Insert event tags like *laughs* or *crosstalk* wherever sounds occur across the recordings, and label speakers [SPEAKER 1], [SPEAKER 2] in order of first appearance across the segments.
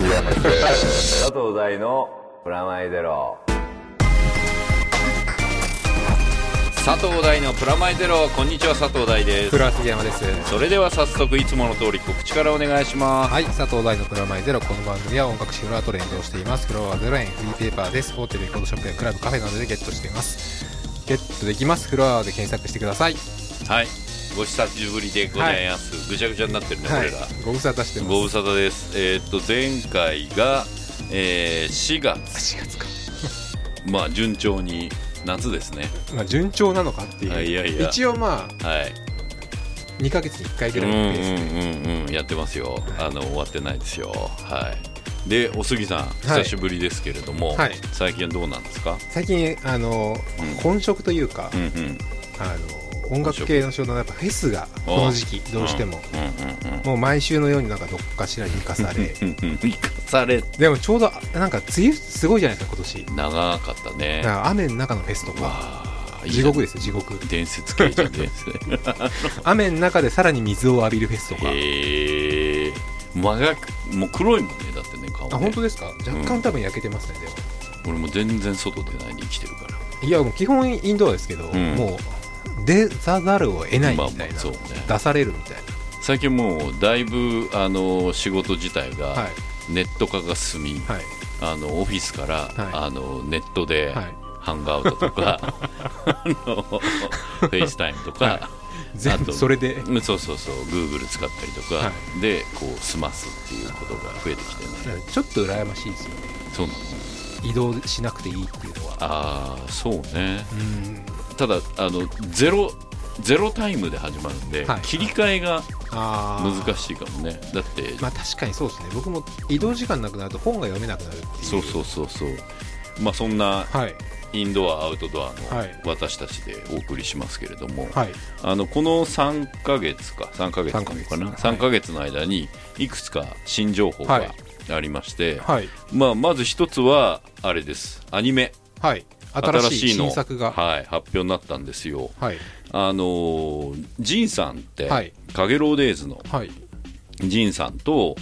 [SPEAKER 1] 佐藤大のプラマイゼロ
[SPEAKER 2] 佐藤大のプラマイゼロこんにちは佐藤大です
[SPEAKER 3] ラス山です
[SPEAKER 2] それでは早速いつもの通り告知からお願いします
[SPEAKER 3] はい佐藤大のプラマイゼロこの番組は音楽シフラーと連動していますフロアゼロ円フリーペーパーですホテルレコードショップやクラブカフェなどでゲットしていますゲットできますフロアで検索してください
[SPEAKER 2] はいご久しぶりでございます、ぐちゃぐちゃになってるね、
[SPEAKER 3] はい
[SPEAKER 2] 俺ら
[SPEAKER 3] ご無沙汰してます
[SPEAKER 2] ご無沙汰ですえーっと前回が、えー4月
[SPEAKER 3] 4月か
[SPEAKER 2] まあ順調に夏ですね
[SPEAKER 3] まあ順調なのかっていう
[SPEAKER 2] あいやいや
[SPEAKER 3] 一応まあ
[SPEAKER 2] はい
[SPEAKER 3] 2ヶ月に1回ぐ
[SPEAKER 2] うん
[SPEAKER 3] らいのペースで、
[SPEAKER 2] うんうんうんやってますよあの終わってないですよはいでお杉さん久しぶりですけれども、
[SPEAKER 3] はい
[SPEAKER 2] 最近どうなんですか
[SPEAKER 3] 最近あの、
[SPEAKER 2] うん
[SPEAKER 3] 本職というか、
[SPEAKER 2] うんうん
[SPEAKER 3] あの音楽系の仕事のやっぱフェスがこの時期どうしても、
[SPEAKER 2] うんうんうん
[SPEAKER 3] もう毎週のようになんかどっかしらに行かされ
[SPEAKER 2] うんうん生かされ
[SPEAKER 3] でもちょうどなんか梅雨すごいじゃないですか今年
[SPEAKER 2] 長かったね
[SPEAKER 3] だから雨の中のフェスとか
[SPEAKER 2] わあ
[SPEAKER 3] 地
[SPEAKER 2] い
[SPEAKER 3] 獄
[SPEAKER 2] い
[SPEAKER 3] ですよ地獄
[SPEAKER 2] な伝説系じゃん伝
[SPEAKER 3] *laughs*
[SPEAKER 2] 説
[SPEAKER 3] 雨の中でさらに水を浴びるフェスとか
[SPEAKER 2] へえ間がくもう黒いもんねだってね顔ね
[SPEAKER 3] あ本当ですか若
[SPEAKER 2] う
[SPEAKER 3] 干多分焼けてますね、でも
[SPEAKER 2] 俺も全然外出ないで生きてるから
[SPEAKER 3] いやもう基本インドアですけど、
[SPEAKER 2] ん
[SPEAKER 3] もう出ざざるを得ないみた
[SPEAKER 2] まあ
[SPEAKER 3] い
[SPEAKER 2] まあ
[SPEAKER 3] な、
[SPEAKER 2] そうね
[SPEAKER 3] 出されるみたい
[SPEAKER 2] 最近もうだいぶあの仕事自体
[SPEAKER 3] なは
[SPEAKER 2] が
[SPEAKER 3] い
[SPEAKER 2] ネット化が進み、
[SPEAKER 3] はい
[SPEAKER 2] あのオフィスから、
[SPEAKER 3] はい
[SPEAKER 2] あのネットで
[SPEAKER 3] はい
[SPEAKER 2] ハングアウトと
[SPEAKER 3] *laughs*
[SPEAKER 2] か、あのフェイスタイムとか、
[SPEAKER 3] は全
[SPEAKER 2] あと
[SPEAKER 3] 部それで
[SPEAKER 2] うんそうそうそう Google 使ったりとか、
[SPEAKER 3] は
[SPEAKER 2] でこう済ますっていうことが増えてきてね
[SPEAKER 3] ちょっと羨ましいですよね
[SPEAKER 2] そうなの
[SPEAKER 3] 移動しなくていいっていうのは
[SPEAKER 2] ああそうね
[SPEAKER 3] うん
[SPEAKER 2] ただあのゼロゼロタイムで始まるんで、
[SPEAKER 3] はい
[SPEAKER 2] 切り替えが
[SPEAKER 3] あー
[SPEAKER 2] 難しいかもねだって、
[SPEAKER 3] まあ確かにそうですね僕も移動時間なくなると本が読めなくなるっていう
[SPEAKER 2] そうそうそうそうまあそんな
[SPEAKER 3] はい
[SPEAKER 2] インドアアウトドアの
[SPEAKER 3] はい
[SPEAKER 2] 私たちでお送りしますけれども、
[SPEAKER 3] はい
[SPEAKER 2] あのこの3ヶ月か3ヶ月かな
[SPEAKER 3] 3
[SPEAKER 2] 3
[SPEAKER 3] ヶ
[SPEAKER 2] ヶ
[SPEAKER 3] 月
[SPEAKER 2] 月,、
[SPEAKER 3] はい
[SPEAKER 2] の間にいくつか新情報がありまして、
[SPEAKER 3] はい
[SPEAKER 2] まあ、まず一つはあれですアニメ
[SPEAKER 3] はい新しい新作が
[SPEAKER 2] はい、発表になったんですよ
[SPEAKER 3] はい
[SPEAKER 2] あのージンさんって、
[SPEAKER 3] はい
[SPEAKER 2] カゲローデイズの
[SPEAKER 3] はい
[SPEAKER 2] ジンさんと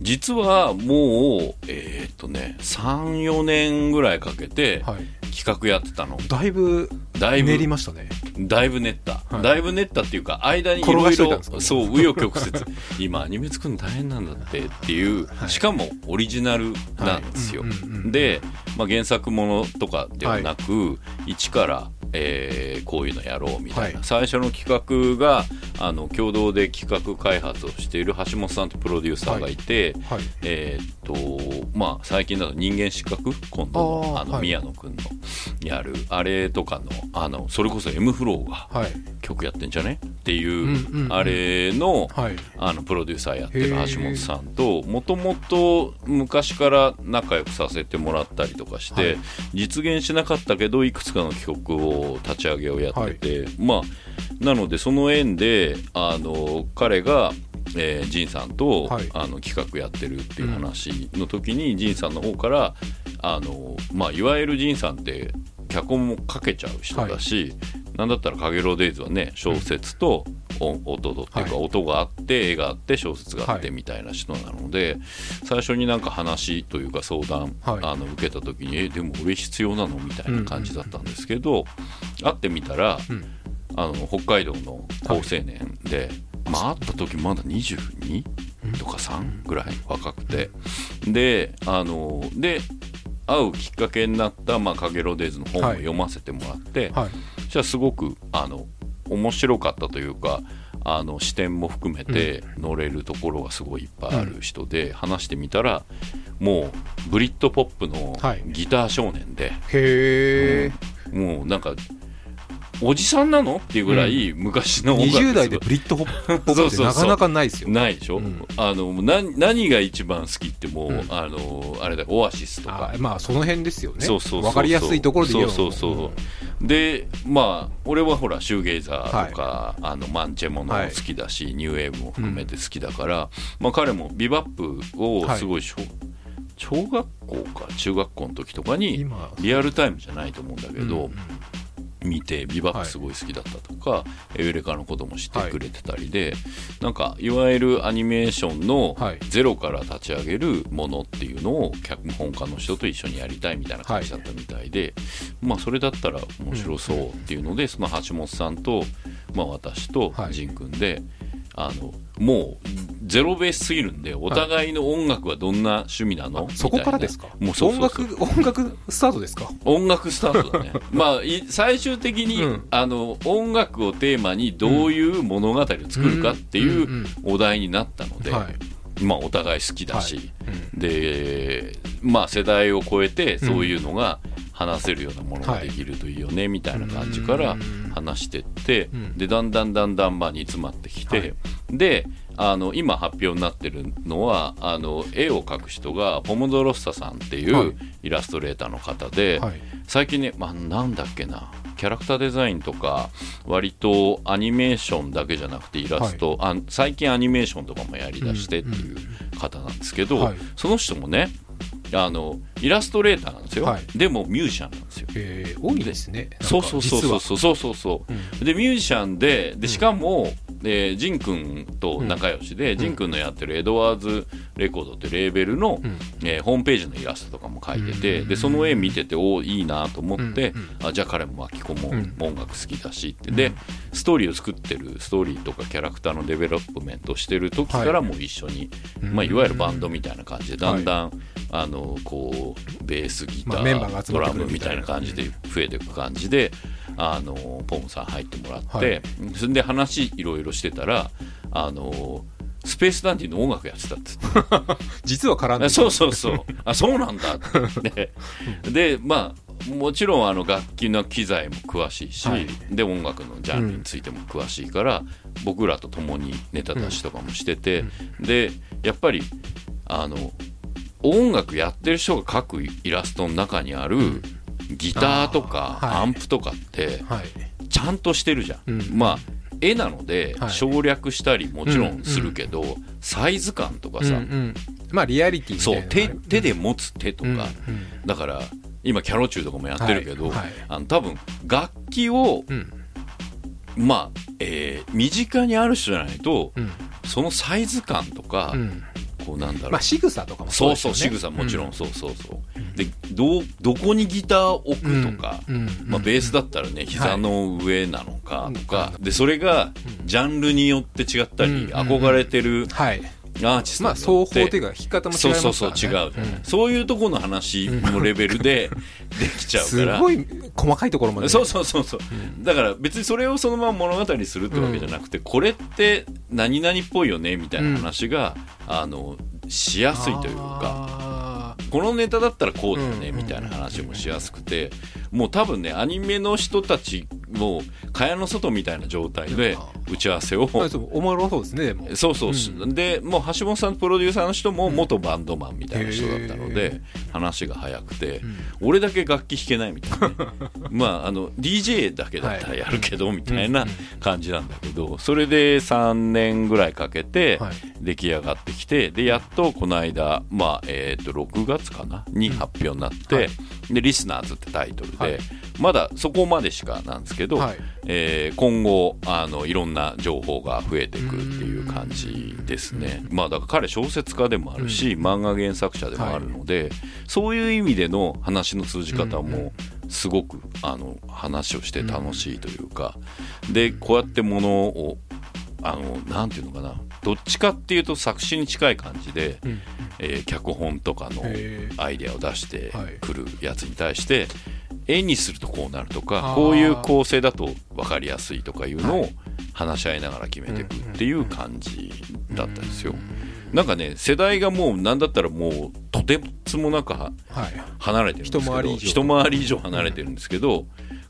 [SPEAKER 2] 実はもうえーっとね34年ぐらいかけて
[SPEAKER 3] はい
[SPEAKER 2] 企画やってたの
[SPEAKER 3] だいぶ
[SPEAKER 2] だいぶ
[SPEAKER 3] 練りましたね
[SPEAKER 2] だいぶ練った、
[SPEAKER 3] はい
[SPEAKER 2] だいぶ練ったっていうか間にい
[SPEAKER 3] 転
[SPEAKER 2] ろ
[SPEAKER 3] が
[SPEAKER 2] い
[SPEAKER 3] しといた
[SPEAKER 2] ろ
[SPEAKER 3] んですかね
[SPEAKER 2] そう紆余曲折 *laughs* 今アニメ作るの大変なんだってっていう、
[SPEAKER 3] はい
[SPEAKER 2] しかもオリジナルなんですよ、
[SPEAKER 3] はいうんうんうん
[SPEAKER 2] で、まあ、原作ものとかではなく、一から、えーこういうのやろうみたいな、
[SPEAKER 3] はい
[SPEAKER 2] 最初の企画があの共同で企画開発をしている橋本さんとプロデューサーがいて、
[SPEAKER 3] はい
[SPEAKER 2] えーっとまあ最近だと人間失格今度
[SPEAKER 3] あ
[SPEAKER 2] のあ
[SPEAKER 3] ー
[SPEAKER 2] の
[SPEAKER 3] はい
[SPEAKER 2] 宮野君のやるあれとかのあのそれこそ M フローが
[SPEAKER 3] はい
[SPEAKER 2] 曲やってんじゃねってい
[SPEAKER 3] うんうんう
[SPEAKER 2] う
[SPEAKER 3] ん
[SPEAKER 2] あれの
[SPEAKER 3] はい
[SPEAKER 2] あのプロデューサーやって
[SPEAKER 3] へ
[SPEAKER 2] る
[SPEAKER 3] ー
[SPEAKER 2] 橋本さんともともと昔から仲良くさせてもらったりとかし
[SPEAKER 3] は
[SPEAKER 2] て
[SPEAKER 3] い
[SPEAKER 2] 実現しなかったけどいくつかの曲を立ち上げをやっててまあなのでその縁であの彼が。えー、ジンさんと、
[SPEAKER 3] はい
[SPEAKER 2] あの企画やってるっていう話の時に、ジンさんの方からあの、まあ、いわゆるジンさんって脚本も書けちゃう人だし、なんだったら「かげろうデイズ」はね小説と音音とっていうか
[SPEAKER 3] は
[SPEAKER 2] 音があって絵があって小説があっ
[SPEAKER 3] は
[SPEAKER 2] て
[SPEAKER 3] い
[SPEAKER 2] みたいな人なので、最初になんか話というか相談、
[SPEAKER 3] はい
[SPEAKER 2] あの受けた時に「えでも俺必要なの?」みたいな感じだったんですけど、会ってみたら
[SPEAKER 3] うん
[SPEAKER 2] あの北海道の高青年で、まあ、会った時まだ 22?
[SPEAKER 3] うん
[SPEAKER 2] とか3ぐらい若くてであので会うきっかけになった「まあ、かげろうデイズ」の本を
[SPEAKER 3] はい
[SPEAKER 2] 読ませてもらって、
[SPEAKER 3] はい
[SPEAKER 2] じゃあすごくあの面白かったというかあの視点も含めて乗れるところがすごいいっぱいある人で、話してみたらもうブリッドポップの
[SPEAKER 3] はい
[SPEAKER 2] ギター少年で、
[SPEAKER 3] へえ
[SPEAKER 2] もうなんかおじさんなのっていうぐらい昔の音楽
[SPEAKER 3] 20代です
[SPEAKER 2] ごい
[SPEAKER 3] ブリッドホップ
[SPEAKER 2] そう
[SPEAKER 3] って
[SPEAKER 2] そうそう
[SPEAKER 3] なかなかないですよ
[SPEAKER 2] ないでしょ、
[SPEAKER 3] うん
[SPEAKER 2] あのな何が一番好きってもう、
[SPEAKER 3] うん
[SPEAKER 2] あのあれだオアシスとか
[SPEAKER 3] あーまあその辺ですよね
[SPEAKER 2] そうそうそうそう
[SPEAKER 3] わかりやすいところで言えば
[SPEAKER 2] そうそうそう、でまあ俺はほらシューゲイザーとか、あのマンチェモノも好きだし、ニューウェーブも含めて好きだから、まあ、彼もビバップをすごい小,、小学校か中学校の時とかに
[SPEAKER 3] 今
[SPEAKER 2] リアルタイムじゃないと思うんだけど、
[SPEAKER 3] うん
[SPEAKER 2] 見てビバップすごい好きだったとか、エウレカのことも知ってくれてたりで、なんかいわゆるアニメーションの
[SPEAKER 3] はい
[SPEAKER 2] ゼロから立ち上げるものっていうのを脚本家の人と一緒にやりたいみたいな感じだったみたいで、まあそれだったら面白そうっていうので、その橋本さんと、まあ、私と
[SPEAKER 3] はい
[SPEAKER 2] 仁君で、あのもうゼロベースすぎるんでお互いの音楽はどんな趣味なの、みたいな
[SPEAKER 3] そこからですか
[SPEAKER 2] もうそうそうそう
[SPEAKER 3] 音楽音楽スタートですか
[SPEAKER 2] 音楽スタート
[SPEAKER 3] *laughs*
[SPEAKER 2] だねまあい最終的に、
[SPEAKER 3] うん
[SPEAKER 2] あの音楽をテーマにどういう物語を作るかってい
[SPEAKER 3] うんうん
[SPEAKER 2] うお題になったので、
[SPEAKER 3] はい
[SPEAKER 2] まあお互い好きだし、
[SPEAKER 3] は
[SPEAKER 2] でまあ世代を超えてそういうのが話せるようなものができるといいよねみたいな感じから
[SPEAKER 3] うん
[SPEAKER 2] 話してって、
[SPEAKER 3] うん
[SPEAKER 2] でだんだんだんだんまあ煮詰まってきて、
[SPEAKER 3] はい
[SPEAKER 2] であの今発表になってるのはあの絵を描く人がポモドロッサさんってい
[SPEAKER 3] はいう
[SPEAKER 2] イラストレーターの方で、
[SPEAKER 3] はい
[SPEAKER 2] 最近ね、まあ、なんだっけなキャラクターデザインとか割とアニメーションだけじゃなくてイラスト、あ最近アニメーションとかもやりだしてっていう方なんですけど、
[SPEAKER 3] はい
[SPEAKER 2] その人もねあのイラストレーターなんですよ、
[SPEAKER 3] はい
[SPEAKER 2] でもミュージシャンなんですよ。
[SPEAKER 3] えー多いですねなんか
[SPEAKER 2] そうそうそうそ
[SPEAKER 3] 実
[SPEAKER 2] う
[SPEAKER 3] は
[SPEAKER 2] そうそうそうそう、でミュージシャンででしかも、えージンくんと仲良しで、ジンくんのやってるエドワーズレコードってレーベルの、
[SPEAKER 3] ん
[SPEAKER 2] えーホームページのイラストとかも描いてて、
[SPEAKER 3] うん
[SPEAKER 2] でその絵見てておおいいなと思って、
[SPEAKER 3] うん
[SPEAKER 2] あじゃあ彼も巻き込もう、
[SPEAKER 3] うん
[SPEAKER 2] 音楽好きだしってでストーリーを作ってるストーリーとかキャラクターのデベロップメントをしてる時からもう一緒に、いまあ、いわゆるバンドみたいな感じでだんだん、あのこうベースギター、
[SPEAKER 3] まあメンバーが集
[SPEAKER 2] ド
[SPEAKER 3] まっ
[SPEAKER 2] ラ
[SPEAKER 3] てく
[SPEAKER 2] ム
[SPEAKER 3] る
[SPEAKER 2] み
[SPEAKER 3] み
[SPEAKER 2] た
[SPEAKER 3] た
[SPEAKER 2] い
[SPEAKER 3] い
[SPEAKER 2] な
[SPEAKER 3] な
[SPEAKER 2] 感じで増えていく感じで、あのポンさん入ってもらって、
[SPEAKER 3] はい
[SPEAKER 2] それで話いろいろしてたらあのスペースダンディの音楽やってたっつって
[SPEAKER 3] 実は絡んで
[SPEAKER 2] あ
[SPEAKER 3] る
[SPEAKER 2] そうそうそうあそうなんだってでまあもちろんあの楽器の機材も詳しいし、
[SPEAKER 3] はい
[SPEAKER 2] で音楽のジャンルについても詳しいから、僕らと共にネタ出しとかもしてて、でやっぱりあの音楽やってる人が描くイラストの中にある、ギターとか
[SPEAKER 3] あーはい
[SPEAKER 2] アンプとかって
[SPEAKER 3] はい
[SPEAKER 2] ちゃんとしてるじゃん、
[SPEAKER 3] うん
[SPEAKER 2] まあ絵なので
[SPEAKER 3] はい
[SPEAKER 2] 省略したりもちろんするけど、サイズ感とか
[SPEAKER 3] うん
[SPEAKER 2] さ、
[SPEAKER 3] うんまあリアリティみた
[SPEAKER 2] そ
[SPEAKER 3] いうな
[SPEAKER 2] 手手で持つ手とか、
[SPEAKER 3] うんうん
[SPEAKER 2] だから今キャロチューとかもやってるけど、
[SPEAKER 3] はいはい
[SPEAKER 2] あの多分楽器を、
[SPEAKER 3] うん
[SPEAKER 2] まあえー身近にある人じゃないと、
[SPEAKER 3] うん
[SPEAKER 2] そのサイズ感とか、
[SPEAKER 3] うん
[SPEAKER 2] こうなんだろう、
[SPEAKER 3] まあ仕草とかも
[SPEAKER 2] そう
[SPEAKER 3] です
[SPEAKER 2] そう
[SPEAKER 3] よね
[SPEAKER 2] 仕草もちろんそうそうそう、でどうどこにギターを置
[SPEAKER 3] うん
[SPEAKER 2] くとか、
[SPEAKER 3] うん
[SPEAKER 2] まあ、ベースだったらね膝の上なのかとか、でそれがジャンルによって違ったり、
[SPEAKER 3] うん
[SPEAKER 2] 憧れてる
[SPEAKER 3] はい
[SPEAKER 2] アーティストによ
[SPEAKER 3] まあ
[SPEAKER 2] って
[SPEAKER 3] 双方っていうか弾き方も違います
[SPEAKER 2] そうそうそう
[SPEAKER 3] からね
[SPEAKER 2] 違うじゃない、そういうところの話のレベルで *laughs* できちゃうか
[SPEAKER 3] す
[SPEAKER 2] ら
[SPEAKER 3] ごい細かいところまで
[SPEAKER 2] そうそうそうそう、だから別にそれをそのまま物語にするってわけじゃなくて、これって何々っぽいよねみたいな話が、あのしやすいというか
[SPEAKER 3] か
[SPEAKER 2] このネタだったらこうだよね
[SPEAKER 3] うん
[SPEAKER 2] みたいな話もしやすくてもう多分ねアニメの人たちも蚊帳の外みたいな状態で打ち合わせを
[SPEAKER 3] まあそうおもろそうですねでも
[SPEAKER 2] そうそう、
[SPEAKER 3] う
[SPEAKER 2] でもう橋本さんプロデューサーの人も元バンドマンみたいな人だったので、
[SPEAKER 3] へ
[SPEAKER 2] 話が早くて、俺だけ楽器弾けないみたいな
[SPEAKER 3] *laughs*
[SPEAKER 2] ね、まああの DJ だけだったらやるけどみたいな感じなんだけどそれで3年ぐらいかけて
[SPEAKER 3] はい
[SPEAKER 2] 出来上がってきてでやっとこの間、まあえー、と6月かなに発表になって、
[SPEAKER 3] はい
[SPEAKER 2] で「リスナーズ」ってタイトルで、
[SPEAKER 3] はい
[SPEAKER 2] まだそこまでしかなんですけど、
[SPEAKER 3] はい
[SPEAKER 2] えー今後あのいろんな情報が増えていくっていう感じですね。まあだから彼小説家でもあるし、漫画原作者でもあるので、そういう意味での話の通じ方もすごく、あの話をして楽しいというか、でこうやってものをあのなんていうのかなどっちかっていうと作詞に近い感じで、
[SPEAKER 3] うん
[SPEAKER 2] えー脚本とかの
[SPEAKER 3] へー
[SPEAKER 2] アイデアを出して
[SPEAKER 3] はい
[SPEAKER 2] くるやつに対して、絵にするとこうなると
[SPEAKER 3] あ
[SPEAKER 2] か
[SPEAKER 3] ー
[SPEAKER 2] こういう構成だと分かりやすいとかいうの
[SPEAKER 3] は
[SPEAKER 2] を話し合いながら決めていくっていう感じだったんですよ。なんかね世代がもう何だったらもうとてつもなくは
[SPEAKER 3] はい
[SPEAKER 2] 離れてるんですけ
[SPEAKER 3] 一回り
[SPEAKER 2] ど
[SPEAKER 3] 以上
[SPEAKER 2] 一回り以上離れてるんですけど、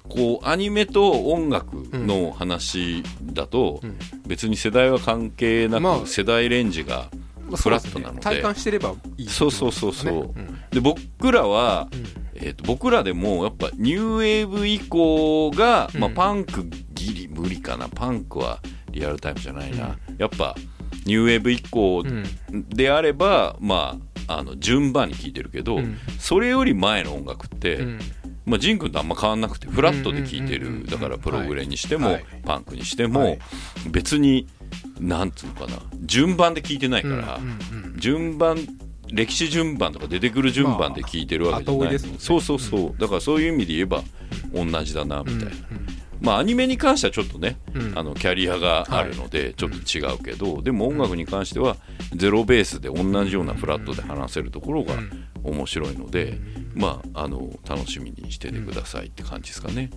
[SPEAKER 2] こうアニメと音楽の話だと、別に世代は関係なく、
[SPEAKER 3] まあ
[SPEAKER 2] 世代レンジが
[SPEAKER 3] まあ
[SPEAKER 2] フラットなので,、
[SPEAKER 3] そうすね体感してればいい
[SPEAKER 2] そうそうそうそう、
[SPEAKER 3] うん
[SPEAKER 2] で僕らは、えー、と僕らでもやっぱニューウェーブ以降が、まあ、
[SPEAKER 3] うん
[SPEAKER 2] パンクギリ無理かなパンクはリアルタイムじゃないな、やっぱニューウェーブ以降
[SPEAKER 3] うん
[SPEAKER 2] であれば、まああの順番に聴いてるけど、
[SPEAKER 3] うん
[SPEAKER 2] それより前の音楽って、
[SPEAKER 3] うん
[SPEAKER 2] まあ、ジン君とあんま変わんなくてフラットで聴いて
[SPEAKER 3] うんうんうんう
[SPEAKER 2] る
[SPEAKER 3] ん
[SPEAKER 2] だからプログレにしても、
[SPEAKER 3] はい
[SPEAKER 2] パンクにして
[SPEAKER 3] は
[SPEAKER 2] も
[SPEAKER 3] い
[SPEAKER 2] 別になんつうのかな順番で聴いてないから、
[SPEAKER 3] うんうんうん
[SPEAKER 2] 順番歴史順番とか出てくる順番で聞いてるわけじゃない、
[SPEAKER 3] まあ後追いですもんね
[SPEAKER 2] そうそうそうだからそういう意味で言えば同じだなみたいな、まあアニメに関してはちょっとね、
[SPEAKER 3] うん
[SPEAKER 2] あのキャリアがあるのでちょっと違うけど、でも音楽に関してはゼロベースで同じようなフラットで話せるところが
[SPEAKER 3] うん
[SPEAKER 2] 面白いので、まああの楽しみにしててくださいって感じですかね、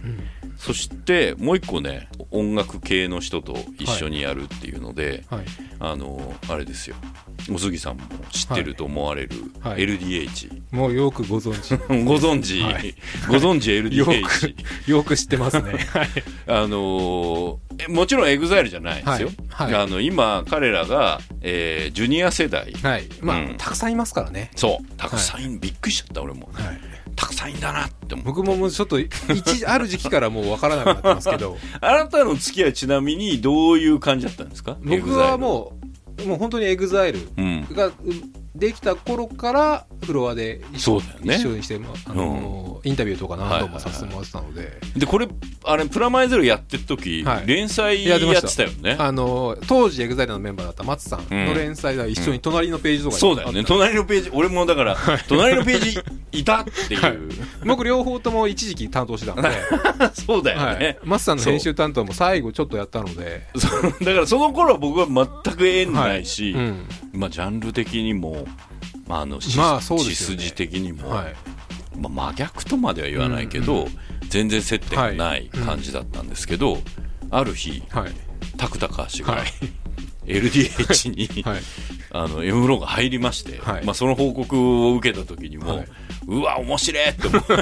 [SPEAKER 2] そしてもう一個ね音楽系の人と一緒にやるっていうので、
[SPEAKER 3] はい
[SPEAKER 2] あのあれですよお杉さんも知ってると思われる
[SPEAKER 3] はいはい
[SPEAKER 2] LDH、
[SPEAKER 3] もうよくご存知
[SPEAKER 2] *laughs*
[SPEAKER 3] *laughs*
[SPEAKER 2] ご存知、
[SPEAKER 3] はい
[SPEAKER 2] ご存知
[SPEAKER 3] よ
[SPEAKER 2] LDH
[SPEAKER 3] くよく知ってますねはい
[SPEAKER 2] あのえもちろん EXILE じゃないですよ、
[SPEAKER 3] はいはい
[SPEAKER 2] あの今彼らが、えージュニア世代
[SPEAKER 3] はいまあ、
[SPEAKER 2] うん
[SPEAKER 3] たくさんいますからね
[SPEAKER 2] そうたくさん、びっくりしちゃった俺も
[SPEAKER 3] はい
[SPEAKER 2] たくさんいんだなって思う
[SPEAKER 3] 僕ももうちょっと *laughs* 一ある時期からもう分からなくなってますけ *laughs* ど
[SPEAKER 2] あなたの付き合いちなみにどういう感じだったんですか
[SPEAKER 3] 僕はもうもう本当にエグザイル
[SPEAKER 2] う、うん、
[SPEAKER 3] がうできた頃からフロアで一緒,、
[SPEAKER 2] そうだよね
[SPEAKER 3] 一緒にして、まあのインタビューとか何度もさせてもらってたので、
[SPEAKER 2] でこれあれプラマイゼロやってる時、
[SPEAKER 3] はい
[SPEAKER 2] 連載や
[SPEAKER 3] や
[SPEAKER 2] っ
[SPEAKER 3] ってました
[SPEAKER 2] てたよね
[SPEAKER 3] あの当時エグザイルのメンバーだった松さんの連載では一緒に隣のページとかに
[SPEAKER 2] そうだよね隣のページ俺もだから隣のページいたっていう、
[SPEAKER 3] 僕両方とも一時期担当して *laughs* たんで、
[SPEAKER 2] そうだよ
[SPEAKER 3] *laughs* はい
[SPEAKER 2] ね、、
[SPEAKER 3] 松さんの編集担当も最後ちょっとやったので、
[SPEAKER 2] そうだからその頃は僕は全く縁ないし、
[SPEAKER 3] うん、
[SPEAKER 2] まあ、ジャンル的にも、まあ、あのし
[SPEAKER 3] まあそうですよね
[SPEAKER 2] 血筋的にも、
[SPEAKER 3] はい
[SPEAKER 2] まあ、真逆とまでは言わないけど、全然接点がない感じだったんですけど、ある日
[SPEAKER 3] はい
[SPEAKER 2] タクタカ氏が、
[SPEAKER 3] はい
[SPEAKER 2] LDH に、
[SPEAKER 3] はい
[SPEAKER 2] あの M ロが入りまして、
[SPEAKER 3] はい
[SPEAKER 2] まあ、その報告を受けた時にも、
[SPEAKER 3] はいう
[SPEAKER 2] わ面白いって思って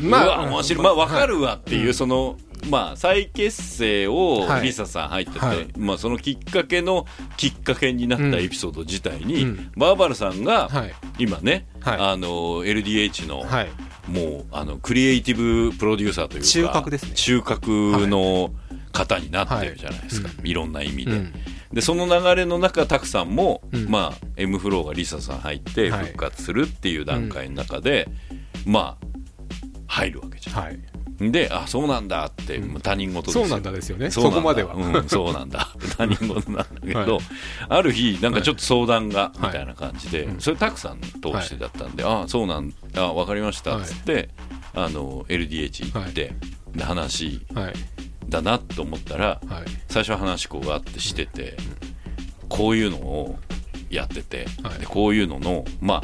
[SPEAKER 3] ま
[SPEAKER 2] うわ
[SPEAKER 3] あ
[SPEAKER 2] 面白い、まあ、分かるわっていう、その、まあ、再結成を
[SPEAKER 3] はい
[SPEAKER 2] リサさん入ってて、
[SPEAKER 3] はい
[SPEAKER 2] まあ、そのきっかけのきっかけになった
[SPEAKER 3] うん
[SPEAKER 2] エピソード自体に、
[SPEAKER 3] うん
[SPEAKER 2] バーバラさんが
[SPEAKER 3] はい
[SPEAKER 2] 今ね、
[SPEAKER 3] はい
[SPEAKER 2] あの LDH の、
[SPEAKER 3] はい
[SPEAKER 2] もうあのクリエイティブプロデューサーというか
[SPEAKER 3] 中核ですね
[SPEAKER 2] 中核の方になってるじゃないですか、
[SPEAKER 3] はい
[SPEAKER 2] いろんな意味で。
[SPEAKER 3] うん
[SPEAKER 2] でその流れの中タクさんも、
[SPEAKER 3] うん
[SPEAKER 2] まあ、M フローがリサさん入って
[SPEAKER 3] はい
[SPEAKER 2] 復活するっていう段階の中で、まあ入るわけじゃん。
[SPEAKER 3] はい
[SPEAKER 2] であそうなんだって、
[SPEAKER 3] うん
[SPEAKER 2] まあ他人事ですよ
[SPEAKER 3] そうなんだですよね
[SPEAKER 2] そ
[SPEAKER 3] そう
[SPEAKER 2] なんだ
[SPEAKER 3] こまでは、
[SPEAKER 2] うん、そうなんだ他人事なんだけど、
[SPEAKER 3] はい
[SPEAKER 2] ある日なんかちょっと相談が、
[SPEAKER 3] はい
[SPEAKER 2] みたいな感じで、
[SPEAKER 3] うん
[SPEAKER 2] それたくさん通してだったんで、あそうなんあ分かりましたっつって、あの LDH 行って、で話
[SPEAKER 3] はい
[SPEAKER 2] だなと思ったら
[SPEAKER 3] はい
[SPEAKER 2] 最初は話こうがあってしてて、こういうのをやってて、
[SPEAKER 3] はい
[SPEAKER 2] でこういうののまあ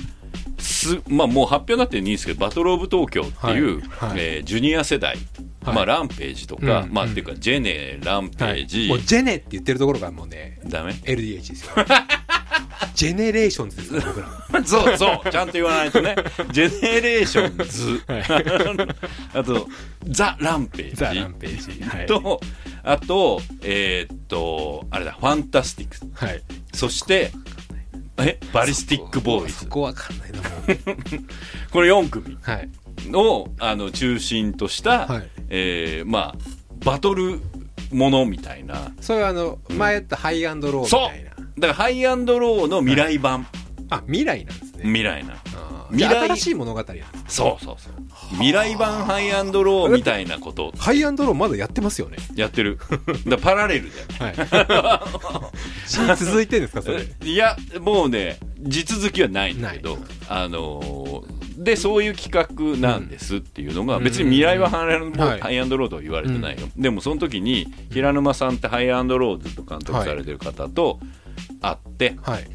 [SPEAKER 2] すまあ、もう発表になってるんですけど、バトル・オブ・東京っていう、
[SPEAKER 3] はいはい
[SPEAKER 2] えージュニア世代、
[SPEAKER 3] はい
[SPEAKER 2] まあ、ランページとか、
[SPEAKER 3] うん
[SPEAKER 2] まあ、
[SPEAKER 3] うん
[SPEAKER 2] っていうか、ジェネ、ランペ
[SPEAKER 3] はい
[SPEAKER 2] ージ、
[SPEAKER 3] もうジェネって言ってるところがもうね
[SPEAKER 2] ダメ
[SPEAKER 3] LDH
[SPEAKER 2] *laughs*
[SPEAKER 3] ですよジェネレーションズですから僕ら
[SPEAKER 2] そうそう、ちゃんと言わない
[SPEAKER 3] *laughs*
[SPEAKER 2] とね、ジェネレーションズ、 *laughs* あと、ザ・ランページ
[SPEAKER 3] ザ・ランページはい
[SPEAKER 2] と、あと、えーっと、あれだ、ファンタスティックス、
[SPEAKER 3] はい
[SPEAKER 2] そして、えバリスティック・ボーイズ
[SPEAKER 3] そ、こわかんないなもう
[SPEAKER 2] これ4組。
[SPEAKER 3] はい
[SPEAKER 2] をあの中心とした、
[SPEAKER 3] はい
[SPEAKER 2] えーまあ、バトルものみたいな
[SPEAKER 3] そういうあの前やったハイアンドローみ
[SPEAKER 2] そう
[SPEAKER 3] たいな
[SPEAKER 2] だからハイアンドローの未来版、
[SPEAKER 3] あ未来なんですね
[SPEAKER 2] 未来な
[SPEAKER 3] あー
[SPEAKER 2] 未来
[SPEAKER 3] じゃあ新しい物語なんですね
[SPEAKER 2] そうそうそう未来版ハイアンドローみたいなことを
[SPEAKER 3] ハイアンドローまだやってますよね
[SPEAKER 2] やって
[SPEAKER 3] *laughs*
[SPEAKER 2] るだからパラレルだよ
[SPEAKER 3] はい
[SPEAKER 2] *laughs*
[SPEAKER 3] 続いてるんですかそれ
[SPEAKER 2] いやもうね地続きはないんだけど
[SPEAKER 3] ない
[SPEAKER 2] あのーでそういう企画なんですっていうのが、
[SPEAKER 3] うん
[SPEAKER 2] 別に未来はハイアンドロー、
[SPEAKER 3] はい
[SPEAKER 2] ハイアンドローとは言われてないよ、でもその時に平沼さんってハイアンドローずっと監督されてる方と会って、
[SPEAKER 3] はい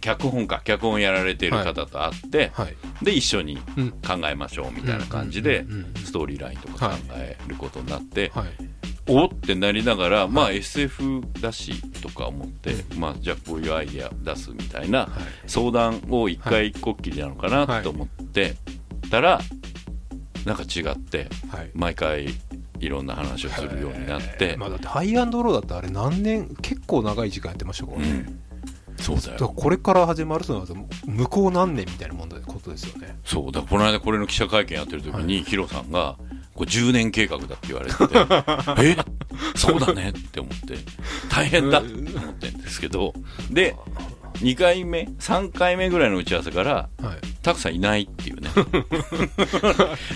[SPEAKER 2] 脚本か脚本やられてる方と会って、
[SPEAKER 3] はい
[SPEAKER 2] で一緒に
[SPEAKER 3] うん
[SPEAKER 2] 考えましょうみたいな感じで
[SPEAKER 3] うんうんうん
[SPEAKER 2] ストーリーラインとか考えることになって、
[SPEAKER 3] はい
[SPEAKER 2] おっってなりながら、まあ、SF だしとか思って、まあ、じゃあこういうアイデア出すみたいな
[SPEAKER 3] はい
[SPEAKER 2] 相談を一回こっきりなのかなと思ってたらなんか違って
[SPEAKER 3] はい
[SPEAKER 2] 毎回いろんな話をするようになって、
[SPEAKER 3] まあ、だってハイアンドローだってあれ何年結構長い時間やってましたから
[SPEAKER 2] う
[SPEAKER 3] ね、
[SPEAKER 2] ん、そうだ
[SPEAKER 3] だから
[SPEAKER 2] よ
[SPEAKER 3] これから始まるとなると向こう何年みたいなもんだことですよね
[SPEAKER 2] そうだからこの間これの記者会見やってる時に、ヒロさんがこれ10年計画だって言われててえそうだねって思って大変だって思ってるんですけどで2回目3回目ぐらいの打ち合わせから
[SPEAKER 3] はい
[SPEAKER 2] たくさんいないって
[SPEAKER 3] *laughs*
[SPEAKER 2] いうね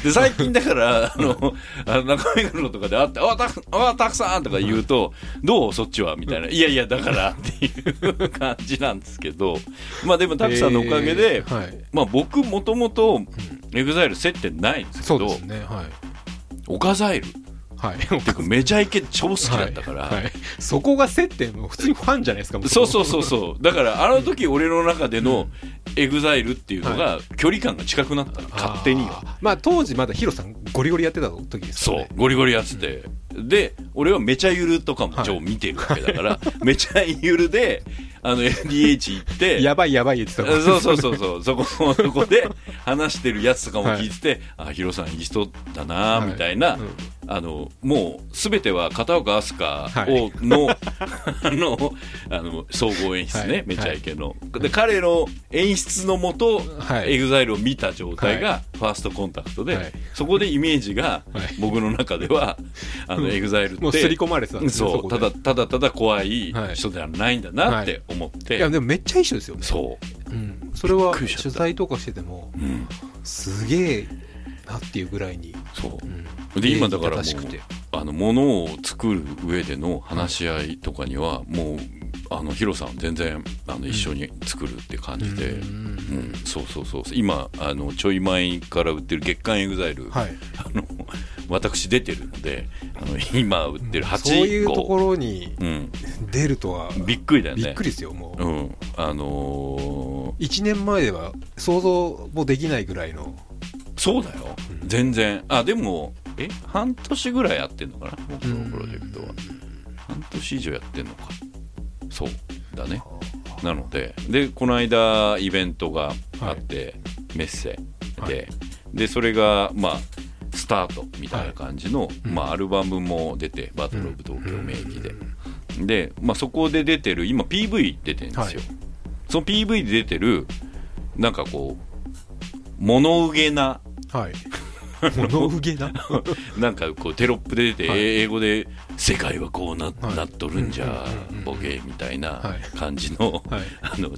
[SPEAKER 2] で最近だからあのあの中目黒とかで会って「あたくあたくさん!」とか言うと「どうそっちは?」みたいな「いやいやだから」っていう感じなんですけどまあでもたくさんのおかげで、
[SPEAKER 3] えーはい、
[SPEAKER 2] まあ、僕もともと EXILE 接点ないんです
[SPEAKER 3] そ
[SPEAKER 2] け
[SPEAKER 3] うで
[SPEAKER 2] ど
[SPEAKER 3] すねはい
[SPEAKER 2] オカザイルって
[SPEAKER 3] はい
[SPEAKER 2] *laughs* 僕めちゃイケ超好きだったから、
[SPEAKER 3] はいはいそこが接点も普通にファンじゃないですかも
[SPEAKER 2] そうそうそうそうだからあの時俺の中での EXILE っていうのが距離感が近くなったの勝手には
[SPEAKER 3] あーまあ当時まだヒロさんゴリゴリやってた時ですか
[SPEAKER 2] そ
[SPEAKER 3] ら
[SPEAKER 2] う
[SPEAKER 3] ね
[SPEAKER 2] ゴリゴリやってて、で俺はめちゃゆるとかも超見てるわけだから、 *laughs* めちゃゆるであの LDH 行って
[SPEAKER 3] *laughs* やばいやばい言ってたもん
[SPEAKER 2] そうそうそうそう、そこのとこで話してるやつとかも聞いてて、あ、ヒロさんいい人だな
[SPEAKER 3] は
[SPEAKER 2] ぁ
[SPEAKER 3] い
[SPEAKER 2] みたいな、
[SPEAKER 3] うん
[SPEAKER 2] あの、もうすべては片岡飛鳥
[SPEAKER 3] はい
[SPEAKER 2] を、の、 *laughs* あの、あの、総合演出ね、
[SPEAKER 3] はい
[SPEAKER 2] めちゃイケの。で、彼の演出のもと、
[SPEAKER 3] はい
[SPEAKER 2] エグザイルを見た状態がファーストコンタクトで、
[SPEAKER 3] はい
[SPEAKER 2] そこでイメージが
[SPEAKER 3] はい
[SPEAKER 2] 僕の中で
[SPEAKER 3] *laughs*
[SPEAKER 2] は、あの、エグザイルって、
[SPEAKER 3] もう刷り込まれてたんですね
[SPEAKER 2] そう、
[SPEAKER 3] こ
[SPEAKER 2] ただ、
[SPEAKER 3] で
[SPEAKER 2] ただただ怖い
[SPEAKER 3] はい
[SPEAKER 2] 人ではないんだなって思って、
[SPEAKER 3] いやでもめっちゃいい人ですよね
[SPEAKER 2] そう。
[SPEAKER 3] う、ん、それは
[SPEAKER 2] びっくりしちゃった
[SPEAKER 3] 取材とかしてても
[SPEAKER 2] うん
[SPEAKER 3] すげえなっていうぐらいに、
[SPEAKER 2] そううんで今だからもう
[SPEAKER 3] 正しくて
[SPEAKER 2] あの物を作る上での話し合いとかにはもうあのヒロさんは全然あの一緒に作るって感じで、
[SPEAKER 3] うん
[SPEAKER 2] うんそうそうそう今あのちょい前から売ってる月刊エグザイル、
[SPEAKER 3] はい
[SPEAKER 2] あの私出てるのであの今売ってる8個
[SPEAKER 3] そういうところに
[SPEAKER 2] うん、
[SPEAKER 3] 出るとは
[SPEAKER 2] びっくりだよね
[SPEAKER 3] びっくりですよもう、
[SPEAKER 2] うん、あの
[SPEAKER 3] 1年前では想像もできないぐらいの
[SPEAKER 2] ーそうだよ全然あでもえ半年ぐらいやってんのかな僕のプロジェクトは。半年以上やってんのかそうだねなのででこの間イベントがあって、メッセで、
[SPEAKER 3] はい
[SPEAKER 2] でそれがまあスタートみたいな感じの、
[SPEAKER 3] うん
[SPEAKER 2] まあ、アルバムも出て「バトル・オブ・東京名義で」で、まあ、そこで出てる今 PV 出てるんですよ、
[SPEAKER 3] は
[SPEAKER 2] その PV で出てるなんかこう物憂げな *laughs*
[SPEAKER 3] はい物憂げな
[SPEAKER 2] なんかこうテロップで出て、
[SPEAKER 3] はい
[SPEAKER 2] 英語で「世界はこうな,、
[SPEAKER 3] はい
[SPEAKER 2] なっとるんじゃ
[SPEAKER 3] うんうんうんうん
[SPEAKER 2] ボケ」みたい
[SPEAKER 3] は
[SPEAKER 2] ない感じの,、
[SPEAKER 3] はい
[SPEAKER 2] *laughs* あの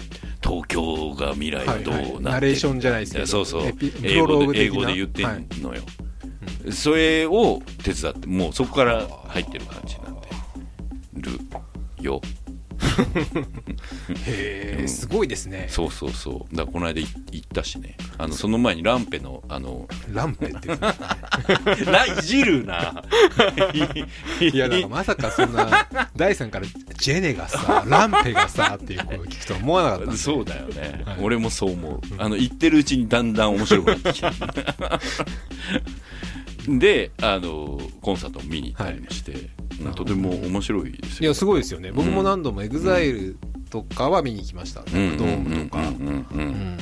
[SPEAKER 2] 東京が未来どうなってる、
[SPEAKER 3] ナレーションじゃないですけど
[SPEAKER 2] そうそう
[SPEAKER 3] エピプ
[SPEAKER 2] 英
[SPEAKER 3] ロロー
[SPEAKER 2] 語
[SPEAKER 3] グ
[SPEAKER 2] で英
[SPEAKER 3] 的な
[SPEAKER 2] 語で言ってんのよ、それを手伝ってもうそこから入ってる感じなんでるよ
[SPEAKER 3] へ
[SPEAKER 2] う
[SPEAKER 3] え
[SPEAKER 2] ん
[SPEAKER 3] すごいですね
[SPEAKER 2] そうそうそうだからこの間い行ったしねあのその前にランペのあ
[SPEAKER 3] *laughs*
[SPEAKER 2] の
[SPEAKER 3] ランペって言うんですね
[SPEAKER 2] ないじるな
[SPEAKER 3] いやなんかまさかそん *laughs* な第三からジェネがさランペがさっていう声を聞くとは思わなかったんで
[SPEAKER 2] そうだよね、
[SPEAKER 3] はい
[SPEAKER 2] 俺もそう思う、あの言ってるうちにだんだん面白くなってきたであのコンサートを見に行ったりもして、うんとても面白いです
[SPEAKER 3] い
[SPEAKER 2] よ
[SPEAKER 3] やすごいですよね僕も何度もエグザイルとかは見に行きました、
[SPEAKER 2] うんうん
[SPEAKER 3] ドームとか、
[SPEAKER 2] うんうんうんう
[SPEAKER 3] うんん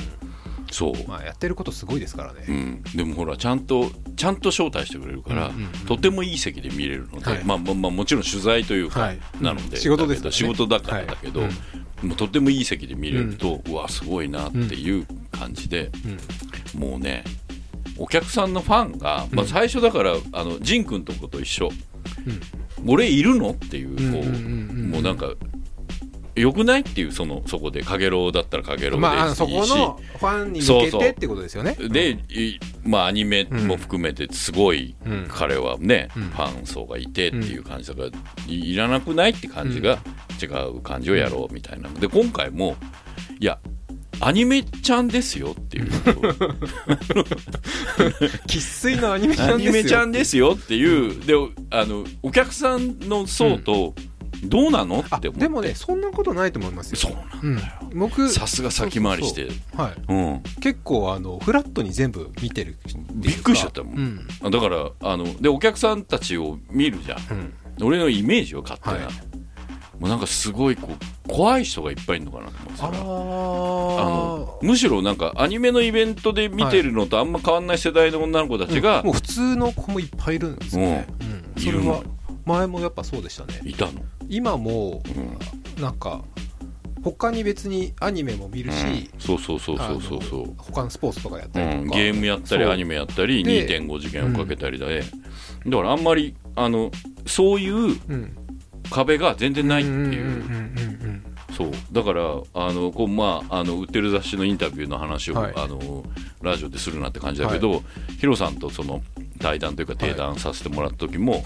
[SPEAKER 2] そう、
[SPEAKER 3] まあ、やってることすごいですから
[SPEAKER 2] う
[SPEAKER 3] ね、
[SPEAKER 2] ん、でもほらちゃんとちゃんと招待してくれるから、
[SPEAKER 3] うんうんうん
[SPEAKER 2] とてもいい席で見れるので、
[SPEAKER 3] はい
[SPEAKER 2] まあまあまあもちろん取材というか、
[SPEAKER 3] はい
[SPEAKER 2] なので
[SPEAKER 3] 仕事ですか
[SPEAKER 2] だけど
[SPEAKER 3] らね
[SPEAKER 2] 仕事だからだけど、
[SPEAKER 3] はい
[SPEAKER 2] もうとてもいい席で見れると、うわすごいなっていう感じで、
[SPEAKER 3] うん
[SPEAKER 2] もうねお客さんのファンが、まあ、最初だから、あのジン君とこと一緒、俺いるのっていうこう,、
[SPEAKER 3] うんうんうんうん
[SPEAKER 2] もうなんかよくないっていうそのそこでかげろうだったらかげろうで
[SPEAKER 3] まああのそ
[SPEAKER 2] い
[SPEAKER 3] こ
[SPEAKER 2] いし、
[SPEAKER 3] のファンに向け
[SPEAKER 2] そうそ
[SPEAKER 3] て
[SPEAKER 2] う
[SPEAKER 3] ってことですよね
[SPEAKER 2] で、いまあ、アニメも含めてすごい
[SPEAKER 3] うん
[SPEAKER 2] 彼はね、
[SPEAKER 3] うん
[SPEAKER 2] ファン層がいてっていう感じだから、いいらなくないって感じが違う感じをやろうみたいなので今回もいやアニメちゃんですよっていう
[SPEAKER 3] 生粋のアニメちゃ
[SPEAKER 2] ア
[SPEAKER 3] んです
[SPEAKER 2] ニ
[SPEAKER 3] よ
[SPEAKER 2] メちゃんですよっていうであのお客さんの層とどうなの
[SPEAKER 3] あ
[SPEAKER 2] って思って
[SPEAKER 3] でもねそんなことないと思いますよ
[SPEAKER 2] そうな
[SPEAKER 3] うん僕
[SPEAKER 2] さすが先回りして
[SPEAKER 3] そうそうそうはい、
[SPEAKER 2] うん
[SPEAKER 3] 結構あのフラットに全部見てるっていうか
[SPEAKER 2] びっくりしちゃったもん
[SPEAKER 3] うん
[SPEAKER 2] だからあのでお客さんたちを見るじゃん
[SPEAKER 3] うん
[SPEAKER 2] 俺のイメージを勝手な、
[SPEAKER 3] はい
[SPEAKER 2] もうなんかすごいこう怖い人がいっぱいいるのかなと思って
[SPEAKER 3] あ
[SPEAKER 2] たらあの
[SPEAKER 3] ー
[SPEAKER 2] むしろなんかアニメのイベントで見てるのとあんま変わんない世代の女の子たちが
[SPEAKER 3] もう普通の子もいっぱいいるんですよね、うん
[SPEAKER 2] い
[SPEAKER 3] そ
[SPEAKER 2] る
[SPEAKER 3] れ
[SPEAKER 2] の
[SPEAKER 3] は前もやっぱそうでしたね
[SPEAKER 2] いたの、
[SPEAKER 3] 今も
[SPEAKER 2] うん
[SPEAKER 3] なんか他に別にアニメも見るし、
[SPEAKER 2] そうそうそうそうそうそう
[SPEAKER 3] あの他のスポーツとかやっ
[SPEAKER 2] う
[SPEAKER 3] たりと
[SPEAKER 2] ん、
[SPEAKER 3] か、
[SPEAKER 2] ゲームやったり
[SPEAKER 3] そう
[SPEAKER 2] アニメやったり
[SPEAKER 3] で
[SPEAKER 2] 2.5次元をかけたりだね、だからあんまりあのそういう
[SPEAKER 3] うん
[SPEAKER 2] 壁が全然ないっていう
[SPEAKER 3] うんうんうんうん
[SPEAKER 2] そうだからあのこう、まあ、あの売ってる雑誌のインタビューの話を、
[SPEAKER 3] はい
[SPEAKER 2] あのラジオでするなって感じだけど、ヒロさんとその対談というか定談させてもらった時も、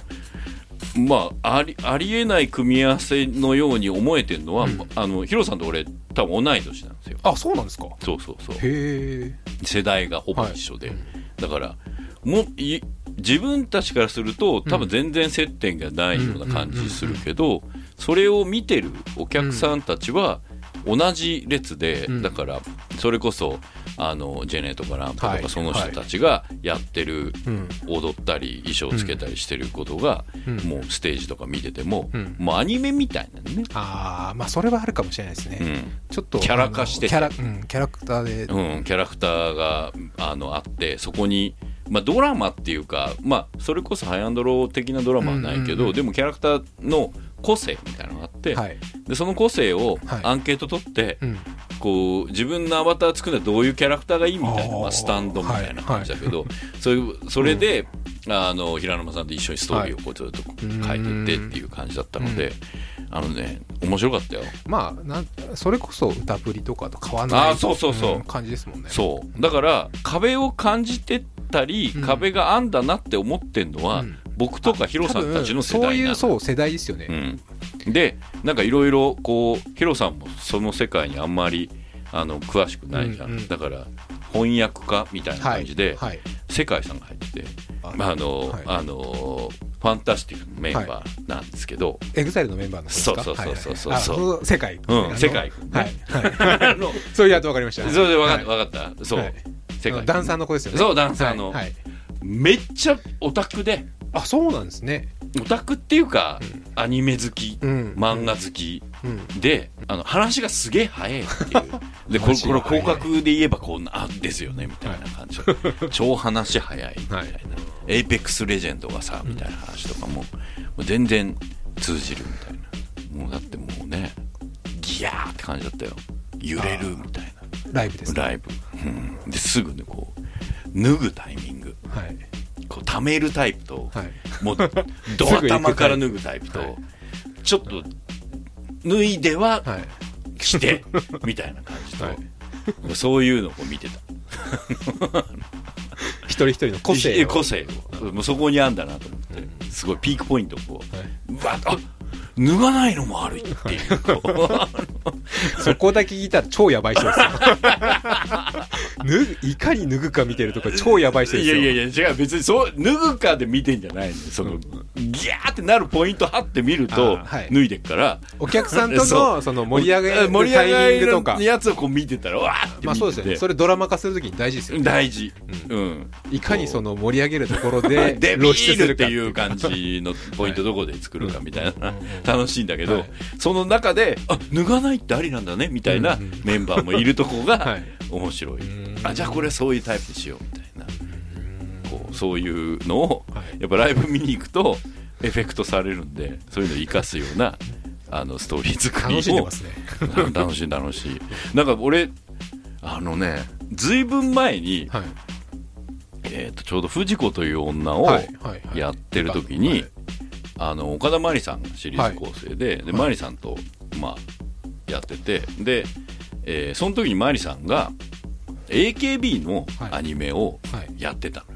[SPEAKER 2] まあ、ありありえない組み合わせのように思えてるのは、あのヒロさんと俺多分同い年なんですよ。
[SPEAKER 3] あそうなんですか
[SPEAKER 2] そうそうそう
[SPEAKER 3] へえ
[SPEAKER 2] 世代がほぼ一緒で、だからもうい自分たちからすると多分全然接点がないような感じするけど、それを見てるお客さんたちは同じ列で、
[SPEAKER 3] うん
[SPEAKER 2] だからそれこそあのジェネとかランプと
[SPEAKER 3] は
[SPEAKER 2] か
[SPEAKER 3] い
[SPEAKER 2] その人たちがやってる、
[SPEAKER 3] うん
[SPEAKER 2] 踊ったり衣装つけたりしてることが、
[SPEAKER 3] うん
[SPEAKER 2] もうステージとか見てても、
[SPEAKER 3] うん
[SPEAKER 2] もうアニメみたいなね、
[SPEAKER 3] ああまあそれはあるかもしれないですね、
[SPEAKER 2] うん、
[SPEAKER 3] ちょっと
[SPEAKER 2] キャラ化してて
[SPEAKER 3] あのキャラ,、うん、キャラクターで、
[SPEAKER 2] うん、キャラクターがあのあってそこに、まあ、ドラマっていうか、まあ、それこそハイアンドロー的なドラマはないけど、
[SPEAKER 3] うんうんうん
[SPEAKER 2] でもキャラクターの個性みたいなのがあって、
[SPEAKER 3] はい、
[SPEAKER 2] でその個性を
[SPEAKER 3] はい
[SPEAKER 2] アンケート取って、
[SPEAKER 3] うん、
[SPEAKER 2] こう自分のアバター作るのはどういうキャラクターがいいみたいな、
[SPEAKER 3] あー
[SPEAKER 2] まあ、スタンドみたいな感じだけど、そういうそれで、あの平沼さんと一緒にストーリーをこうずっと変えていってっていう感じだったので、あのね面白かったよ。
[SPEAKER 3] まあなんそれこそ歌振りとかと変わらない
[SPEAKER 2] あーそうそうそうん
[SPEAKER 3] 感じですもんね
[SPEAKER 2] そうだから壁を感じてたり、
[SPEAKER 3] うん
[SPEAKER 2] 壁があんだなって思ってんのは、
[SPEAKER 3] うん
[SPEAKER 2] 僕とかヒロさんたちの世代なの
[SPEAKER 3] 多分そういうそう世代ですよね、
[SPEAKER 2] うんでなんかいろいろこうヒロさんもその世界にあんまりあの詳しくないじゃん、
[SPEAKER 3] うんうん
[SPEAKER 2] だから翻訳家みたいな
[SPEAKER 3] はい
[SPEAKER 2] 感じで、
[SPEAKER 3] はい
[SPEAKER 2] 世界さんが入ってて
[SPEAKER 3] あ
[SPEAKER 2] まああの、
[SPEAKER 3] はい
[SPEAKER 2] あのファンタスティックのメンバーなんですけど、
[SPEAKER 3] エグザイルのメンバーの方ですか
[SPEAKER 2] そうそうそうそう
[SPEAKER 3] はい
[SPEAKER 2] そう
[SPEAKER 3] あ世界
[SPEAKER 2] うん
[SPEAKER 3] あの
[SPEAKER 2] 世界
[SPEAKER 3] はいはい
[SPEAKER 2] あの
[SPEAKER 3] そういうやつ分かりました
[SPEAKER 2] *laughs* それで分かった、
[SPEAKER 3] はい
[SPEAKER 2] 分かったそう、
[SPEAKER 3] はい
[SPEAKER 2] 世
[SPEAKER 3] あの
[SPEAKER 2] 界
[SPEAKER 3] ダンサーの子ですよね
[SPEAKER 2] そううダンサーの、
[SPEAKER 3] はいはい
[SPEAKER 2] めっちゃオタクで
[SPEAKER 3] あそうなんですね
[SPEAKER 2] オタクっていうか、アニメ好き、
[SPEAKER 3] うん
[SPEAKER 2] 漫画好き、
[SPEAKER 3] うん
[SPEAKER 2] であの話がすげえ早いっていう
[SPEAKER 3] *laughs*
[SPEAKER 2] でこれ
[SPEAKER 3] 話
[SPEAKER 2] これ
[SPEAKER 3] が
[SPEAKER 2] 広
[SPEAKER 3] 早い
[SPEAKER 2] 角で言えばこんなあですよねみたいな感じ、超話早いみたいな、
[SPEAKER 3] はい
[SPEAKER 2] エイペックスレジェンドがさみたいな話とかも,、もう全然通じるみたいなもうだってもうねギャーって感じだったよ揺れるみたいな
[SPEAKER 3] ライブですね
[SPEAKER 2] ライブ、うん、ですぐねこう脱ぐタイミング
[SPEAKER 3] はい
[SPEAKER 2] こう溜めるタイプと、
[SPEAKER 3] はい
[SPEAKER 2] も
[SPEAKER 3] *laughs*
[SPEAKER 2] うド頭から脱ぐタイプと、
[SPEAKER 3] はい
[SPEAKER 2] ちょっと脱いでは
[SPEAKER 3] はい
[SPEAKER 2] して
[SPEAKER 3] *laughs*
[SPEAKER 2] みたいな感じと、
[SPEAKER 3] はい
[SPEAKER 2] そういうのを見てた
[SPEAKER 3] 一人一人の個性
[SPEAKER 2] え
[SPEAKER 3] を
[SPEAKER 2] 個性をもうそこにあんだなと思って、すごいピークポイントをこう、
[SPEAKER 3] はいう
[SPEAKER 2] わあ脱がないのも悪い
[SPEAKER 3] *laughs*
[SPEAKER 2] っていうこ
[SPEAKER 3] そこだけ聞いたら超やばい人ですよ *laughs* 脱ぐいかに脱ぐか見てるとか超やばいう人です
[SPEAKER 2] い
[SPEAKER 3] よ
[SPEAKER 2] やいやいや違う別にそう脱ぐかで見てんじゃないのよその、ギャーってなるポイント張って見ると、
[SPEAKER 3] あーはい
[SPEAKER 2] 脱いでっから
[SPEAKER 3] お客さんと
[SPEAKER 2] そ
[SPEAKER 3] のその盛り上げる
[SPEAKER 2] 盛り
[SPEAKER 3] タ
[SPEAKER 2] 上
[SPEAKER 3] イミン
[SPEAKER 2] が
[SPEAKER 3] グ
[SPEAKER 2] り
[SPEAKER 3] とか
[SPEAKER 2] のやつをこう見てたらわーって見てて、
[SPEAKER 3] まあそうですよねそれドラマ化するときに大事ですよね
[SPEAKER 2] 大事、うん、
[SPEAKER 3] いかにその盛り上げるところで
[SPEAKER 2] *laughs* で露
[SPEAKER 3] 露出
[SPEAKER 2] 出
[SPEAKER 3] す
[SPEAKER 2] す
[SPEAKER 3] る
[SPEAKER 2] るっ
[SPEAKER 3] か
[SPEAKER 2] ていう感じのポイントどこで作るかみたいな楽しいんだけ
[SPEAKER 3] は
[SPEAKER 2] ど
[SPEAKER 3] い
[SPEAKER 2] その中であ脱がないってありなんだねみたいな
[SPEAKER 3] うんうん
[SPEAKER 2] メンバーもいるとこ
[SPEAKER 3] は
[SPEAKER 2] が
[SPEAKER 3] い
[SPEAKER 2] 面白い
[SPEAKER 3] ん
[SPEAKER 2] あじゃあこれそういうタイプにしようみたいなこうそういうのを
[SPEAKER 3] はい
[SPEAKER 2] やっぱライブ見に行くとエフェクトされるんでそういうのを生かすようなあのストーリー作り
[SPEAKER 3] 楽しんで
[SPEAKER 2] を
[SPEAKER 3] ますね
[SPEAKER 2] 楽しい楽しいなんか俺あのねずいぶん前に
[SPEAKER 3] はい
[SPEAKER 2] えーとちょうど藤子という女を
[SPEAKER 3] はいはいはい
[SPEAKER 2] やってる時に、
[SPEAKER 3] はい
[SPEAKER 2] あの岡田真理さんがシリーズ構成で,、で真理さんと、まあ、やっててで、えーその時に真理さんが AKB のアニメを
[SPEAKER 3] はい
[SPEAKER 2] やってたのよ、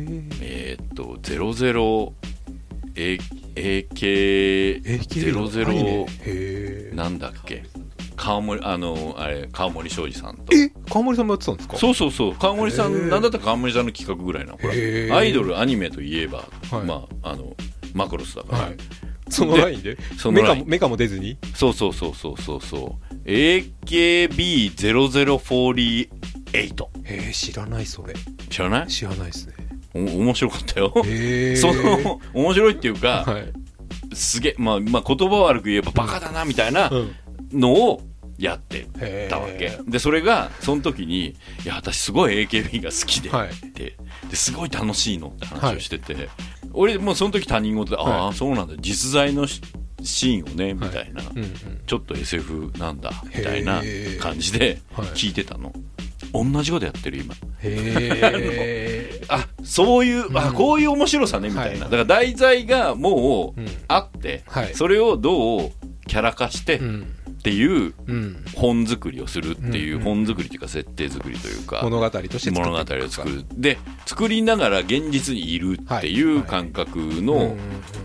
[SPEAKER 3] へえ
[SPEAKER 2] えーっと00 A-
[SPEAKER 3] AKB のアニ
[SPEAKER 2] AK00
[SPEAKER 3] メへえ
[SPEAKER 2] なんだっけ川森あのあれ川森庄司さんと
[SPEAKER 3] え川森さんもやってたんですか
[SPEAKER 2] そうそうそう川森さ
[SPEAKER 3] へー
[SPEAKER 2] んなんだったら川森さんの企画ぐらいなほら
[SPEAKER 3] へー
[SPEAKER 2] アイドルアニメといえば、
[SPEAKER 3] はい
[SPEAKER 2] まああのマクロスだから、
[SPEAKER 3] はいそのラインで
[SPEAKER 2] その
[SPEAKER 3] メ
[SPEAKER 2] ラ
[SPEAKER 3] カ
[SPEAKER 2] イン
[SPEAKER 3] もメカも出ずに
[SPEAKER 2] そうそうそうそうそうそう AKB0048
[SPEAKER 3] へえ知らないそれ
[SPEAKER 2] 知らない
[SPEAKER 3] 知らないですね
[SPEAKER 2] お面白かったよ、
[SPEAKER 3] へえ
[SPEAKER 2] その面白いっていうか、
[SPEAKER 3] はい
[SPEAKER 2] すげえ、まあ、まあ言葉悪く言えばバカだなみたいな
[SPEAKER 3] うん
[SPEAKER 2] のをやって
[SPEAKER 3] へ
[SPEAKER 2] たわけ
[SPEAKER 3] え
[SPEAKER 2] でそれがその時に「いや私すごい AKB が好きで」
[SPEAKER 3] はい
[SPEAKER 2] ってですごい楽しいのって話をしてて、俺もうその時他人事で「あ
[SPEAKER 3] は
[SPEAKER 2] あそうなんだ実在のシシーンをね」みたいな、
[SPEAKER 3] うんうん
[SPEAKER 2] ちょっと SF なんだみたいな
[SPEAKER 3] へー
[SPEAKER 2] 感じで
[SPEAKER 3] はい
[SPEAKER 2] 聞いてたの、同じことやってる今
[SPEAKER 3] へえ
[SPEAKER 2] あそういう、あ
[SPEAKER 3] うん
[SPEAKER 2] こういう面白さねみたいな、
[SPEAKER 3] は
[SPEAKER 2] だ
[SPEAKER 3] い
[SPEAKER 2] から題材がもう
[SPEAKER 3] うん
[SPEAKER 2] あって、
[SPEAKER 3] はい
[SPEAKER 2] それをどうキャラ化して、
[SPEAKER 3] うん
[SPEAKER 2] っていう
[SPEAKER 3] うん、
[SPEAKER 2] 本作りをするっていううん本作りというか設定作りというか
[SPEAKER 3] 物語として作
[SPEAKER 2] 物語
[SPEAKER 3] ってい
[SPEAKER 2] を
[SPEAKER 3] くとか
[SPEAKER 2] 作るで作りながら現実にいるってい
[SPEAKER 3] は
[SPEAKER 2] う
[SPEAKER 3] い
[SPEAKER 2] 感覚
[SPEAKER 3] うんうん
[SPEAKER 2] の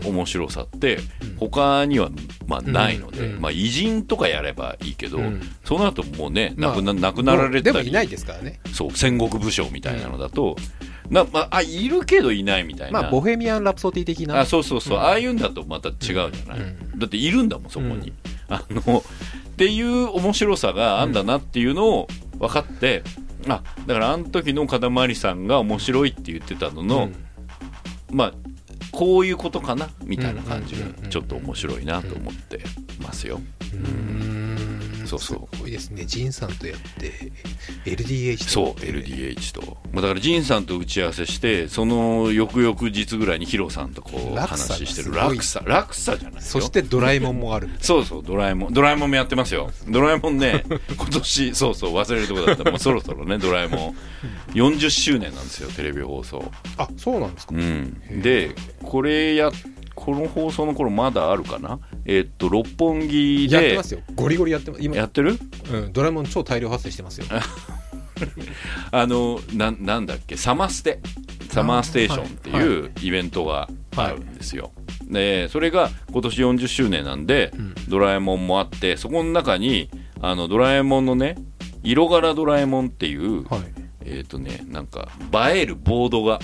[SPEAKER 2] 面白さって他にはまあないので
[SPEAKER 3] うん
[SPEAKER 2] まあ偉人とかやればいいけど
[SPEAKER 3] うん
[SPEAKER 2] その後もうね
[SPEAKER 3] ま
[SPEAKER 2] 亡
[SPEAKER 3] あ
[SPEAKER 2] くな亡くなられ
[SPEAKER 3] でも
[SPEAKER 2] た
[SPEAKER 3] い
[SPEAKER 2] り
[SPEAKER 3] ないですからね
[SPEAKER 2] そう戦国武将みたいなのだとなまああいるけどいないみたい
[SPEAKER 3] まあ
[SPEAKER 2] な
[SPEAKER 3] ボヘミアン・ラプソディ的な
[SPEAKER 2] あそうそうそう、
[SPEAKER 3] うん
[SPEAKER 2] ああいうんだとまた違うじゃない、
[SPEAKER 3] うん
[SPEAKER 2] だっているんだもんそこに、
[SPEAKER 3] うん
[SPEAKER 2] あのっていう面白さがあんだなっていうのを分かって、あだからあの時の片まりさんが面白いって言ってたのの、
[SPEAKER 3] うん
[SPEAKER 2] まあこういうことかなみたいな感じが
[SPEAKER 3] うんうんうんうん
[SPEAKER 2] ちょっと面白いなと思ってますよ、
[SPEAKER 3] うん
[SPEAKER 2] そうそう
[SPEAKER 3] すごいですねジンさんとやって LDH と
[SPEAKER 2] そう LDH とまあだからジンさんと打ち合わせしてその翌々日ぐらいにヒロさんとこう
[SPEAKER 3] 落差がすごい
[SPEAKER 2] 話してる落差落差じゃないよ
[SPEAKER 3] そしてドラえもんもある
[SPEAKER 2] そうそう、ドラえもん。ドラえもんもやってますよ。ドラえもん
[SPEAKER 3] *laughs*
[SPEAKER 2] ね、今年、そうそう、忘れるとこだった。もうそろそろね、ドラえもん。40周年なんですよ、テレビ放送。
[SPEAKER 3] あそうなんですか
[SPEAKER 2] うん。で、これや、この放送の頃まだあるかなえっと、六本木
[SPEAKER 3] やって
[SPEAKER 2] で
[SPEAKER 3] ま、すよゴリゴリやってます今
[SPEAKER 2] やってる
[SPEAKER 3] うんドラえもん超大量発生してますよ
[SPEAKER 2] あの、な、なんだっけ、サマステ。サマーステーションって
[SPEAKER 3] はい
[SPEAKER 2] いうイベントがあるんですよ。で、それが今年40周年なんで、
[SPEAKER 3] うん
[SPEAKER 2] ドラえもんもあってそこの中にあのドラえもんのね色柄ドラえもんっていう、
[SPEAKER 3] はい
[SPEAKER 2] えっ、とねなんか映えるボードが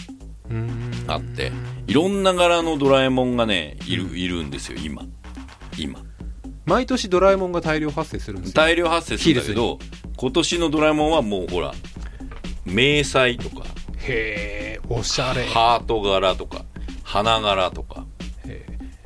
[SPEAKER 3] うーん
[SPEAKER 2] あっていろんな柄のドラえもんがねいるいるんですよ今今
[SPEAKER 3] 毎年ドラえもんが大量発生するんですよ
[SPEAKER 2] 大量発生するんだけど今年のドラえもんはもうほら迷彩とか
[SPEAKER 3] へえおしゃれ
[SPEAKER 2] ハート柄とか花柄とか
[SPEAKER 3] へ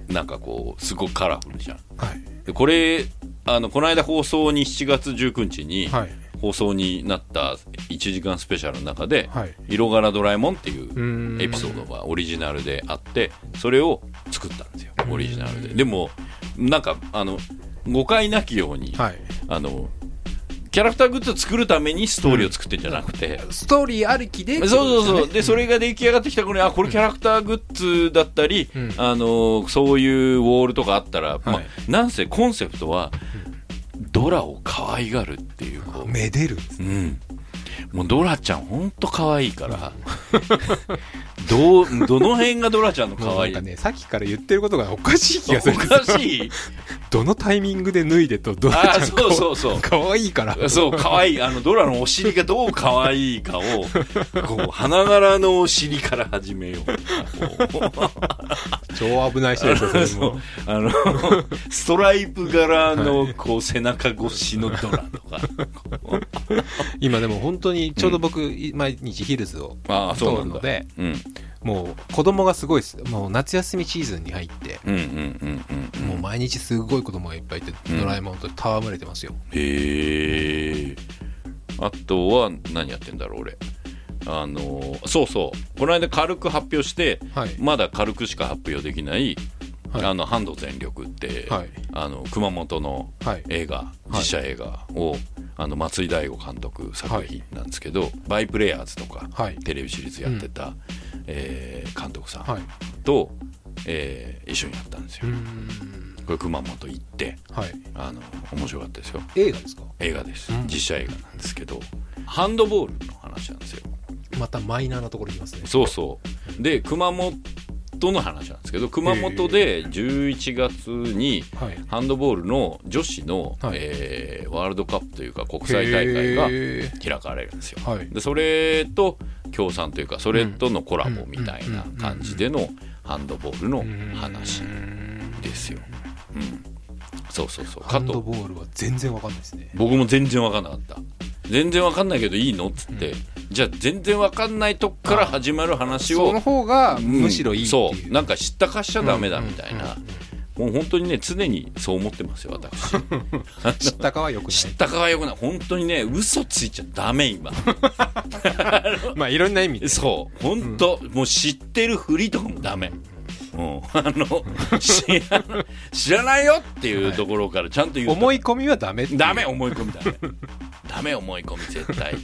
[SPEAKER 2] なんかこうすごくカラフルじゃん
[SPEAKER 3] ーはい
[SPEAKER 2] でこれあのこの間放送に7月19日に、
[SPEAKER 3] はい
[SPEAKER 2] 放送になった1時間スペシャルの中で
[SPEAKER 3] はい
[SPEAKER 2] 「色柄ドラえもん」っていうう
[SPEAKER 3] ーん
[SPEAKER 2] エピソードがオリジナルであってそれを作ったんですよオリジナルででもなんかあの誤解なきように
[SPEAKER 3] はい
[SPEAKER 2] あのキャラクターグッズを作るためにストーリーを作ってんじゃなくて
[SPEAKER 3] ストーリーありきで
[SPEAKER 2] そうそうそうでそれが出来上がってきた頃にあこれキャラクターグッズだったり
[SPEAKER 3] うん
[SPEAKER 2] あのそういうウォールとかあったらまあ
[SPEAKER 3] はい
[SPEAKER 2] なんせコンセプトはドラを可愛がるっていうこう
[SPEAKER 3] めでる
[SPEAKER 2] うん、もうドラちゃん、本当可愛い
[SPEAKER 3] *laughs*
[SPEAKER 2] から、どうどの辺がドラちゃんの
[SPEAKER 3] もう
[SPEAKER 2] 可
[SPEAKER 3] な
[SPEAKER 2] 愛
[SPEAKER 3] ん
[SPEAKER 2] い
[SPEAKER 3] かねさっきから言ってることがおかしい気がす
[SPEAKER 2] お
[SPEAKER 3] る
[SPEAKER 2] かしい、
[SPEAKER 3] どのタイミングで脱いでとドラ
[SPEAKER 2] あ
[SPEAKER 3] ち
[SPEAKER 2] ー
[SPEAKER 3] ゃん
[SPEAKER 2] そうそうそ
[SPEAKER 3] かわいいから
[SPEAKER 2] う、そう可愛いあのドラのお尻がどう可愛いかを、こう花柄のお尻から始めようこう
[SPEAKER 3] 超危ない人ですよそれも
[SPEAKER 2] そうあ *laughs* のストライプ柄のこう背中越しのドラとか、こう
[SPEAKER 3] *laughs* 今でも本当にちょうど僕、毎日ヒルズを
[SPEAKER 2] ああ、そうなんだ
[SPEAKER 3] の。で
[SPEAKER 2] うん
[SPEAKER 3] もう子供がすごいですもう夏休みシーズンに入って、
[SPEAKER 2] うんうんうんうんうん
[SPEAKER 3] もう毎日すごい子供がいっぱいいて、
[SPEAKER 2] うん
[SPEAKER 3] ドラえもんと戯れてますよ
[SPEAKER 2] へえあとは何やってんだろう俺あのーそうそうこの間軽く発表して
[SPEAKER 3] はい
[SPEAKER 2] まだ軽くしか発表できない「
[SPEAKER 3] はい
[SPEAKER 2] あのハンド全力」って、
[SPEAKER 3] はい
[SPEAKER 2] あの熊本の
[SPEAKER 3] はい
[SPEAKER 2] 映画実写映画を、あの松井大悟監督作品なんですけど、バイプレイヤーズとか、
[SPEAKER 3] はい
[SPEAKER 2] テレビシリーズやってた、えー監督さ
[SPEAKER 3] はい
[SPEAKER 2] んと、えー一緒にやったんです
[SPEAKER 3] う
[SPEAKER 2] よ
[SPEAKER 3] ー。ん
[SPEAKER 2] これ熊本行って
[SPEAKER 3] はい
[SPEAKER 2] あの面白かったですよ。
[SPEAKER 3] 映画ですか
[SPEAKER 2] 映画です、
[SPEAKER 3] うん
[SPEAKER 2] 実写映画なんですけどハンドボールの話なんですよ
[SPEAKER 3] またマイナーなところいきますね
[SPEAKER 2] そうそうで熊本の話なんですけど熊本で11月に
[SPEAKER 3] はい
[SPEAKER 2] ハンドボールの女子の、
[SPEAKER 3] はい
[SPEAKER 2] えーワールドカップというか国際大会が
[SPEAKER 3] へ
[SPEAKER 2] 開かれるんですよ
[SPEAKER 3] ーはい
[SPEAKER 2] でそれと協賛というかそれとのコラボみたいな感じでのハンドボールの話ですよ、うん、そうそうそう
[SPEAKER 3] ハ
[SPEAKER 2] か
[SPEAKER 3] ンド
[SPEAKER 2] と
[SPEAKER 3] ボールは全然わかんないですね
[SPEAKER 2] 僕も全然分かんなかった全然分かんないけどいいのっつって、じゃあ全然分かんないとこから始まる話を
[SPEAKER 3] その方が
[SPEAKER 2] うん
[SPEAKER 3] むしろいいって
[SPEAKER 2] そ
[SPEAKER 3] いうう,、
[SPEAKER 2] なんか知ったかしちゃダメだみたいな、もう本当にね常にそう思ってますよ私
[SPEAKER 3] 知ったかはよく
[SPEAKER 2] 知 *laughs* ったかはよくない本当にね嘘ついちゃダメ今
[SPEAKER 3] ないまあいろんな意
[SPEAKER 2] *laughs*
[SPEAKER 3] 味で
[SPEAKER 2] そう本当、もう知ってるふりとかもダメ、うん、あ
[SPEAKER 3] *laughs*
[SPEAKER 2] の知らな知らないよっていうところからちゃんと言うと
[SPEAKER 3] 思い込みはダメっていう
[SPEAKER 2] ダメ思い込みダメダメ思い込み絶対っ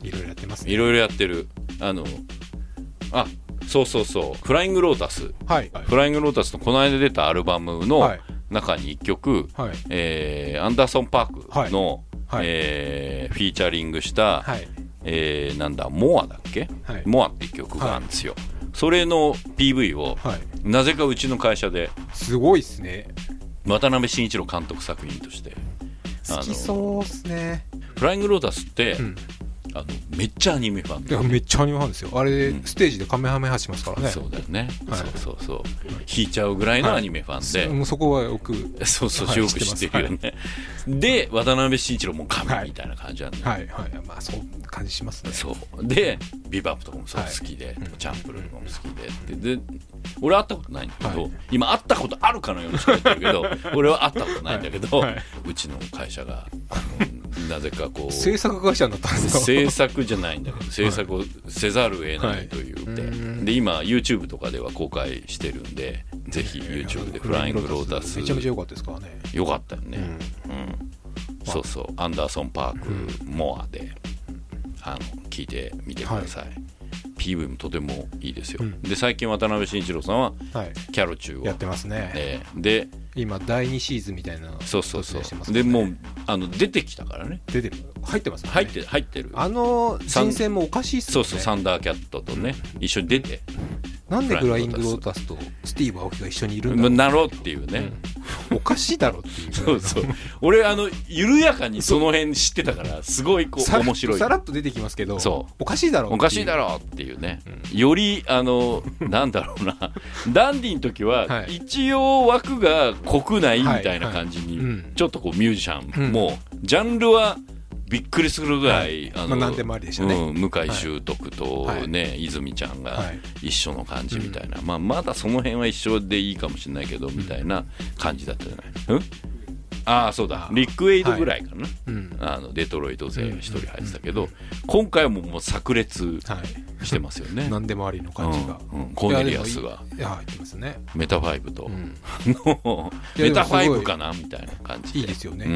[SPEAKER 2] ていう
[SPEAKER 3] いろいろやってますね
[SPEAKER 2] いろいろやってるあのあそうそうそう「フライングロータス」
[SPEAKER 3] はいはい
[SPEAKER 2] フライングロータスのこの間出たアルバムの
[SPEAKER 3] はい
[SPEAKER 2] 中に1曲、
[SPEAKER 3] はい
[SPEAKER 2] えーアンダーソン・パークの、
[SPEAKER 3] はいはい
[SPEAKER 2] えーフィーチャリングした、
[SPEAKER 3] はい
[SPEAKER 2] えーなんだ「モア」だっけ、
[SPEAKER 3] はい
[SPEAKER 2] モアっていう曲があるんですよ、それの PV を、
[SPEAKER 3] はい
[SPEAKER 2] なぜかうちの会社です
[SPEAKER 3] ごいっすね
[SPEAKER 2] 渡辺慎一郎監督作品としてあ
[SPEAKER 3] 好き
[SPEAKER 2] の
[SPEAKER 3] そうっすね
[SPEAKER 2] フライングロータスって、
[SPEAKER 3] うん
[SPEAKER 2] あのめっちゃアニメファン
[SPEAKER 3] いやめっちゃアニメファンですよあれ、ステージでカメハメハしますからね
[SPEAKER 2] そうだよね、
[SPEAKER 3] はい
[SPEAKER 2] そうそうそう引いちゃうぐらいのアニメファンで、
[SPEAKER 3] もうそこはよく
[SPEAKER 2] そうそう、
[SPEAKER 3] はい
[SPEAKER 2] よく知ってるよね。で、渡辺慎一郎も神みたいな感じなんだよね
[SPEAKER 3] はいはいまあそう感じしますね
[SPEAKER 2] そう。で、ビバップとかもそう
[SPEAKER 3] はい
[SPEAKER 2] 好きで、チャンプルーとかも好きでって。で、俺会ったことないんだけど、
[SPEAKER 3] はい
[SPEAKER 2] 今会ったことあるかのようにしか言ってるけど、俺は会ったことないんだけど、
[SPEAKER 3] はいはいう
[SPEAKER 2] ちの会社が、あのなぜかこう、
[SPEAKER 3] *laughs* 制作会社になったんですか
[SPEAKER 2] 制作じゃないんだけど制作をせざるを得ないというて、
[SPEAKER 3] はいう
[SPEAKER 2] で今 YouTube とかでは公開してるんでぜひ YouTube で「フライングロータス」
[SPEAKER 3] めちゃめちゃ良かったですからね
[SPEAKER 2] よかったよね、うんそうそうアンダーソン・パーク、モアであの聞いてみてください、PV もとてもいいですよ、
[SPEAKER 3] うん
[SPEAKER 2] で最近渡辺慎一郎さんは
[SPEAKER 3] はい
[SPEAKER 2] キャロチューを
[SPEAKER 3] やってますね
[SPEAKER 2] えーで
[SPEAKER 3] 今第2シーズンみたいなの
[SPEAKER 2] そうそうそ
[SPEAKER 3] 突入してま
[SPEAKER 2] う
[SPEAKER 3] す
[SPEAKER 2] で
[SPEAKER 3] ね
[SPEAKER 2] もうあの出てきたからね
[SPEAKER 3] 出てる入ってますね
[SPEAKER 2] 入って入ってる
[SPEAKER 3] あの人選もおかしいっす
[SPEAKER 2] そ
[SPEAKER 3] よ
[SPEAKER 2] う
[SPEAKER 3] ね
[SPEAKER 2] そうサンダーキャットとね一緒に出て
[SPEAKER 3] なんでフライングロータスとスティーブ・アオキが一緒にいるんだろ
[SPEAKER 2] なろうっていうね、
[SPEAKER 3] うおかしいだろってい
[SPEAKER 2] *laughs*
[SPEAKER 3] う
[SPEAKER 2] そうそう俺あの緩やかにその辺知ってたからすごいこう
[SPEAKER 3] さら
[SPEAKER 2] 面白い
[SPEAKER 3] さらっと出てきますけど
[SPEAKER 2] そ
[SPEAKER 3] おかしいだろう
[SPEAKER 2] おかしいだ
[SPEAKER 3] ろ
[SPEAKER 2] ろうっていうね、よりあの *laughs* なんだろうなダンディの時は、
[SPEAKER 3] はい
[SPEAKER 2] 一応枠が濃くないみたいな感じに、
[SPEAKER 3] はいはいうん
[SPEAKER 2] ちょっとこうミュージシャン、
[SPEAKER 3] うん
[SPEAKER 2] もうジャンルはびっくりするぐらい、
[SPEAKER 3] はいまあ何でもありでしたね
[SPEAKER 2] うん、向井秀徳と
[SPEAKER 3] はい
[SPEAKER 2] ね、泉ちゃんが
[SPEAKER 3] はい
[SPEAKER 2] 一緒の感じみたいな、まあ、まだその辺は一緒でいいかもしれないけどみたいな感じだったじゃない、うん、ああそうだリック・エイドぐらいかな、
[SPEAKER 3] うん
[SPEAKER 2] あのデトロイト勢が一人入ってたけど、今回はもうもう炸裂
[SPEAKER 3] はい
[SPEAKER 2] してますよね。
[SPEAKER 3] 何でもありの感じが
[SPEAKER 2] うんうんコーネリアスが
[SPEAKER 3] いやでもいいいや入ってますね
[SPEAKER 2] *laughs* メタファイブと、
[SPEAKER 3] ん
[SPEAKER 2] の
[SPEAKER 3] いや
[SPEAKER 2] メタファイ
[SPEAKER 3] でもすご
[SPEAKER 2] ブ
[SPEAKER 3] い
[SPEAKER 2] かなみたいな感じ
[SPEAKER 3] いいですよね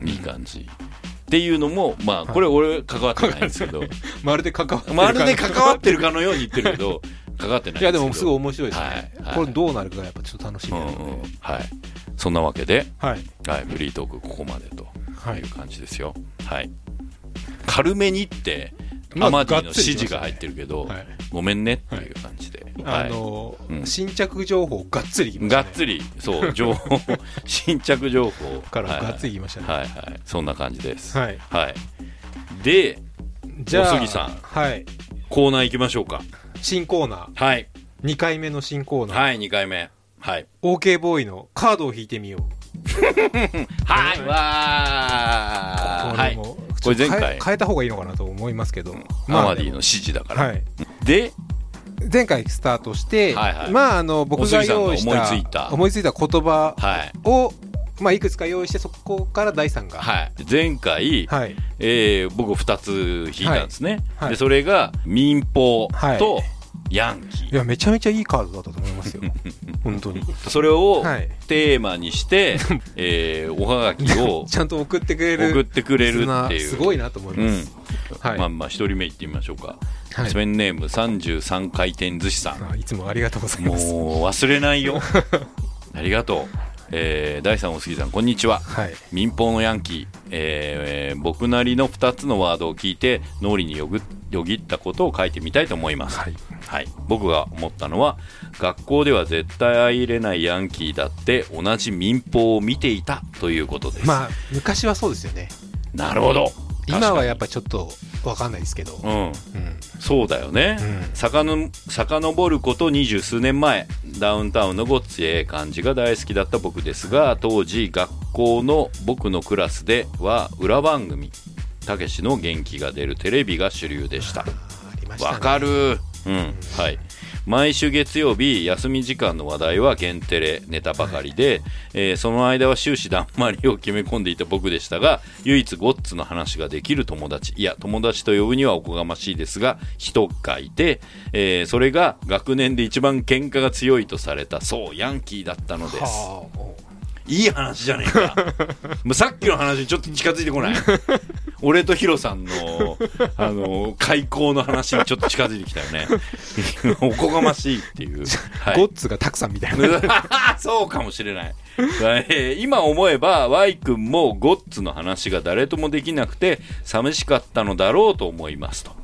[SPEAKER 2] うん、いい感じ、っていうのもまあこれ俺関わってないんですけど、
[SPEAKER 3] まるで関わってる
[SPEAKER 2] まるで
[SPEAKER 3] 感
[SPEAKER 2] 関
[SPEAKER 3] じ
[SPEAKER 2] わってるかのように言ってるけ
[SPEAKER 3] *laughs*
[SPEAKER 2] ど関わってない
[SPEAKER 3] いやでもすごい面白いです
[SPEAKER 2] はい
[SPEAKER 3] ね
[SPEAKER 2] はい
[SPEAKER 3] これどうなるかがやっぱちょっと楽しみ
[SPEAKER 2] うん
[SPEAKER 3] な
[SPEAKER 2] う
[SPEAKER 3] ので
[SPEAKER 2] んはいそんなわけで、
[SPEAKER 3] はい
[SPEAKER 2] はい、フリートークここまでと
[SPEAKER 3] はいいう
[SPEAKER 2] 感じですよはい軽めにって
[SPEAKER 3] まあ
[SPEAKER 2] アマディの
[SPEAKER 3] がっ
[SPEAKER 2] 指
[SPEAKER 3] つりいき
[SPEAKER 2] 示
[SPEAKER 3] ました
[SPEAKER 2] が
[SPEAKER 3] ね
[SPEAKER 2] 入ってるけど、
[SPEAKER 3] はい
[SPEAKER 2] ごめんねっていう感じで、はい
[SPEAKER 3] あのー
[SPEAKER 2] うん
[SPEAKER 3] 新着情報がっつりいきました
[SPEAKER 2] が
[SPEAKER 3] ね
[SPEAKER 2] っつり、そう、情報、新着情報
[SPEAKER 3] からがっつりい
[SPEAKER 2] き
[SPEAKER 3] きましたね
[SPEAKER 2] はいはい、そんな感じです。
[SPEAKER 3] はい
[SPEAKER 2] で、
[SPEAKER 3] じゃ
[SPEAKER 2] お
[SPEAKER 3] あ
[SPEAKER 2] 杉さん
[SPEAKER 3] はい
[SPEAKER 2] コーナー行きましょうか。
[SPEAKER 3] 新コーナー
[SPEAKER 2] はい、
[SPEAKER 3] 2回目の新コーナー、
[SPEAKER 2] はい、2回目。はい。
[SPEAKER 3] OK ボーイのカードを引いてみよう
[SPEAKER 2] はい、わーは
[SPEAKER 3] れ
[SPEAKER 2] い。
[SPEAKER 3] も
[SPEAKER 2] これ前
[SPEAKER 3] 変え
[SPEAKER 2] 回、
[SPEAKER 3] 変えた方がいいのかなと思いますけど、
[SPEAKER 2] ア
[SPEAKER 3] まあ
[SPEAKER 2] マディの指示だから。
[SPEAKER 3] はい、
[SPEAKER 2] で、
[SPEAKER 3] 前回スタートして、
[SPEAKER 2] はいはい
[SPEAKER 3] まああの僕が用意
[SPEAKER 2] お杉さ
[SPEAKER 3] した
[SPEAKER 2] んが思いついた
[SPEAKER 3] 思いついた言葉
[SPEAKER 2] はい。
[SPEAKER 3] を、まあ、いくつか用意してそこから第3が
[SPEAKER 2] はい。前回、
[SPEAKER 3] はい
[SPEAKER 2] えー僕2つ引いたんですね。
[SPEAKER 3] はいはい
[SPEAKER 2] で、それが、民放
[SPEAKER 3] はい
[SPEAKER 2] とヤンキー
[SPEAKER 3] い。やめちゃめちゃいいカードだったと思いま
[SPEAKER 2] *laughs*
[SPEAKER 3] すよ本当に
[SPEAKER 2] それを
[SPEAKER 3] はい
[SPEAKER 2] テーマに
[SPEAKER 3] *laughs*
[SPEAKER 2] して、えーおはがきを
[SPEAKER 3] ちゃんと送ってくれる
[SPEAKER 2] 送ってくれるってい
[SPEAKER 3] リスナー
[SPEAKER 2] う。
[SPEAKER 3] すごいなと思いうま
[SPEAKER 2] ん
[SPEAKER 3] す、はい
[SPEAKER 2] まあまあ一人目いってみましょうか、
[SPEAKER 3] はい
[SPEAKER 2] スペンネーム33回転寿司さん
[SPEAKER 3] あいつもありがとうござい
[SPEAKER 2] もう
[SPEAKER 3] ます
[SPEAKER 2] 忘れないよ *laughs* ありがとう、えー、第3お杉さんこんにちは、
[SPEAKER 3] はい
[SPEAKER 2] 民放のヤンキー、えーえー僕なりの2つのワードを聞いて脳裏によぐよぎったことを書いてみたいと思います、
[SPEAKER 3] はい
[SPEAKER 2] はい、僕が思ったのは学校では絶対相入れないヤンキーだって同じ民放を見ていたということです、
[SPEAKER 3] まあ昔はそうですよね
[SPEAKER 2] なるほど
[SPEAKER 3] 今はやっ
[SPEAKER 2] ぱ
[SPEAKER 3] ぱちょっとわかんないですけど、
[SPEAKER 2] うん
[SPEAKER 3] うん
[SPEAKER 2] そうだよね、
[SPEAKER 3] うん
[SPEAKER 2] さかの遡ること二十数年前ダウンタウンのごっつええ感じが大好きだった僕ですが当時学校の僕のクラスでは裏番組たけしの元気が出るテレビが主流でした
[SPEAKER 3] ありましたね
[SPEAKER 2] わかるうんはい毎週月曜日休み時間の話題は限テレネタばかりで、えーその間は終始だんまりを決め込んでいた僕でしたが唯一ゴッツの話ができる友達いや友達と呼ぶにはおこがましいですが人がいて、えーそれが学年で一番喧嘩が強いとされたそうヤンキーだったのです
[SPEAKER 3] はあも
[SPEAKER 2] いい話じゃねえかもうさっきの話にちょっと近づいてこない俺とヒロさんののあの開口の話にちょっと近づいてきたよね *laughs* おこがましいっていう、は
[SPEAKER 3] ゴ
[SPEAKER 2] い
[SPEAKER 3] ッ、ツがたくさんみたいな
[SPEAKER 2] そうかもしれない、 *laughs* えー今思えば Y 君もゴッツの話が誰ともできなくて寂しかったのだろうと思いますと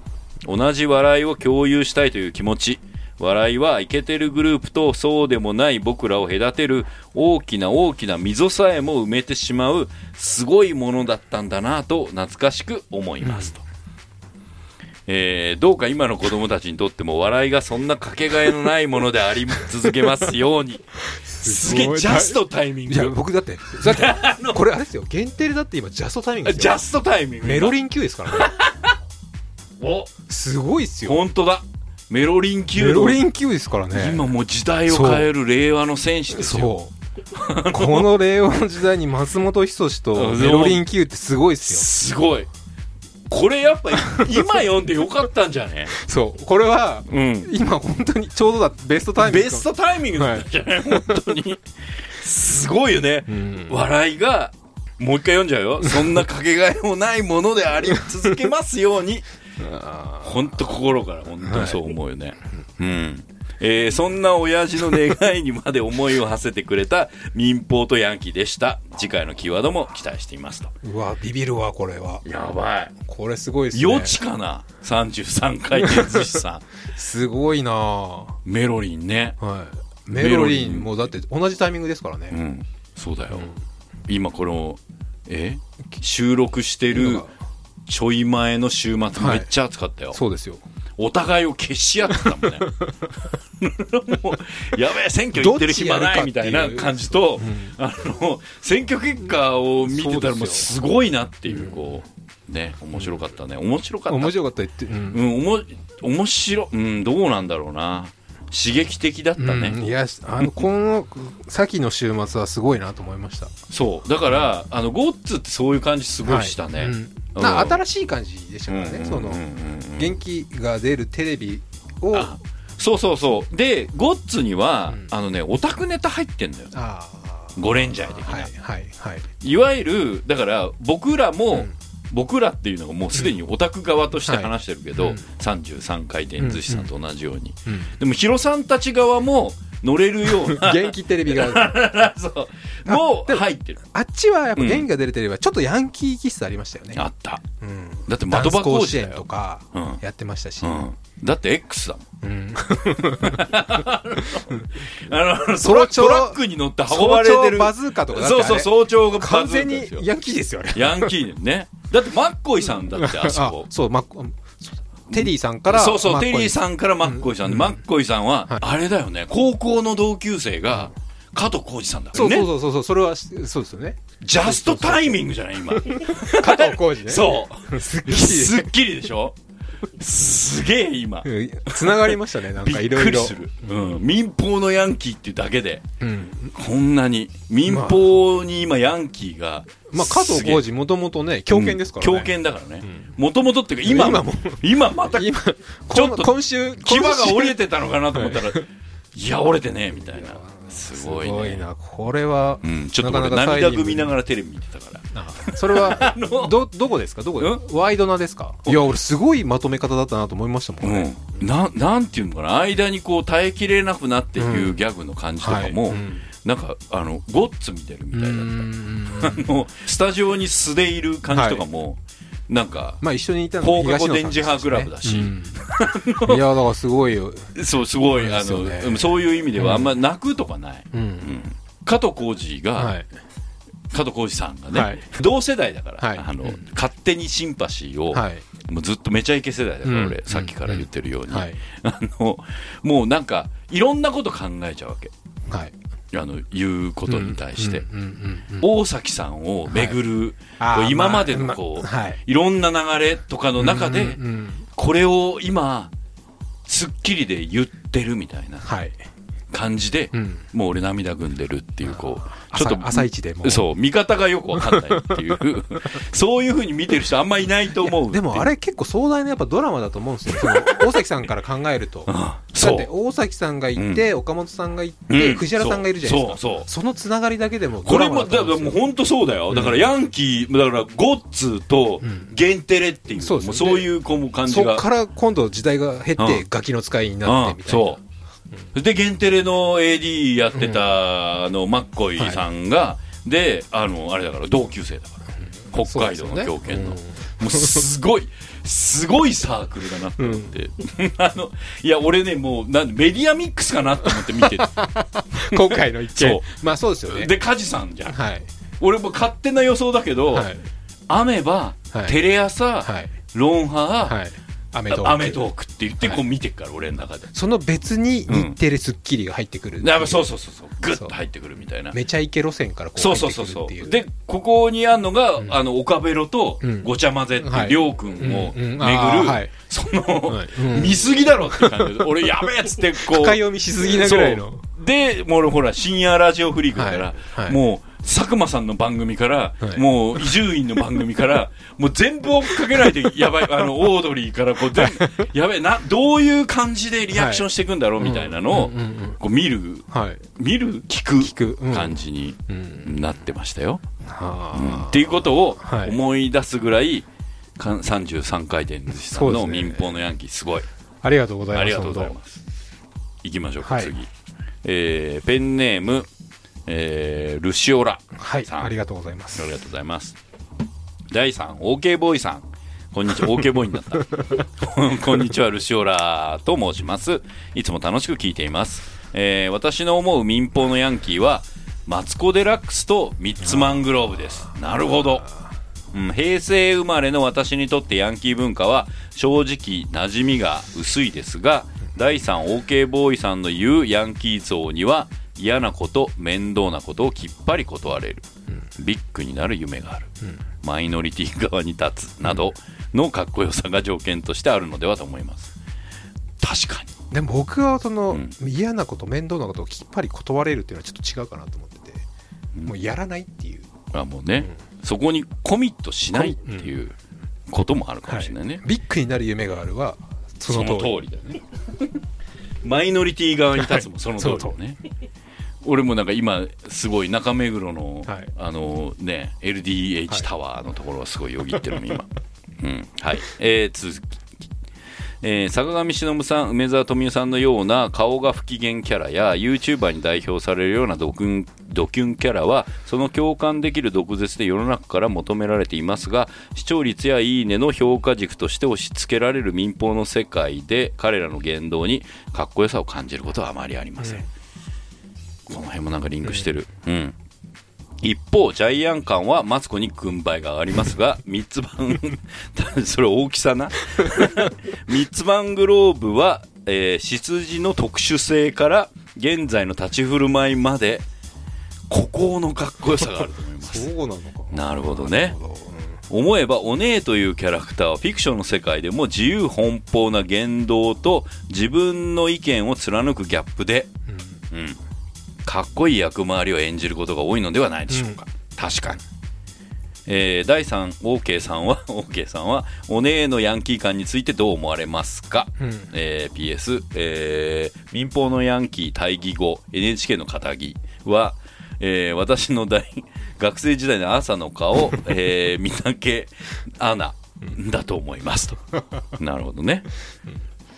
[SPEAKER 2] 同じ笑いを共有したいという気持ち笑いはイケてるグループとそうでもない僕らを隔てる大きな大きな溝さえも埋めてしまうすごいものだったんだなと懐かしく思いますと、えーどうか今の子供たちにとっても笑いがそんなかけがえのないものであり続けますようにすげえジャストタイミン
[SPEAKER 3] いや
[SPEAKER 2] グ
[SPEAKER 3] 僕だってだ
[SPEAKER 2] *laughs*
[SPEAKER 3] ってこれあれですよ限定でだって今ジャストタイミングです
[SPEAKER 2] ジ
[SPEAKER 3] よ
[SPEAKER 2] ャストタイミング
[SPEAKER 3] メロリン級ですからね
[SPEAKER 2] お
[SPEAKER 3] すごいっすよ
[SPEAKER 2] 本当だメロリン級
[SPEAKER 3] メロリン級ですからね
[SPEAKER 2] 今もう時代を変える令和の戦士ですよ
[SPEAKER 3] そうこの令和の時代に松本人志とメロリン級ってすごいっすよ
[SPEAKER 2] すごいこれやっぱ今読んでよかったんじゃね
[SPEAKER 3] そうこれは
[SPEAKER 2] うん
[SPEAKER 3] 今本当にちょうどだベストタイミング
[SPEAKER 2] ベストタイミングだったんじゃない、本当にすごいよね、
[SPEAKER 3] ん
[SPEAKER 2] 笑いがもう一回読んじゃうよそんなかけがえもないものであり続けますように本当心から本当にそう思うよね、うんえーそんな親父の願いにまで思いを馳せてくれた民放とヤンキーでした次回のキーワードも期待していますと
[SPEAKER 3] うわビビるわこれは
[SPEAKER 2] やばい
[SPEAKER 3] これすごいっすね
[SPEAKER 2] 余地かな33回転寿司さん
[SPEAKER 3] すごいなぁ
[SPEAKER 2] メロリンね
[SPEAKER 3] はい、
[SPEAKER 2] メ
[SPEAKER 3] メ
[SPEAKER 2] ロリン
[SPEAKER 3] ロリンもだって同じタイミングですからね、
[SPEAKER 2] うんそうだよ、今このえ収録してるちょい前の週末
[SPEAKER 3] は
[SPEAKER 2] め
[SPEAKER 3] い
[SPEAKER 2] っちゃ暑かったよ、
[SPEAKER 3] そうですよ
[SPEAKER 2] お互いを消し合ってた *laughs* もんねもうやべえ選挙行ってる暇ないみたいな感じと、あの選挙結果を見てたらもうすごいなっていうこうね面白かったね面白かった
[SPEAKER 3] 面白かった言って、うん
[SPEAKER 2] うん、おも面白うんどうなんだろうな刺激的だったね、
[SPEAKER 3] うんいやあのこの先の週末はすごいなと思いました
[SPEAKER 2] そうだから、あのゴッツってそういう感じすごいしたね、
[SPEAKER 3] はいうんな新しい感じでしたからね、その元気が出るテレビを
[SPEAKER 2] あそうそうそうでゴッツには、
[SPEAKER 3] うん
[SPEAKER 2] あのねオタクネタ入ってんだよ
[SPEAKER 3] あ
[SPEAKER 2] ゴレンジャー
[SPEAKER 3] ー
[SPEAKER 2] 的な、
[SPEAKER 3] はい
[SPEAKER 2] い、
[SPEAKER 3] はいはい
[SPEAKER 2] わゆるだから僕らも、
[SPEAKER 3] うん
[SPEAKER 2] 僕らっていうのがもうすでにオタク側として話してるけど、
[SPEAKER 3] はいうん
[SPEAKER 2] 33回転寿司さんと同じように、
[SPEAKER 3] うん
[SPEAKER 2] でもヒロさんたち側も乗れるような
[SPEAKER 3] 元気テレ
[SPEAKER 2] *laughs*
[SPEAKER 3] ビが *laughs*
[SPEAKER 2] そうもう入ってる
[SPEAKER 3] あっちはやっぱ元気が出るテレビはちょっとヤンキー気質ありましたよね、
[SPEAKER 2] あった
[SPEAKER 3] うん、
[SPEAKER 2] だって
[SPEAKER 3] ダ
[SPEAKER 2] 的
[SPEAKER 3] ンス
[SPEAKER 2] 場
[SPEAKER 3] 甲
[SPEAKER 2] 講師
[SPEAKER 3] 子園
[SPEAKER 2] だ
[SPEAKER 3] と
[SPEAKER 2] よ、
[SPEAKER 3] か
[SPEAKER 2] うん
[SPEAKER 3] やってましたし、
[SPEAKER 2] うん、だって X だもん *laughs*
[SPEAKER 3] うん
[SPEAKER 2] あのトラ
[SPEAKER 3] 早朝
[SPEAKER 2] トラックに乗って運ば
[SPEAKER 3] 早
[SPEAKER 2] れてる
[SPEAKER 3] 朝バズーカとかだってあ
[SPEAKER 2] そう
[SPEAKER 3] れ
[SPEAKER 2] そう早朝がバ
[SPEAKER 3] 完
[SPEAKER 2] ズー
[SPEAKER 3] 全
[SPEAKER 2] カ
[SPEAKER 3] に
[SPEAKER 2] ですよ
[SPEAKER 3] ヤンキーですよね
[SPEAKER 2] ヤンキーねだってマッコイさんだ
[SPEAKER 3] *laughs*
[SPEAKER 2] って *laughs* あそ
[SPEAKER 3] あ
[SPEAKER 2] こ
[SPEAKER 3] そう、ま、そうテリーさんから、
[SPEAKER 2] そうそうテリー
[SPEAKER 3] ん。
[SPEAKER 2] さんからマッコイさんでマッコイさんは
[SPEAKER 3] はい
[SPEAKER 2] あれだよね高校の同級生が加藤浩次さんだか
[SPEAKER 3] そ
[SPEAKER 2] ら
[SPEAKER 3] うそ
[SPEAKER 2] ね
[SPEAKER 3] うそうそうそう、それは、そうですよね。
[SPEAKER 2] ジャストタイミングじゃない今
[SPEAKER 3] 加藤浩次
[SPEAKER 2] *laughs*
[SPEAKER 3] ね。。
[SPEAKER 2] そう
[SPEAKER 3] すっき
[SPEAKER 2] う
[SPEAKER 3] り。
[SPEAKER 2] すっきりでしょすげえ今
[SPEAKER 3] うん繋がりましたね、なん
[SPEAKER 2] び
[SPEAKER 3] かい
[SPEAKER 2] っ
[SPEAKER 3] ろ
[SPEAKER 2] く
[SPEAKER 3] い
[SPEAKER 2] り
[SPEAKER 3] ろ。
[SPEAKER 2] する、うん、民放のヤンキーっていうだけで
[SPEAKER 3] うん。
[SPEAKER 2] こんなに民放に今ヤンキーが
[SPEAKER 3] まあ、加藤
[SPEAKER 2] すげえ
[SPEAKER 3] 浩次もともとね、狂犬ですからね。
[SPEAKER 2] 強権だからねもともとっていうか今
[SPEAKER 3] 今
[SPEAKER 2] も
[SPEAKER 3] も
[SPEAKER 2] 今また
[SPEAKER 3] 今、
[SPEAKER 2] ちょっ
[SPEAKER 3] ことの今週、
[SPEAKER 2] 牙が折れ
[SPEAKER 3] て
[SPEAKER 2] てたのかなと思ったらいや折れてねえみたいなす
[SPEAKER 3] す
[SPEAKER 2] ごい
[SPEAKER 3] ごい
[SPEAKER 2] ね
[SPEAKER 3] な。これは
[SPEAKER 2] う、んちょっと
[SPEAKER 3] な
[SPEAKER 2] 俺
[SPEAKER 3] かなか
[SPEAKER 2] 涙ぐ
[SPEAKER 3] サイリング
[SPEAKER 2] み
[SPEAKER 3] に
[SPEAKER 2] ながらテレビ見てたから
[SPEAKER 3] そ
[SPEAKER 2] *laughs*
[SPEAKER 3] れは、
[SPEAKER 2] の
[SPEAKER 3] ど、どこですかどこでワイドナですかいや、俺すごいまとめ方だったなと思いましたもんね。
[SPEAKER 2] うんななんていうのかな間にこう耐えきれなくなっていうギャグの感じとかも、
[SPEAKER 3] はいうん
[SPEAKER 2] なんかあのゴッツ見てるみたいだった、
[SPEAKER 3] うん
[SPEAKER 2] あのスタジオに素でいる感じとかも、なんか
[SPEAKER 3] まあ一緒にいたの
[SPEAKER 2] 放
[SPEAKER 3] も
[SPEAKER 2] 課
[SPEAKER 3] 東
[SPEAKER 2] 後
[SPEAKER 3] 野さ
[SPEAKER 2] 電
[SPEAKER 3] んです
[SPEAKER 2] 磁
[SPEAKER 3] しね
[SPEAKER 2] 波クラブだし、 *laughs*
[SPEAKER 3] うんいやだからすごいよ、
[SPEAKER 2] そうすごい、
[SPEAKER 3] そう
[SPEAKER 2] あ
[SPEAKER 3] ですよ
[SPEAKER 2] の
[SPEAKER 3] ね
[SPEAKER 2] うんそういう意味ではあんま泣くとかない、
[SPEAKER 3] うん
[SPEAKER 2] 加藤浩次が、
[SPEAKER 3] はい、
[SPEAKER 2] 加藤浩次さんがね、
[SPEAKER 3] はい
[SPEAKER 2] 同世代だから、
[SPEAKER 3] はい
[SPEAKER 2] あの
[SPEAKER 3] うん
[SPEAKER 2] 勝手にシンパシーを、
[SPEAKER 3] はい
[SPEAKER 2] もうずっとめちゃイケ世代だから、
[SPEAKER 3] うん
[SPEAKER 2] 俺さっきから言ってるように、
[SPEAKER 3] はい
[SPEAKER 2] *laughs* あのもうなんかいろんなこと考えちゃうわけ
[SPEAKER 3] はい、
[SPEAKER 2] あの言うことに対して、
[SPEAKER 3] うんうんうん
[SPEAKER 2] 大崎さんを巡る、
[SPEAKER 3] はい
[SPEAKER 2] こう
[SPEAKER 3] あー
[SPEAKER 2] 今までのこう、
[SPEAKER 3] まあはいい、
[SPEAKER 2] ろんな流れとかの中で、
[SPEAKER 3] うんうん
[SPEAKER 2] これを今『スッキリ』で言ってるみたいな
[SPEAKER 3] はい
[SPEAKER 2] 感じで、
[SPEAKER 3] うん
[SPEAKER 2] もう俺涙ぐんでるっていうこうちょっと
[SPEAKER 3] 朝朝一でもう
[SPEAKER 2] そう見方がよくわかんないっていう *laughs* そういうふうに見てる人あんまいないと思うっていう
[SPEAKER 3] でもあれ結構壮大なやっぱドラマだと思うんですよその大崎さんから考えるとだ
[SPEAKER 2] そう
[SPEAKER 3] って大崎さんがいて、岡本さんがいて、
[SPEAKER 2] うん
[SPEAKER 3] 藤原さんがいるじゃないですか
[SPEAKER 2] そうそう
[SPEAKER 3] のつながりだけでも
[SPEAKER 2] こ
[SPEAKER 3] ド
[SPEAKER 2] れ
[SPEAKER 3] ラマ
[SPEAKER 2] も
[SPEAKER 3] だ
[SPEAKER 2] だ
[SPEAKER 3] と
[SPEAKER 2] か
[SPEAKER 3] 思
[SPEAKER 2] らもう
[SPEAKER 3] うんですよ
[SPEAKER 2] 本当そうだよ、だからヤンキーだからゴッツとゲンテレっていう,、
[SPEAKER 3] そう
[SPEAKER 2] そう
[SPEAKER 3] ですね
[SPEAKER 2] そういうこう感じ
[SPEAKER 3] そ
[SPEAKER 2] が
[SPEAKER 3] こから今度時代が経って、
[SPEAKER 2] うん
[SPEAKER 3] ガキの使いになってみたいな、
[SPEAKER 2] うんそうでゲンテレの AD やってた、あのマッコイさんが、であのあれだから同級生だから、北海道の狂犬の、
[SPEAKER 3] そうですよね
[SPEAKER 2] もうすごいすごいサークルだなって思って、 *laughs* あのいや俺ねもうなんメディアミックスかなと思って見てて
[SPEAKER 3] 今回の一
[SPEAKER 2] そ
[SPEAKER 3] 件まあそうですよね
[SPEAKER 2] で梶さんじゃん
[SPEAKER 3] はい
[SPEAKER 2] 俺も勝手な予想だけど、
[SPEAKER 3] はい
[SPEAKER 2] 雨ば、
[SPEAKER 3] はい
[SPEAKER 2] テレ朝、
[SPEAKER 3] はい
[SPEAKER 2] ロンハ、
[SPEAKER 3] はいアメトーク
[SPEAKER 2] アメトークって言ってこう見てっから、俺の中で。
[SPEAKER 3] その別に日テレ『スッキリ』が入ってくる、
[SPEAKER 2] やっぱそうそうそうそうグッと入ってくるみたいな
[SPEAKER 3] めちゃイケ路線からこう
[SPEAKER 2] そ
[SPEAKER 3] 入
[SPEAKER 2] う
[SPEAKER 3] って
[SPEAKER 2] そう
[SPEAKER 3] く
[SPEAKER 2] そ
[SPEAKER 3] る
[SPEAKER 2] うそ
[SPEAKER 3] っていう
[SPEAKER 2] うでここにあんのが、あの岡ベロと
[SPEAKER 3] うん
[SPEAKER 2] ごちゃ混ぜって
[SPEAKER 3] はい
[SPEAKER 2] りょうくんを
[SPEAKER 3] う
[SPEAKER 2] 巡
[SPEAKER 3] んうん
[SPEAKER 2] る、
[SPEAKER 3] あーはい
[SPEAKER 2] その、
[SPEAKER 3] はいうん
[SPEAKER 2] 見すぎ *laughs* だろって感じで俺やべえっつってこう
[SPEAKER 3] 深読みしすぎなぐらいの
[SPEAKER 2] そうでもう俺ほら深夜ラジオフリークだから、
[SPEAKER 3] はいはい
[SPEAKER 2] もう佐久間さんの番組から、
[SPEAKER 3] はい
[SPEAKER 2] もう伊集院の番組からもう全部追っかけないと
[SPEAKER 3] *laughs*
[SPEAKER 2] やばいあのオードリーからこう全部やべえなどういう感じでリアクションしていくんだろうみたいなのを、
[SPEAKER 3] うんうんうんうん
[SPEAKER 2] こう見る
[SPEAKER 3] はい
[SPEAKER 2] 見る聞
[SPEAKER 3] くうん
[SPEAKER 2] く感じに
[SPEAKER 3] うん
[SPEAKER 2] なってましたよ。
[SPEAKER 3] はあ
[SPEAKER 2] っていうことを
[SPEAKER 3] はい
[SPEAKER 2] 思い出すぐらい、かん33回転寿司さん
[SPEAKER 3] そ
[SPEAKER 2] の
[SPEAKER 3] うですね
[SPEAKER 2] 民放のヤンキーすごい。
[SPEAKER 3] ありがとうございます
[SPEAKER 2] ありがとうございます。行きましょうか、
[SPEAKER 3] はい
[SPEAKER 2] 次。えーペンネーム、えールシオラさん。
[SPEAKER 3] はいあり
[SPEAKER 2] あ
[SPEAKER 3] がとうございます
[SPEAKER 2] りがとうございます。第3、OK ボーイさん。こんにちは、OK ボーイになった。 *laughs* こんにちは、ルシオラと申します。いつも楽しく聞いています。えー私の思う民放のヤンキーは、マツコ・デラックスとミッツマングローブです。なるほど。うん、平成生まれの私にとってヤンキー文化は正直馴染みが薄いですが第三 OK ボーイさんの言うヤンキー像には嫌なこと面倒なことをきっぱり断れる、ビッグになる夢がある、マイノリティ側に立つなどのかっこよさが条件としてあるのではと思います確かに
[SPEAKER 3] でも僕はその、
[SPEAKER 2] うん
[SPEAKER 3] 嫌なこと面倒なことをきっぱり断れるっていうのはちょっと違うかなと思ってて、もうやらないっていう
[SPEAKER 2] あもうね、そこにコミットしないっていうこともあるかもしれないね、
[SPEAKER 3] ビッグになる夢があるはその通り
[SPEAKER 2] だね
[SPEAKER 3] *laughs*
[SPEAKER 2] マイノリティ側に立つもその通りだね、俺もなんか今すごい中目黒の、
[SPEAKER 3] はい
[SPEAKER 2] あのね LDH タワーのところはすごいよぎってる
[SPEAKER 3] *laughs*
[SPEAKER 2] の今、うんはいえー続きえー坂上忍さん梅沢富美男さんのような顔が不機嫌キャラや YouTuber に代表されるようなドキュンドキュンキャラはその共感できる毒舌で世の中から求められていますが視聴率やいいねの評価軸として押し付けられる民放の世界で彼らの言動にかっこよさを感じることはあまりありません、この辺もなんかリンクしてるうん一方、ジャイアン感はマツコに軍配が上がります *laughs* が、三つ番、それ大きさな。 *laughs* 三つ番グローブは、えー、羊の特殊性から現在の立ち振る舞いまで、孤高のかっこよさがあると思います。
[SPEAKER 3] そうなのか
[SPEAKER 2] なるほどね
[SPEAKER 3] なるほど
[SPEAKER 2] 思えばお姉というキャラクターはフィクションの世界でも自由奔放な言動と自分の意見を貫くギャップで、うんかっこいい役回りを演じることが多いのではないでしょうか、確かに、えー第3 OK さんは *laughs* OK さんはお姉のヤンキー感についてどう思われますか、
[SPEAKER 3] うん
[SPEAKER 2] えー PS、えー民放のヤンキー対義語 NHK の肩着は、えー私の大 *laughs* 学生時代の朝の
[SPEAKER 3] *laughs*
[SPEAKER 2] 顔、えー、三宅アナだと思います
[SPEAKER 3] *laughs*
[SPEAKER 2] となるほどね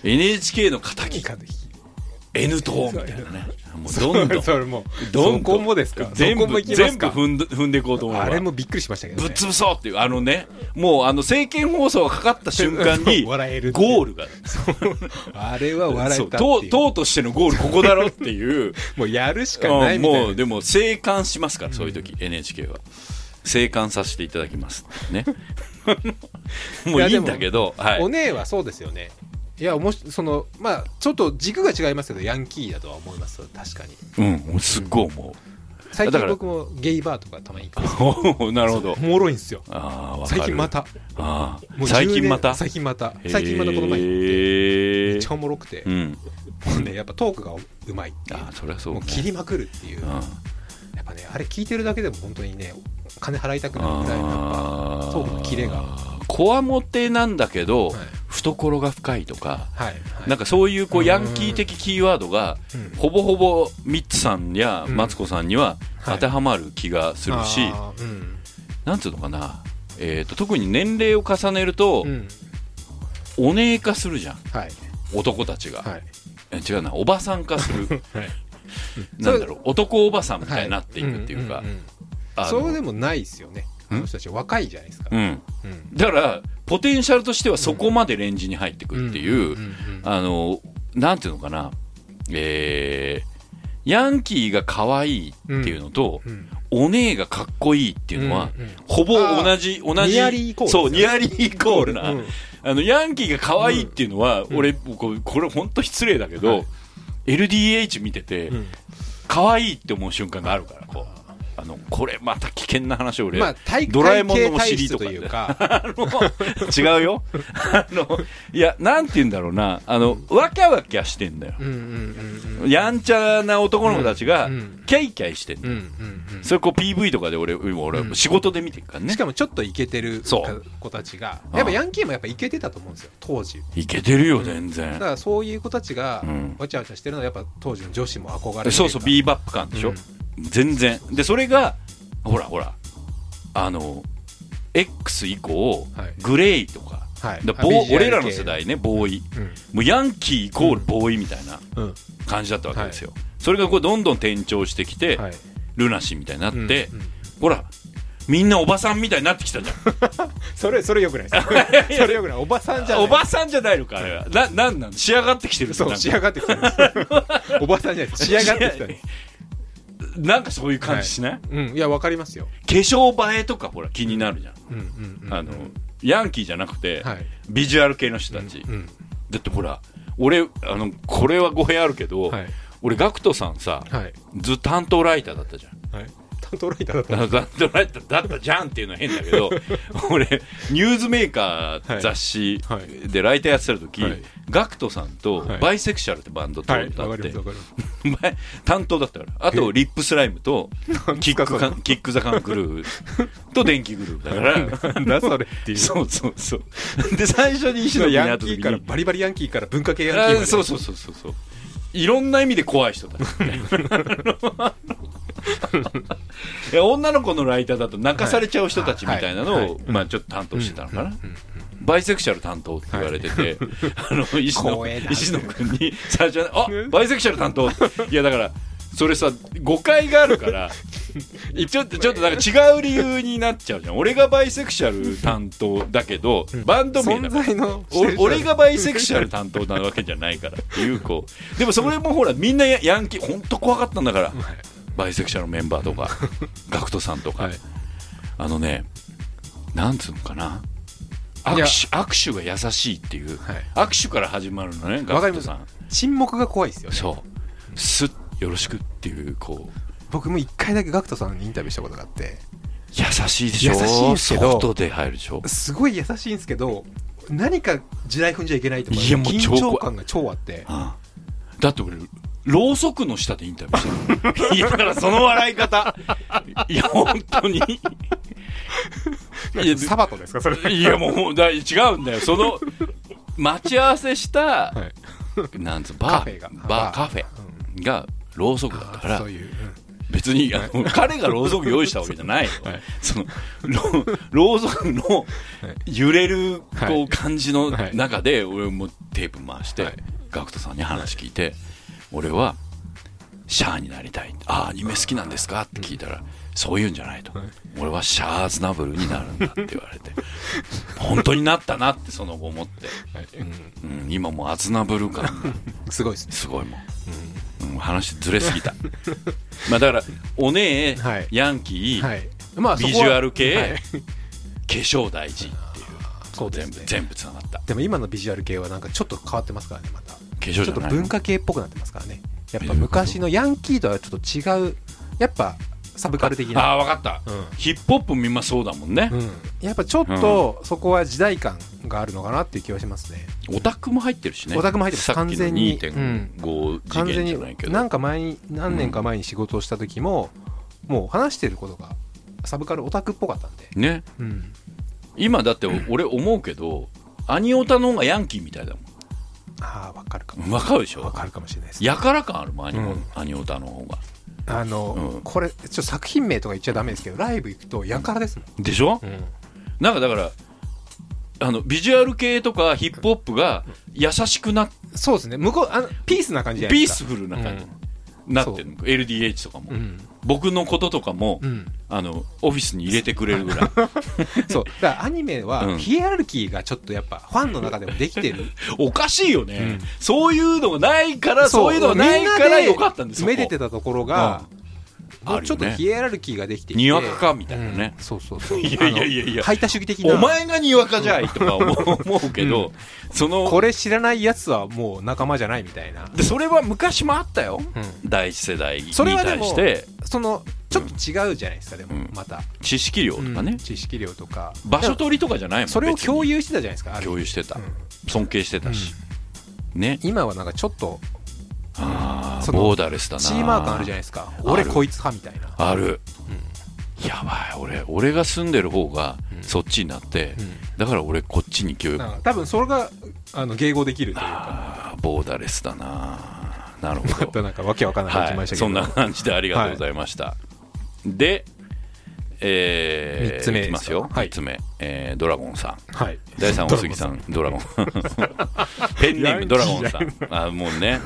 [SPEAKER 2] NHK の肩
[SPEAKER 3] いい
[SPEAKER 2] 着
[SPEAKER 3] かで
[SPEAKER 2] N 党みたいなねもうどんどん
[SPEAKER 3] *laughs* それも
[SPEAKER 2] どん
[SPEAKER 3] そこ
[SPEAKER 2] どん
[SPEAKER 3] もですか
[SPEAKER 2] 全
[SPEAKER 3] そこも
[SPEAKER 2] 部
[SPEAKER 3] いきま
[SPEAKER 2] 全部
[SPEAKER 3] すか
[SPEAKER 2] 踏んで踏んでいこうと思うわ
[SPEAKER 3] あれもびっくりしましたけど
[SPEAKER 2] ぶっ
[SPEAKER 3] ね
[SPEAKER 2] 潰そうっていうあのねもうあの政見放送がかかった瞬間に
[SPEAKER 3] そう *laughs* 笑えるっていう
[SPEAKER 2] ゴールが
[SPEAKER 3] *laughs* あれは笑
[SPEAKER 2] そ
[SPEAKER 3] え
[SPEAKER 2] う
[SPEAKER 3] たっていう
[SPEAKER 2] 党党としてのゴールここだろって
[SPEAKER 3] *laughs*
[SPEAKER 2] いう
[SPEAKER 3] もうやるしかない
[SPEAKER 2] うん
[SPEAKER 3] みたいな
[SPEAKER 2] もうでも静観しますからそういう時 NHK は静観させていただきます
[SPEAKER 3] *laughs*
[SPEAKER 2] ねもういいんだけどはい
[SPEAKER 3] お姉はそうですよねいやもしそのまあちょっと軸が違いますけどヤンキーだとは思います確かに
[SPEAKER 2] うんすっごい思
[SPEAKER 3] 最
[SPEAKER 2] だ
[SPEAKER 3] 近
[SPEAKER 2] から
[SPEAKER 3] 僕もゲイバーとかたまに行くんです
[SPEAKER 2] う *laughs* おーなるほど
[SPEAKER 3] おもろいんですよ
[SPEAKER 2] ああわかる
[SPEAKER 3] 最近また
[SPEAKER 2] あ
[SPEAKER 3] も
[SPEAKER 2] ー
[SPEAKER 3] う10
[SPEAKER 2] 最近ま
[SPEAKER 3] 年
[SPEAKER 2] た
[SPEAKER 3] 最近また最近またこの前行って
[SPEAKER 2] へ
[SPEAKER 3] め
[SPEAKER 2] え
[SPEAKER 3] っちゃおもろくて
[SPEAKER 2] う、ん
[SPEAKER 3] もうねやっぱトークがうまいっていう
[SPEAKER 2] ああそりゃそう
[SPEAKER 3] も
[SPEAKER 2] ね
[SPEAKER 3] う切りまくるっていう、
[SPEAKER 2] うん
[SPEAKER 3] やっぱねあれ聞いてるだけでも本当にね金払いたくなるぐらいのやっ
[SPEAKER 2] あ
[SPEAKER 3] ぱ
[SPEAKER 2] ー
[SPEAKER 3] トークのキレがは
[SPEAKER 2] こわもてなんだけど、
[SPEAKER 3] い
[SPEAKER 2] 懐が深いとか、
[SPEAKER 3] はいはい
[SPEAKER 2] なんかそういうこ
[SPEAKER 3] う
[SPEAKER 2] うんヤンキー的キーワードが、
[SPEAKER 3] うん
[SPEAKER 2] ほぼほぼミッツさんや
[SPEAKER 3] うん
[SPEAKER 2] マツコさんには
[SPEAKER 3] はい
[SPEAKER 2] 当てはまる気がするし、
[SPEAKER 3] あーうん
[SPEAKER 2] なんつうのかな、えー、と特に年齢を重ねると
[SPEAKER 3] う、ん
[SPEAKER 2] お姉化するじゃん
[SPEAKER 3] はい
[SPEAKER 2] 男たちが、
[SPEAKER 3] はい
[SPEAKER 2] え違うなおばさん化
[SPEAKER 3] *laughs*
[SPEAKER 2] する
[SPEAKER 3] はい
[SPEAKER 2] なんだろう男おばさんみたいになっていくっていうか、
[SPEAKER 3] んんん
[SPEAKER 2] あの
[SPEAKER 3] そうでもないですよね
[SPEAKER 2] う
[SPEAKER 3] あ
[SPEAKER 2] ん
[SPEAKER 3] の人たち若いじゃないですか
[SPEAKER 2] うん
[SPEAKER 3] うん
[SPEAKER 2] だからポテンシャルとしてはそこまでレンジに入ってくるっていう、
[SPEAKER 3] んん
[SPEAKER 2] あのなんていうのかなえーヤンキーが可愛いっていうのと、
[SPEAKER 3] うん
[SPEAKER 2] お姉がかっこいいっていうのは、
[SPEAKER 3] うんうん
[SPEAKER 2] ほぼ同じ同じ
[SPEAKER 3] ニアリーイコールですよ
[SPEAKER 2] そうニアリーイコールな、
[SPEAKER 3] うん
[SPEAKER 2] あのヤンキーが可愛いっていうのは、俺こうこれ本当失礼だけど、
[SPEAKER 3] はい
[SPEAKER 2] LDH 見てて、
[SPEAKER 3] うん
[SPEAKER 2] 可愛いって思う瞬間があるからこうあのこれまた危険な話を俺、
[SPEAKER 3] まあ体
[SPEAKER 2] ドラえもんのお
[SPEAKER 3] 体型体
[SPEAKER 2] 尻
[SPEAKER 3] 質
[SPEAKER 2] と
[SPEAKER 3] と
[SPEAKER 2] かで
[SPEAKER 3] いうか
[SPEAKER 2] 違うよあのいやなんて言うんだろうなあのわきゃわきゃしてんだよ、
[SPEAKER 3] うんうんうんうん
[SPEAKER 2] やんちゃな男の子たちが
[SPEAKER 3] うんうん
[SPEAKER 2] キャイキャイしてん
[SPEAKER 3] う
[SPEAKER 2] の
[SPEAKER 3] んうんうん
[SPEAKER 2] それこう PV とかで俺今俺
[SPEAKER 3] うん
[SPEAKER 2] 仕事で見てるからね
[SPEAKER 3] しかもちょっとイケてる
[SPEAKER 2] そう
[SPEAKER 3] 子たちが
[SPEAKER 2] ああ
[SPEAKER 3] やっぱヤンキーもやっぱイケてたと思うんですよ当時
[SPEAKER 2] いけてるよ全
[SPEAKER 3] だ
[SPEAKER 2] 然
[SPEAKER 3] からそういう子たちが
[SPEAKER 2] うん
[SPEAKER 3] わちゃわちゃしてるのはやっぱ当時の女子も憧れてる
[SPEAKER 2] そうそうビーバップ感でしょ全然でそれがほらほらあの X 以降
[SPEAKER 3] はい
[SPEAKER 2] グレイとか
[SPEAKER 3] はい
[SPEAKER 2] だ
[SPEAKER 3] あ
[SPEAKER 2] ボー
[SPEAKER 3] ビジュア
[SPEAKER 2] 俺
[SPEAKER 3] ル系
[SPEAKER 2] らの世代ねボーイ
[SPEAKER 3] うん
[SPEAKER 2] もうヤンキーイコールボーイみたいな
[SPEAKER 3] うん
[SPEAKER 2] 感じだったわけですよそれがこうどんどん転調してきて
[SPEAKER 3] はい
[SPEAKER 2] ルナシーみたいになって
[SPEAKER 3] うんうん
[SPEAKER 2] ほらみんなおばさんみたいになってきたじゃん
[SPEAKER 3] それそれよ *laughs* くないですそれよくないおばさんじゃない
[SPEAKER 2] おばさんじゃないのかあれはななんなん仕上がってきてる
[SPEAKER 3] そう
[SPEAKER 2] なんか
[SPEAKER 3] 仕上がってきたんです *laughs* おばさんじゃない仕上がってきたんです
[SPEAKER 2] *laughs* なんかそういう感じしない、
[SPEAKER 3] うんいやわかりますよ
[SPEAKER 2] 化粧映えとかほら気になるじゃん、
[SPEAKER 3] うんうんうん
[SPEAKER 2] あのヤンキーじゃなくて、
[SPEAKER 3] はい
[SPEAKER 2] ビジュアル系の人たち、
[SPEAKER 3] うん
[SPEAKER 2] だってほら俺あのこれは語弊あるけど、
[SPEAKER 3] はい
[SPEAKER 2] 俺ガクトさんさ、
[SPEAKER 3] はい
[SPEAKER 2] ずっと担当ライターだったじゃん
[SPEAKER 3] はい担当ライターだった
[SPEAKER 2] あの担当ライターだったじゃんっていうのは変だけ
[SPEAKER 3] *laughs*
[SPEAKER 2] ど俺ニュースメーカー雑誌
[SPEAKER 3] はいは
[SPEAKER 2] でライターやってた時、
[SPEAKER 3] はい
[SPEAKER 2] ガクトさんと
[SPEAKER 3] はい
[SPEAKER 2] バイセクシャルってバンドと歌って、
[SPEAKER 3] わかりますわかり *laughs* ます
[SPEAKER 2] 前担当だったからあとリップスライムとキックカンキックザカンク
[SPEAKER 3] *laughs*
[SPEAKER 2] ルーと電気グループだから
[SPEAKER 3] なんだそれっていう
[SPEAKER 2] そうそうそうで最初に石野君に会
[SPEAKER 3] ヤ
[SPEAKER 2] っ
[SPEAKER 3] ン
[SPEAKER 2] た時
[SPEAKER 3] キー
[SPEAKER 2] に
[SPEAKER 3] からバリバリヤンキーから文化系ヤンキーま
[SPEAKER 2] あ
[SPEAKER 3] で
[SPEAKER 2] そうそうそうそうそういろんな意味で怖い人
[SPEAKER 3] *laughs*
[SPEAKER 2] だいや女の子のライターだと泣かされちゃう人たちみたいな
[SPEAKER 3] はい
[SPEAKER 2] の
[SPEAKER 3] は
[SPEAKER 2] を
[SPEAKER 3] い
[SPEAKER 2] まあちょっと担当してたのかなバイセクシャル担当って言われてて、あの石
[SPEAKER 3] 光栄だ
[SPEAKER 2] 野石野君に最初はあバイセクシャル担当」いやだからそれさ誤解があるからちょっとちょっとなんか違う理由になっちゃうじゃん俺がバイセクシャル担当だけどバンド名だ
[SPEAKER 3] 存
[SPEAKER 2] から
[SPEAKER 3] 在の
[SPEAKER 2] お俺がバイセクシャル担当なわけじゃないからっていうこ
[SPEAKER 3] *laughs*
[SPEAKER 2] うでもそれもほらみんなヤヤンキー本当怖かったんだからバイセクシャルのメンバーと
[SPEAKER 3] *laughs*
[SPEAKER 2] かガクトさんとか、
[SPEAKER 3] はい
[SPEAKER 2] あのねなんつうのかない
[SPEAKER 3] や
[SPEAKER 2] 握手握手が優しいっていう、
[SPEAKER 3] はい
[SPEAKER 2] 握手から始まるのね
[SPEAKER 3] わ
[SPEAKER 2] ガ
[SPEAKER 3] か
[SPEAKER 2] ク
[SPEAKER 3] りま
[SPEAKER 2] ト
[SPEAKER 3] す
[SPEAKER 2] さん
[SPEAKER 3] 沈黙が怖いですよね
[SPEAKER 2] そうすっよろしくっていうこう
[SPEAKER 3] 僕も一回だけガクトさんにインタビューしたことがあって
[SPEAKER 2] 優しいでしょ
[SPEAKER 3] 優しいですけど
[SPEAKER 2] ソフトで入るでしょ
[SPEAKER 3] すごい優しいんですけど何か地雷踏んじゃいけないとか
[SPEAKER 2] いやもう
[SPEAKER 3] 緊
[SPEAKER 2] 超
[SPEAKER 3] 張感が超あって
[SPEAKER 2] うんだって俺ろうそくの下でインタビューしてる *laughs* いやだからその笑い方いや本当にいや
[SPEAKER 3] サバトですかそれ
[SPEAKER 2] いやもうだ違うんだよその待ち合わせした、
[SPEAKER 3] はい
[SPEAKER 2] なんつう
[SPEAKER 3] カ
[SPEAKER 2] バ
[SPEAKER 3] フェが
[SPEAKER 2] ーバーカフェがろうそくだか
[SPEAKER 3] そ
[SPEAKER 2] ら
[SPEAKER 3] ういう、
[SPEAKER 2] 別にあの彼がろうそく用意したわけじゃないよ、
[SPEAKER 3] はい
[SPEAKER 2] そのろうろうそくの揺れる
[SPEAKER 3] は
[SPEAKER 2] こ
[SPEAKER 3] いう
[SPEAKER 2] 感じの
[SPEAKER 3] はい
[SPEAKER 2] 中で俺もテープ回して、
[SPEAKER 3] はい
[SPEAKER 2] ガクトさんに話聞いて、俺はシャアになりたいああアニメ好きなんですかって聞いたら、そういうんじゃないと、俺はシャアーズナブルになるんだって言われて本当になったなってその後思って、うん、今もうアズナブル感が
[SPEAKER 3] うんすごいですね
[SPEAKER 2] すごいもん、うん話ずれすぎたまあだからお姉、
[SPEAKER 3] はい
[SPEAKER 2] ヤンキー、
[SPEAKER 3] はいまあそこ
[SPEAKER 2] ビ
[SPEAKER 3] は
[SPEAKER 2] ジュアル系、
[SPEAKER 3] はい
[SPEAKER 2] 化粧大事っていう
[SPEAKER 3] そうで
[SPEAKER 2] 全
[SPEAKER 3] す
[SPEAKER 2] 部
[SPEAKER 3] ね
[SPEAKER 2] 全部つながった化
[SPEAKER 3] でも今のビジュアアル系はなんかちょっと変わってますからねまた
[SPEAKER 2] 粧
[SPEAKER 3] ち
[SPEAKER 2] じ
[SPEAKER 3] ょっ
[SPEAKER 2] ゃ
[SPEAKER 3] と
[SPEAKER 2] ない
[SPEAKER 3] 文化系っぽくなってますからねやっぱ昔のヤンキーとはちょっと違うやっぱサブカル的な
[SPEAKER 2] ああ分かった、
[SPEAKER 3] うん
[SPEAKER 2] ヒップホップみんなそうだもんね
[SPEAKER 3] う、ん、やっぱちょっとそこは時代感があるのかなっていう気はしますね、
[SPEAKER 2] オタクも入ってるしね
[SPEAKER 3] オタクも入ってます
[SPEAKER 2] さっ
[SPEAKER 3] 完
[SPEAKER 2] きの
[SPEAKER 3] 全に
[SPEAKER 2] 2.5次
[SPEAKER 3] 完
[SPEAKER 2] 元
[SPEAKER 3] 全
[SPEAKER 2] じ
[SPEAKER 3] に
[SPEAKER 2] ゃないけど
[SPEAKER 3] なんか前に何年か前に仕事をした時も、もう話してることがサブカルオタクっぽかったんで、
[SPEAKER 2] ね
[SPEAKER 3] うん、
[SPEAKER 2] 今だって俺思うけど、アニオタの方がヤンキーみたいだ
[SPEAKER 3] ああ分かるか
[SPEAKER 2] も
[SPEAKER 3] も
[SPEAKER 2] んわかるでし
[SPEAKER 3] 分
[SPEAKER 2] ょ
[SPEAKER 3] かるかもしれないです
[SPEAKER 2] やから感あるもんアニ,、
[SPEAKER 3] うん
[SPEAKER 2] アニオタの方が
[SPEAKER 3] あの、
[SPEAKER 2] うん
[SPEAKER 3] これちょっと作品名とか言っちゃダメですけどライブ行くとやからですも
[SPEAKER 2] でしょ、
[SPEAKER 3] ん、うん
[SPEAKER 2] なんかだからあのビジュアル系とかヒップホップが優しくなっ
[SPEAKER 3] そうですね向こうあのピースな感じじゃない
[SPEAKER 2] ピー
[SPEAKER 3] です
[SPEAKER 2] ス
[SPEAKER 3] か
[SPEAKER 2] フルな感じになってるの、LDH とかも、
[SPEAKER 3] うん
[SPEAKER 2] 僕のこととかも、
[SPEAKER 3] うん、
[SPEAKER 2] あのオフィスに入れてくれるぐ
[SPEAKER 3] *laughs*
[SPEAKER 2] らい
[SPEAKER 3] そうだからアニメ
[SPEAKER 2] う
[SPEAKER 3] は
[SPEAKER 2] ん
[SPEAKER 3] ヒエラルキーがちょっとやっぱファンの中でもで
[SPEAKER 2] *laughs*
[SPEAKER 3] きてる
[SPEAKER 2] おかしいよね、
[SPEAKER 3] うん
[SPEAKER 2] そういうのがないからそういうのがないからよかったんですよ
[SPEAKER 3] めでてたところが、
[SPEAKER 2] うん
[SPEAKER 3] もうちょっと
[SPEAKER 2] あるよね
[SPEAKER 3] ヒエラルキーができていて
[SPEAKER 2] にわかかみたいなね
[SPEAKER 3] うんそうそうそ
[SPEAKER 2] *laughs*
[SPEAKER 3] う
[SPEAKER 2] いやいやいやいや
[SPEAKER 3] あの排他主義的な
[SPEAKER 2] お前がにわかじゃいとか思う思うけど、 *laughs* その
[SPEAKER 3] これ知らないやつはもう仲間じゃないみたいな
[SPEAKER 2] でそれは昔もあったよ、
[SPEAKER 3] うん
[SPEAKER 2] 第一世代に
[SPEAKER 3] それはで
[SPEAKER 2] 対
[SPEAKER 3] も
[SPEAKER 2] して
[SPEAKER 3] そのちょっと違うじゃないですか、で
[SPEAKER 2] うん
[SPEAKER 3] もまた、
[SPEAKER 2] 知識量とかね、
[SPEAKER 3] うん知識量とか
[SPEAKER 2] 場所取りとかじゃないもん
[SPEAKER 3] それを共
[SPEAKER 2] 有
[SPEAKER 3] 有してたじゃないですかある
[SPEAKER 2] 共有してた、
[SPEAKER 3] うん
[SPEAKER 2] 尊敬してたし、ね
[SPEAKER 3] 今はなんかちょっと
[SPEAKER 2] あー
[SPEAKER 3] その
[SPEAKER 2] ボーダーレスだな
[SPEAKER 3] チーマー感あるじゃないですか俺こいつ派みたいな
[SPEAKER 2] ある、やばい俺俺が住んでる方がそっちになって、
[SPEAKER 3] うん
[SPEAKER 2] だから俺こっちに行きよう
[SPEAKER 3] なんか多分それがあの迎合できるというか
[SPEAKER 2] あーボーダーレスだななる
[SPEAKER 3] ま
[SPEAKER 2] ほ
[SPEAKER 3] た
[SPEAKER 2] ど、
[SPEAKER 3] なんかわけわかんない話し
[SPEAKER 2] は
[SPEAKER 3] ま
[SPEAKER 2] い、
[SPEAKER 3] したけ
[SPEAKER 2] そ
[SPEAKER 3] ど、
[SPEAKER 2] んな感じでありがとうございました、で、えー
[SPEAKER 3] 三つ目
[SPEAKER 2] いきますよ、
[SPEAKER 3] ですかはい
[SPEAKER 2] 3つ目、えードラゴンさん
[SPEAKER 3] はい
[SPEAKER 2] 第3大杉さんドラゴンペンネ *laughs* ームドラゴンさんあもうね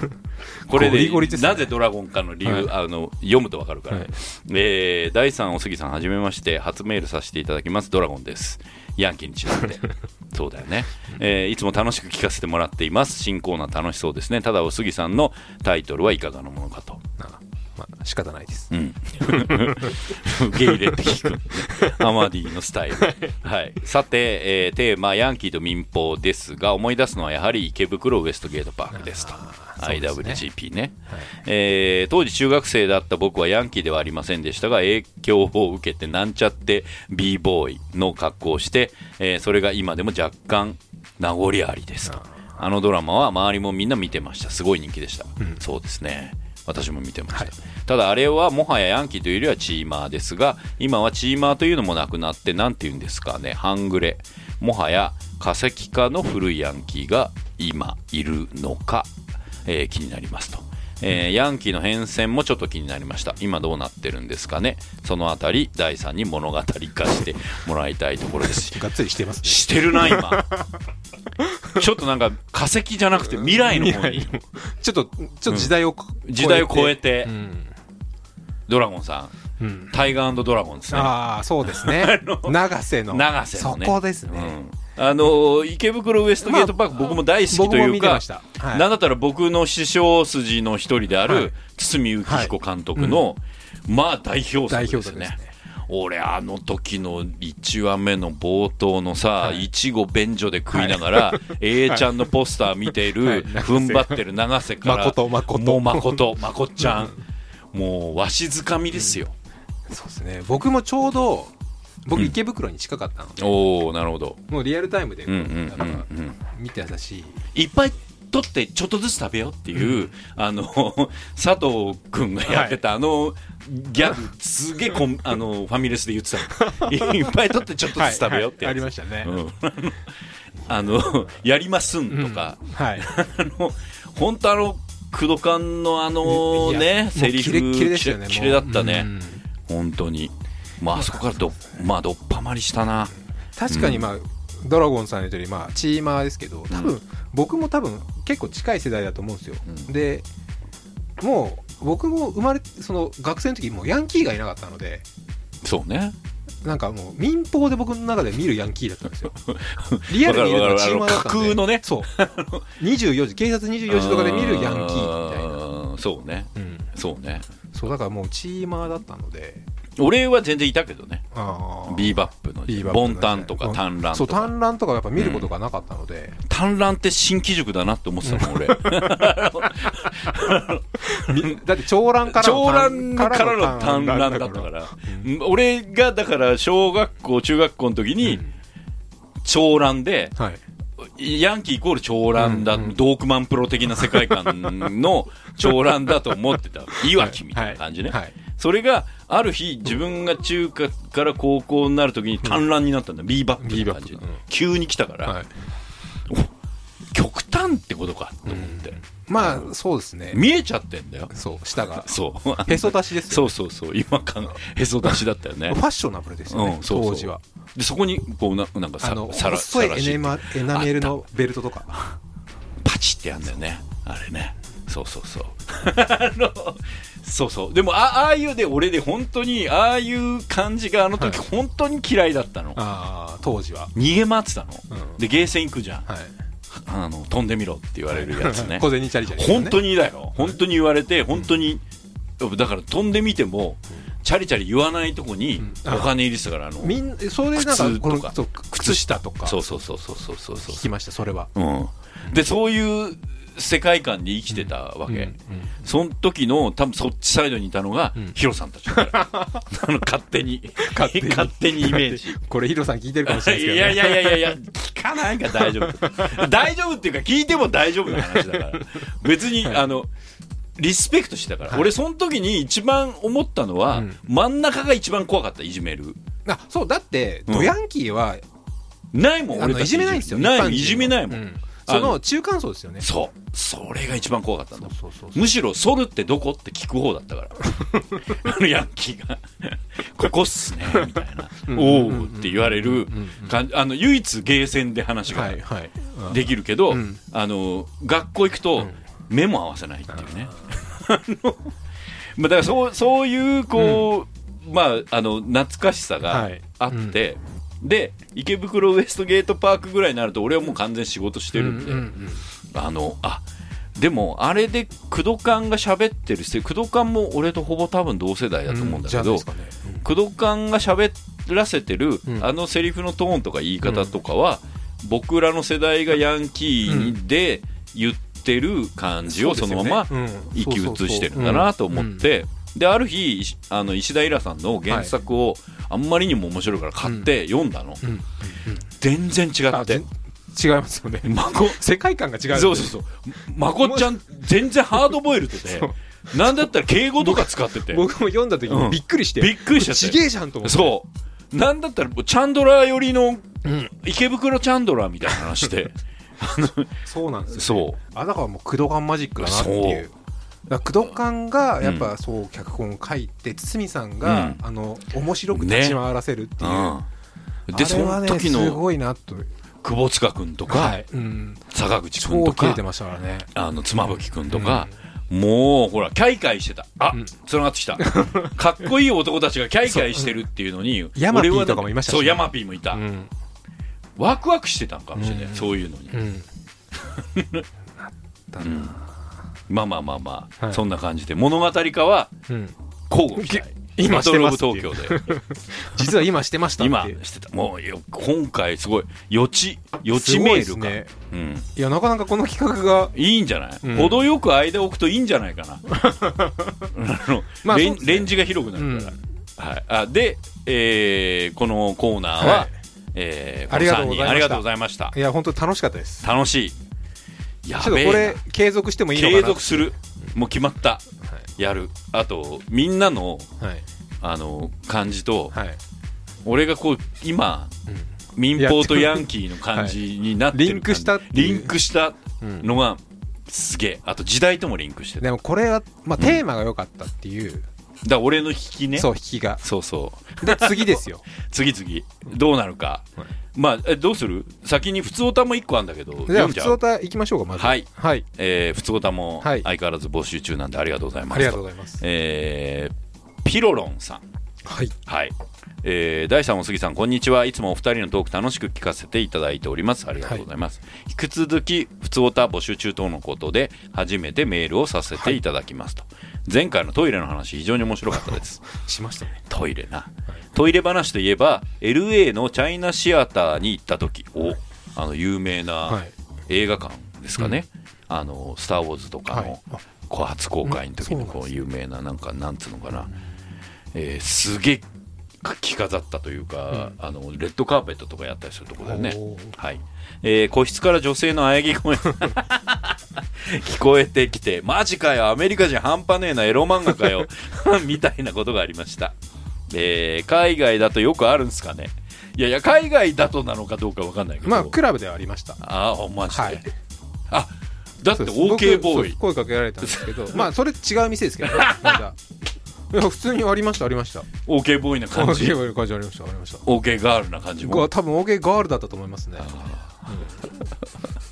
[SPEAKER 2] これで
[SPEAKER 3] ゴリゴリですね
[SPEAKER 2] なぜドラゴンかの理由、あの読むとわかるから、
[SPEAKER 3] はい
[SPEAKER 2] えー第3大杉さんはじめまして初メールさせていただきますドラゴンですヤンキーにちなんでそうだよね、えーいつも楽しく聞かせてもらっています新コーナー楽しそうですねただお杉さんのタイトルはいかがなものかと
[SPEAKER 3] あまあ仕方ないです
[SPEAKER 2] うん
[SPEAKER 3] *laughs*
[SPEAKER 2] 受け入れて聞くアマディのスタイル、はい、さて、えーテーマ「ヤンキーと民放」ですが思い出すのはやはり池袋ウエストゲートパークですと
[SPEAKER 3] ーそうです
[SPEAKER 2] IWGP ね、
[SPEAKER 3] はい
[SPEAKER 2] えー当時中学生だった僕はヤンキーではありませんでしたが影響を受けてなんちゃって b ボーイの格好をして、えーそれが今でも若干名残ありですとあのドラマは周りもみんな見てましたすごい人気でした、そうですね私も見てました、ただあれはもはやヤンキーというよりはチーマーですが今はチーマーというのもなくなって何て言うんですかね半グレもはや化石化の古いヤンキーが今いるのか、えー気になりますと、えーヤンキーの変遷もちょっと気になりました今どうなってるんですかねそのあたり第3に物語化してもらいたいところです
[SPEAKER 3] がっつりして
[SPEAKER 2] *laughs*
[SPEAKER 3] ます
[SPEAKER 2] してるな今ちょっとなんか化石じゃなくて未来の方に
[SPEAKER 3] *laughs* ちょっとちょっと時代を、
[SPEAKER 2] 時代を超えて
[SPEAKER 3] うん
[SPEAKER 2] ドラゴンさ
[SPEAKER 3] うんん
[SPEAKER 2] タイガードラゴンですね
[SPEAKER 3] ああそうで
[SPEAKER 2] *laughs*
[SPEAKER 3] すね長瀬の
[SPEAKER 2] 長瀬のね
[SPEAKER 3] そこですね、
[SPEAKER 2] うんあのー池袋ウエストゲートパーク、僕も大好きと
[SPEAKER 3] 僕も
[SPEAKER 2] いう
[SPEAKER 3] 見て
[SPEAKER 2] か
[SPEAKER 3] ましたはい
[SPEAKER 2] なんだったら僕の師匠筋の一人である、
[SPEAKER 3] はい
[SPEAKER 2] 堤幸彦監督の、まあ代表作ですね
[SPEAKER 3] 代表作ですね
[SPEAKER 2] 俺あの時の1話目の冒頭のさ、
[SPEAKER 3] はい
[SPEAKER 2] いちご便所で食いながら、A *laughs* ちゃんのポスター見ている、
[SPEAKER 3] はい
[SPEAKER 2] 踏ん張ってる永瀬から
[SPEAKER 3] 誠誠
[SPEAKER 2] もう誠誠ちゃん、もうわしづかみですよ、
[SPEAKER 3] そうですね僕もちょうど僕
[SPEAKER 2] うん
[SPEAKER 3] 池袋に近かったので、
[SPEAKER 2] おおなるほど
[SPEAKER 3] もうリアルタイムで、
[SPEAKER 2] うんうんう
[SPEAKER 3] なん
[SPEAKER 2] ん
[SPEAKER 3] か
[SPEAKER 2] うん
[SPEAKER 3] 見てたし
[SPEAKER 2] いっぱい取ってちょっとずつ食べようっていう、あの *laughs* 佐藤君がやってたあのギャグすげえこんあのファミレスで言ってたの
[SPEAKER 3] *laughs*
[SPEAKER 2] いっぱい取ってちょっとずつ食べようって
[SPEAKER 3] はいはいあ
[SPEAKER 2] やつ
[SPEAKER 3] りましたね、
[SPEAKER 2] うんあのやりますんとか、
[SPEAKER 3] はい
[SPEAKER 2] あの本当あの工藤館のあの
[SPEAKER 3] いや
[SPEAKER 2] ね
[SPEAKER 3] もう
[SPEAKER 2] セリフ
[SPEAKER 3] キレッキレでしたよね
[SPEAKER 2] キレッキレだったね、
[SPEAKER 3] もううん
[SPEAKER 2] 本当にまああそこからどまあどっぱまりしたな
[SPEAKER 3] 確かにまあ、ドラゴンさんの言うとおりまあチーマーですけど多分、
[SPEAKER 2] う
[SPEAKER 3] 僕も多分結構近い世代だと思うんですよ、
[SPEAKER 2] うん
[SPEAKER 3] でもう僕も生まれその学生の時もうヤンキーがいなかったので
[SPEAKER 2] そうね
[SPEAKER 3] なんかもう民放で僕の中で見るヤンキーだったんで
[SPEAKER 2] *laughs*
[SPEAKER 3] すよリアルにいるのはチーマーだっ
[SPEAKER 2] わかるわかる
[SPEAKER 3] たんで
[SPEAKER 2] あの架空のね
[SPEAKER 3] そう24時警察24時とかで見るヤンキーみたいな、
[SPEAKER 2] なそうね
[SPEAKER 3] うん、
[SPEAKER 2] そうね
[SPEAKER 3] そうだからもうチーマーだったので
[SPEAKER 2] 俺は全然いたけどね
[SPEAKER 3] あー
[SPEAKER 2] ビーバップの
[SPEAKER 3] ビーバップ
[SPEAKER 2] ボ
[SPEAKER 3] のね
[SPEAKER 2] ンタンとかタンラン
[SPEAKER 3] そ
[SPEAKER 2] と
[SPEAKER 3] う
[SPEAKER 2] か
[SPEAKER 3] 単乱とかやっぱ見ることがなかったので、
[SPEAKER 2] タンランって新機塾だなって思って
[SPEAKER 3] *laughs*
[SPEAKER 2] たもん俺
[SPEAKER 3] みだって長蘭から
[SPEAKER 2] 長蘭
[SPEAKER 3] 短
[SPEAKER 2] からのタンランだったからうん俺がだから小学校中学校の時に長蘭で
[SPEAKER 3] はい
[SPEAKER 2] ヤンキーイコール長蘭だ
[SPEAKER 3] うんうん
[SPEAKER 2] ドークマン
[SPEAKER 3] *laughs*
[SPEAKER 2] プロ的な世界観の長蘭だと思ってたいわきみたいな感じね
[SPEAKER 3] はいはい
[SPEAKER 2] それがある日自分が中華から高校になる時に短乱になったんだ、ビーバップって感じ、
[SPEAKER 3] ビーバップうん
[SPEAKER 2] 急に来たから、
[SPEAKER 3] はい
[SPEAKER 2] 極端ってことかと思って、
[SPEAKER 3] まあそうですね
[SPEAKER 2] 見えちゃってんだよ
[SPEAKER 3] そう舌が
[SPEAKER 2] そう
[SPEAKER 3] へそ出しです
[SPEAKER 2] *laughs* そ
[SPEAKER 3] よ
[SPEAKER 2] うそうそう今かんへそ出しだったよね
[SPEAKER 3] ファッショナブルですよね
[SPEAKER 2] うんそうそう
[SPEAKER 3] 当時は
[SPEAKER 2] でそこにこうななんか
[SPEAKER 3] あ
[SPEAKER 2] さ
[SPEAKER 3] の
[SPEAKER 2] さら
[SPEAKER 3] 細
[SPEAKER 2] さら
[SPEAKER 3] い
[SPEAKER 2] し
[SPEAKER 3] エナエナメルのベルトとか
[SPEAKER 2] パチってやんだよねあれねそうそうそう *laughs* あのそうそうでもあああいうで俺で本当にああいう感じがあの時
[SPEAKER 3] はい
[SPEAKER 2] 本当に嫌いだったの、
[SPEAKER 3] ああ当時は
[SPEAKER 2] 逃げ回ってたの、
[SPEAKER 3] うん
[SPEAKER 2] でゲーセン行くじゃん
[SPEAKER 3] はい
[SPEAKER 2] あの飛んでみろって言われるやつね
[SPEAKER 3] *laughs* 小銭チャリチャリ
[SPEAKER 2] 本当
[SPEAKER 3] に
[SPEAKER 2] にだよ本当に言われて本当に、だから飛んでみてもチャリチャリ言わないとこに
[SPEAKER 3] うん
[SPEAKER 2] お
[SPEAKER 3] あ
[SPEAKER 2] 金入れてたからあの
[SPEAKER 3] みんそれなん
[SPEAKER 2] 靴
[SPEAKER 3] か
[SPEAKER 2] と
[SPEAKER 3] こ
[SPEAKER 2] か
[SPEAKER 3] のそう靴下とか
[SPEAKER 2] そうそうそうそうそうそうそう
[SPEAKER 3] 聞きましたそれは
[SPEAKER 2] うん、でそういう世界観で生きてたわけ、
[SPEAKER 3] うんうん
[SPEAKER 2] その時の多分そっちサイドにいたのが、
[SPEAKER 3] ん
[SPEAKER 2] ヒロさんたちだからあの勝手に勝
[SPEAKER 3] 手に
[SPEAKER 2] にイメージ
[SPEAKER 3] これヒロさん聞いてるかもしれない
[SPEAKER 2] い
[SPEAKER 3] ですけどね
[SPEAKER 2] やいやいやいやいや聞かないから大丈夫大丈夫っていうか聞いても大丈夫な話だから別に、あのリスペクトしてたから、俺その時に一番思ったのは、
[SPEAKER 3] うん
[SPEAKER 2] 真ん中が一番怖かったいじめる
[SPEAKER 3] あそうだって
[SPEAKER 2] うん
[SPEAKER 3] ドヤンキーは
[SPEAKER 2] ないもん
[SPEAKER 3] あ
[SPEAKER 2] 俺
[SPEAKER 3] の
[SPEAKER 2] たち
[SPEAKER 3] いじめないんですよ
[SPEAKER 2] な
[SPEAKER 3] 一
[SPEAKER 2] いもん
[SPEAKER 3] 般人はい
[SPEAKER 2] じめないも、
[SPEAKER 3] うんんその中間層ですよね
[SPEAKER 2] そうそれが一番怖かったんだ
[SPEAKER 3] そうそう
[SPEAKER 2] むしろ「ソルってどこ?」って聞く方だった
[SPEAKER 3] *laughs*
[SPEAKER 2] からあのヤンキーが「ここっすね」みたいな「おう」って言われる感じあの唯一ゲーセンで話が
[SPEAKER 3] はいはいうん
[SPEAKER 2] できるけど、
[SPEAKER 3] ん
[SPEAKER 2] あの学校行くと目も合わせないっていうね。あのまあだからそうそういうこう、まああの懐かしさ
[SPEAKER 3] は
[SPEAKER 2] が
[SPEAKER 3] い
[SPEAKER 2] あって、で池袋ウエストゲートパークぐらいになると俺はもう完全に仕事してるんで、
[SPEAKER 3] うんうんうん
[SPEAKER 2] あのあでもあれで工藤官が喋ってるし工藤官も俺とほぼ多分同世代だと思うんだけど、
[SPEAKER 3] じゃないですかね
[SPEAKER 2] 工藤官が喋らせてる、
[SPEAKER 3] うん
[SPEAKER 2] あのセリフのトーンとか言い方とかは、僕らの世代がヤンキーで言ってる感じをそのまま
[SPEAKER 3] うん
[SPEAKER 2] 生き写してるんだなと思っ、て。である日いしあの石田イラさんの原作をあんまりにも面白いから買って読んだの、
[SPEAKER 3] うんうん
[SPEAKER 2] 全然違
[SPEAKER 3] あ
[SPEAKER 2] って
[SPEAKER 3] ぜん違いますよね
[SPEAKER 2] 孫
[SPEAKER 3] 世界観が違う
[SPEAKER 2] そうそうそうまこちゃん全然ハードボイルドで
[SPEAKER 3] そう
[SPEAKER 2] なんだったら敬語とか使ってて
[SPEAKER 3] 僕も読んだ時
[SPEAKER 2] う
[SPEAKER 3] に
[SPEAKER 2] ん
[SPEAKER 3] びっくりして、
[SPEAKER 2] びっくりしちゃった
[SPEAKER 3] ち
[SPEAKER 2] よ
[SPEAKER 3] げえじゃんと思って
[SPEAKER 2] そうなんだったらもうチャンドラー寄りの
[SPEAKER 3] うん
[SPEAKER 2] 池袋チャンドラーみたいな話で
[SPEAKER 3] *laughs* そうなんですよ
[SPEAKER 2] そ
[SPEAKER 3] あだからもう工藤館マジックだなっていうだから工藤館がやっぱそう脚本を書いて堤さんが、あの面白く立ち回らせるって
[SPEAKER 2] う、
[SPEAKER 3] いう、
[SPEAKER 2] うん、で
[SPEAKER 3] あ
[SPEAKER 2] そ
[SPEAKER 3] れは
[SPEAKER 2] の
[SPEAKER 3] ね
[SPEAKER 2] 時
[SPEAKER 3] す
[SPEAKER 2] の
[SPEAKER 3] ごいなと
[SPEAKER 2] 久保塚君とか、
[SPEAKER 3] はい、うん、
[SPEAKER 2] 坂口君
[SPEAKER 3] 超
[SPEAKER 2] と
[SPEAKER 3] 切れ
[SPEAKER 2] か
[SPEAKER 3] てましたからね
[SPEAKER 2] あの妻夫木君とか、もうほらキャイキャイしてたあ、
[SPEAKER 3] うん
[SPEAKER 2] つながって
[SPEAKER 3] *laughs*
[SPEAKER 2] きたかっこいい男たちがキャイキャイしてるっていうのに
[SPEAKER 3] ヤマピー
[SPEAKER 2] 俺は
[SPEAKER 3] とかもいましたしね
[SPEAKER 2] *laughs* そうヤマピーもいた、
[SPEAKER 3] うん
[SPEAKER 2] ワクワクしてたんかもしれない、
[SPEAKER 3] うん
[SPEAKER 2] そういうのに
[SPEAKER 3] うんなったな
[SPEAKER 2] まあまあまあまあ、
[SPEAKER 3] はい
[SPEAKER 2] そんな感じで物語化は
[SPEAKER 3] うん
[SPEAKER 2] 交互期待
[SPEAKER 3] き今
[SPEAKER 2] バ
[SPEAKER 3] し
[SPEAKER 2] ト
[SPEAKER 3] て
[SPEAKER 2] ル・オ
[SPEAKER 3] ます
[SPEAKER 2] ブ
[SPEAKER 3] っていう
[SPEAKER 2] 東
[SPEAKER 3] *laughs*
[SPEAKER 2] 京で
[SPEAKER 3] 実は今してましたって
[SPEAKER 2] 今
[SPEAKER 3] いう
[SPEAKER 2] してたもうよ今回すごい予知予
[SPEAKER 3] す
[SPEAKER 2] 知
[SPEAKER 3] ご
[SPEAKER 2] メ
[SPEAKER 3] いで
[SPEAKER 2] ー
[SPEAKER 3] す
[SPEAKER 2] ルが
[SPEAKER 3] ね
[SPEAKER 2] うん、
[SPEAKER 3] いやなかなかこの企画が
[SPEAKER 2] いいんじゃない、
[SPEAKER 3] うん
[SPEAKER 2] 程よく間を置くといいんじゃないかなあの、
[SPEAKER 3] *laughs* まあ
[SPEAKER 2] レ
[SPEAKER 3] そう
[SPEAKER 2] ン
[SPEAKER 3] ですね
[SPEAKER 2] レンジが広くなるから、はい、あで、えーこのコーナーは、
[SPEAKER 3] はい
[SPEAKER 2] えー
[SPEAKER 3] ありがとうございまし
[SPEAKER 2] この
[SPEAKER 3] た
[SPEAKER 2] 三人ありがとうございました
[SPEAKER 3] いや本当楽しかったです
[SPEAKER 2] 楽しいや
[SPEAKER 3] ちょっ
[SPEAKER 2] べ
[SPEAKER 3] と
[SPEAKER 2] え
[SPEAKER 3] こ
[SPEAKER 2] な
[SPEAKER 3] れ継続してもいいのかな
[SPEAKER 2] 継続するもう決まったやるあとみんなの
[SPEAKER 3] はい
[SPEAKER 2] あの感じと、
[SPEAKER 3] はい、はい
[SPEAKER 2] 俺がこう今民放とヤンキーの感じになってる
[SPEAKER 3] はいリンクしたってい
[SPEAKER 2] リ
[SPEAKER 3] う
[SPEAKER 2] ンクした
[SPEAKER 3] うん
[SPEAKER 2] のがすげえあと時代ともリンクしてるだか
[SPEAKER 3] でもこれは、まあ、テーマが良かったっていう、
[SPEAKER 2] ら俺の引きね
[SPEAKER 3] そ
[SPEAKER 2] そう
[SPEAKER 3] 引きが
[SPEAKER 2] うそう
[SPEAKER 3] で次ですよ
[SPEAKER 2] 次々どうなるか、
[SPEAKER 3] はい
[SPEAKER 2] まあえどうする先に普通歌も1個あるんだけど
[SPEAKER 3] じゃあ
[SPEAKER 2] 読ん
[SPEAKER 3] 普
[SPEAKER 2] じ
[SPEAKER 3] 通
[SPEAKER 2] ゃう
[SPEAKER 3] 歌いきましょうかまず
[SPEAKER 2] はい
[SPEAKER 3] はい、
[SPEAKER 2] えー普通歌も
[SPEAKER 3] はい
[SPEAKER 2] 相変わらず募集中なんでありがとうございます
[SPEAKER 3] ありがとうございます
[SPEAKER 2] えーピロロンさん
[SPEAKER 3] はい
[SPEAKER 2] はい。えー、大さん、お杉さん、こんにちは。いつもお二人のトーク楽しく聞かせていただいております。ありがとうございます。引き続き、普通歌募集中等のことで、初めてメールをさせていただきますと。前回のトイレの話、非常に面白かったです。
[SPEAKER 3] しましたね
[SPEAKER 2] トイレな。トイレ話といえば、LA のチャイナシアターに行った時、お、あの、有名な
[SPEAKER 3] はい
[SPEAKER 2] 映画館ですかね。あの、スター・ウォーズとか
[SPEAKER 3] はい
[SPEAKER 2] のこう初公開の時
[SPEAKER 3] う
[SPEAKER 2] の
[SPEAKER 3] んそう
[SPEAKER 2] こ
[SPEAKER 3] なん
[SPEAKER 2] う
[SPEAKER 3] で
[SPEAKER 2] 有名ななんかなんつうのかな、えーすげえ着飾ったというか、あのレッドカーペットとかやったりするとこだよね
[SPEAKER 3] おー
[SPEAKER 2] はい、えー個室から女性の喘ぎ声聞こえてきてマジかよアメリカ人半端ねえなエロ漫画かよ *laughs* みたいなことがありました、えー海外だとよくあるんですかねいやいや海外だとなのかどうかわかんないけど
[SPEAKER 3] まあクラブではありました
[SPEAKER 2] ああマジで、
[SPEAKER 3] はい
[SPEAKER 2] あだって
[SPEAKER 3] そうです
[SPEAKER 2] OK ボー
[SPEAKER 3] 僕そう
[SPEAKER 2] イ
[SPEAKER 3] 声かけられたんですけどまあそれ違う店ですけどねまだいや普通にありましたありました
[SPEAKER 2] OK ボーイな感じ
[SPEAKER 3] OK ボーイの感じありましたありました
[SPEAKER 2] OK ガールな感じも
[SPEAKER 3] が多分 OK ガールだったと思いますね、うん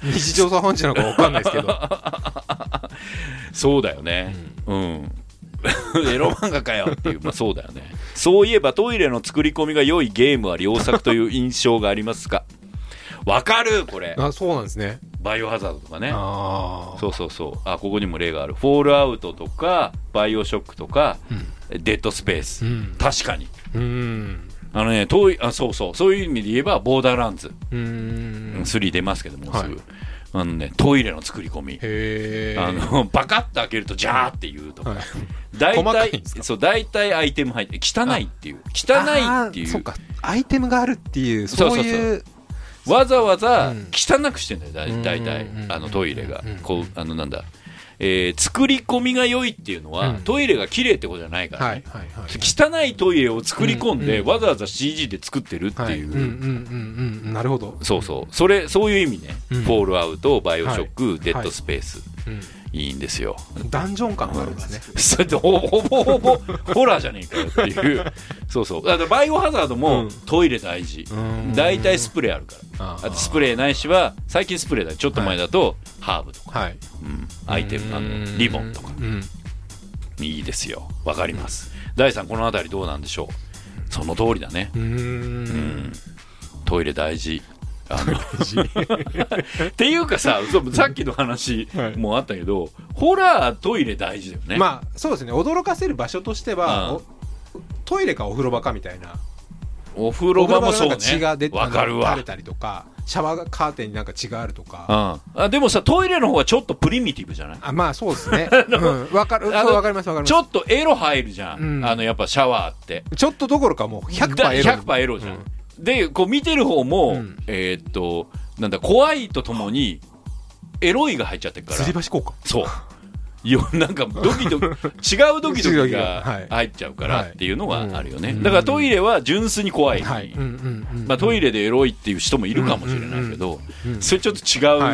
[SPEAKER 3] 日常茶飯事なのか分かんないですけど
[SPEAKER 2] そうだよねうん、 *laughs* エロ漫画かよっていうまあそうだよねそういえばトイレの作り込みが良いゲームは良作という印象がありますかわかるこれ
[SPEAKER 3] あそうなんですね
[SPEAKER 2] バイオハザードとかね
[SPEAKER 3] ああ
[SPEAKER 2] そうそうそうあここにも例がある「フォールアウト」とか「バイオショック」とか「デッドスペース」
[SPEAKER 3] うん
[SPEAKER 2] 確かに
[SPEAKER 3] うん
[SPEAKER 2] あのね遠いあそうそうそういう意味で言えば「ボーダーランズ」
[SPEAKER 3] うーん
[SPEAKER 2] 3出ますけどもうすぐ、
[SPEAKER 3] はい
[SPEAKER 2] あのねトイレの作り込み
[SPEAKER 3] へえ
[SPEAKER 2] あのバカッと開けるとジャーっていうとか、
[SPEAKER 3] はい
[SPEAKER 2] 大
[SPEAKER 3] 細かい
[SPEAKER 2] 体
[SPEAKER 3] んですか
[SPEAKER 2] そう大体アイテム入って汚いっていう汚いって
[SPEAKER 3] あー
[SPEAKER 2] い
[SPEAKER 3] そう
[SPEAKER 2] う
[SPEAKER 3] かアイテムがあるっていう
[SPEAKER 2] そう
[SPEAKER 3] そ
[SPEAKER 2] そううそう
[SPEAKER 3] いう
[SPEAKER 2] わざわざ
[SPEAKER 3] うん
[SPEAKER 2] 汚くしてんだよだい大体
[SPEAKER 3] うんうんうん
[SPEAKER 2] あのトイレが
[SPEAKER 3] うん
[SPEAKER 2] こうあのなんだ、えー作り込みが良いっていうのは、
[SPEAKER 3] うん
[SPEAKER 2] トイレが綺麗ってことじゃないから、
[SPEAKER 3] は
[SPEAKER 2] ね
[SPEAKER 3] いはいはい
[SPEAKER 2] 汚いトイレを作り込んで、
[SPEAKER 3] うん
[SPEAKER 2] わざわざ CG で作ってるって
[SPEAKER 3] はい
[SPEAKER 2] いうう、
[SPEAKER 3] んうんうんうんなるほど
[SPEAKER 2] そうそうそれそういう意味ね、
[SPEAKER 3] うん
[SPEAKER 2] フォールアウトバイオショック、
[SPEAKER 3] はい
[SPEAKER 2] デッドスペース、
[SPEAKER 3] う
[SPEAKER 2] い、いんですよ *laughs*
[SPEAKER 3] んダンジョン感があるんですね
[SPEAKER 2] それってほほぼほぼホラーじゃねえかよっていうそうそうだからバイオハザード
[SPEAKER 3] う
[SPEAKER 2] も
[SPEAKER 3] ん
[SPEAKER 2] トイレ大事
[SPEAKER 3] うん
[SPEAKER 2] 大体スプレーあるから
[SPEAKER 3] あー
[SPEAKER 2] あとスプレーないしは最近スプレーだちょっと前だとハーブとか、
[SPEAKER 3] はい
[SPEAKER 2] うん、アイテムあ
[SPEAKER 3] うん
[SPEAKER 2] のリボンとか
[SPEAKER 3] うん
[SPEAKER 2] いいですよわかります第3この辺りどうなんでしょうその通りだね
[SPEAKER 3] うー
[SPEAKER 2] うんんトイレ大事あの *laughs* っていうかさそうさっきの話
[SPEAKER 3] はい
[SPEAKER 2] もあったけど、ホラートイレ大事だよね、
[SPEAKER 3] まあそうですね驚かせる場所としては
[SPEAKER 2] うん
[SPEAKER 3] おトイレかお風呂場かみたいな
[SPEAKER 2] お風呂場もそう
[SPEAKER 3] お風呂場のなんか血が出
[SPEAKER 2] ね
[SPEAKER 3] て
[SPEAKER 2] わかるわ
[SPEAKER 3] 垂れたりとかシャワーカーテンになんか血があるとか
[SPEAKER 2] うん、あでもさトイレの方はちょっとプリミティブじゃない
[SPEAKER 3] あまあそうですね
[SPEAKER 2] *laughs*
[SPEAKER 3] うんわかる
[SPEAKER 2] あの
[SPEAKER 3] そうわかりますわかります
[SPEAKER 2] ちょっとエロ入るじゃん、
[SPEAKER 3] うん
[SPEAKER 2] あのやっぱシャワーって
[SPEAKER 3] ちょっとどころかもう100%
[SPEAKER 2] だ
[SPEAKER 3] エロ
[SPEAKER 2] 100%エロじゃん、でこう見てる方も、
[SPEAKER 3] うん
[SPEAKER 2] えーっとなんだ怖いとともにエロいが入っちゃってるか
[SPEAKER 3] 吊り
[SPEAKER 2] ら
[SPEAKER 3] 橋効果
[SPEAKER 2] そうよなんかドキドキ違うドキドキが入っちゃうからっていうのがあるよね、
[SPEAKER 3] はいうん
[SPEAKER 2] だからトイレは純粋に怖い、
[SPEAKER 3] はいうんうんうん
[SPEAKER 2] まあ、トイレでエロいっていう人もいるかもしれないけど、
[SPEAKER 3] うん
[SPEAKER 2] それちょっと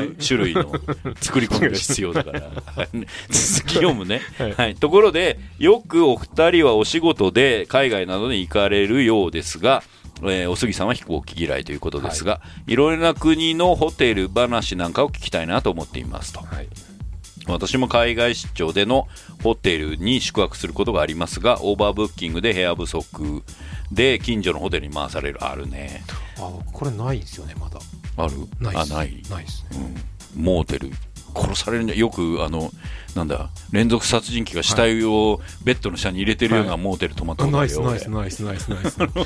[SPEAKER 2] 違う種類
[SPEAKER 3] *laughs*
[SPEAKER 2] の作り込みが必要だから続き読むね、
[SPEAKER 3] *laughs* はい
[SPEAKER 2] はい、ところでよくお二人はお仕事で海外などに行かれるようですが、えーお杉さんは飛行機嫌いということですが、い、ろいろな国のホテル話なんかを聞きたいなと思っていますと
[SPEAKER 3] はい
[SPEAKER 2] 私も海外出張でのホテルに宿泊することがありますがオーバーブッキングで部屋不足で近所のホテルに回されるあるね
[SPEAKER 3] あこれないんですよねまだ
[SPEAKER 2] ある
[SPEAKER 3] ないっす
[SPEAKER 2] あない
[SPEAKER 3] ないですね
[SPEAKER 2] うんモーテル殺されるんじゃよくあのなんだ連続殺人鬼が死体をベッドの下に入れてるような
[SPEAKER 3] はい
[SPEAKER 2] モーテル泊まったこと
[SPEAKER 3] ナ
[SPEAKER 2] あ
[SPEAKER 3] イ
[SPEAKER 2] る
[SPEAKER 3] ス
[SPEAKER 2] よ、
[SPEAKER 3] ナイスナイスナイスナイス
[SPEAKER 2] 俺 *laughs*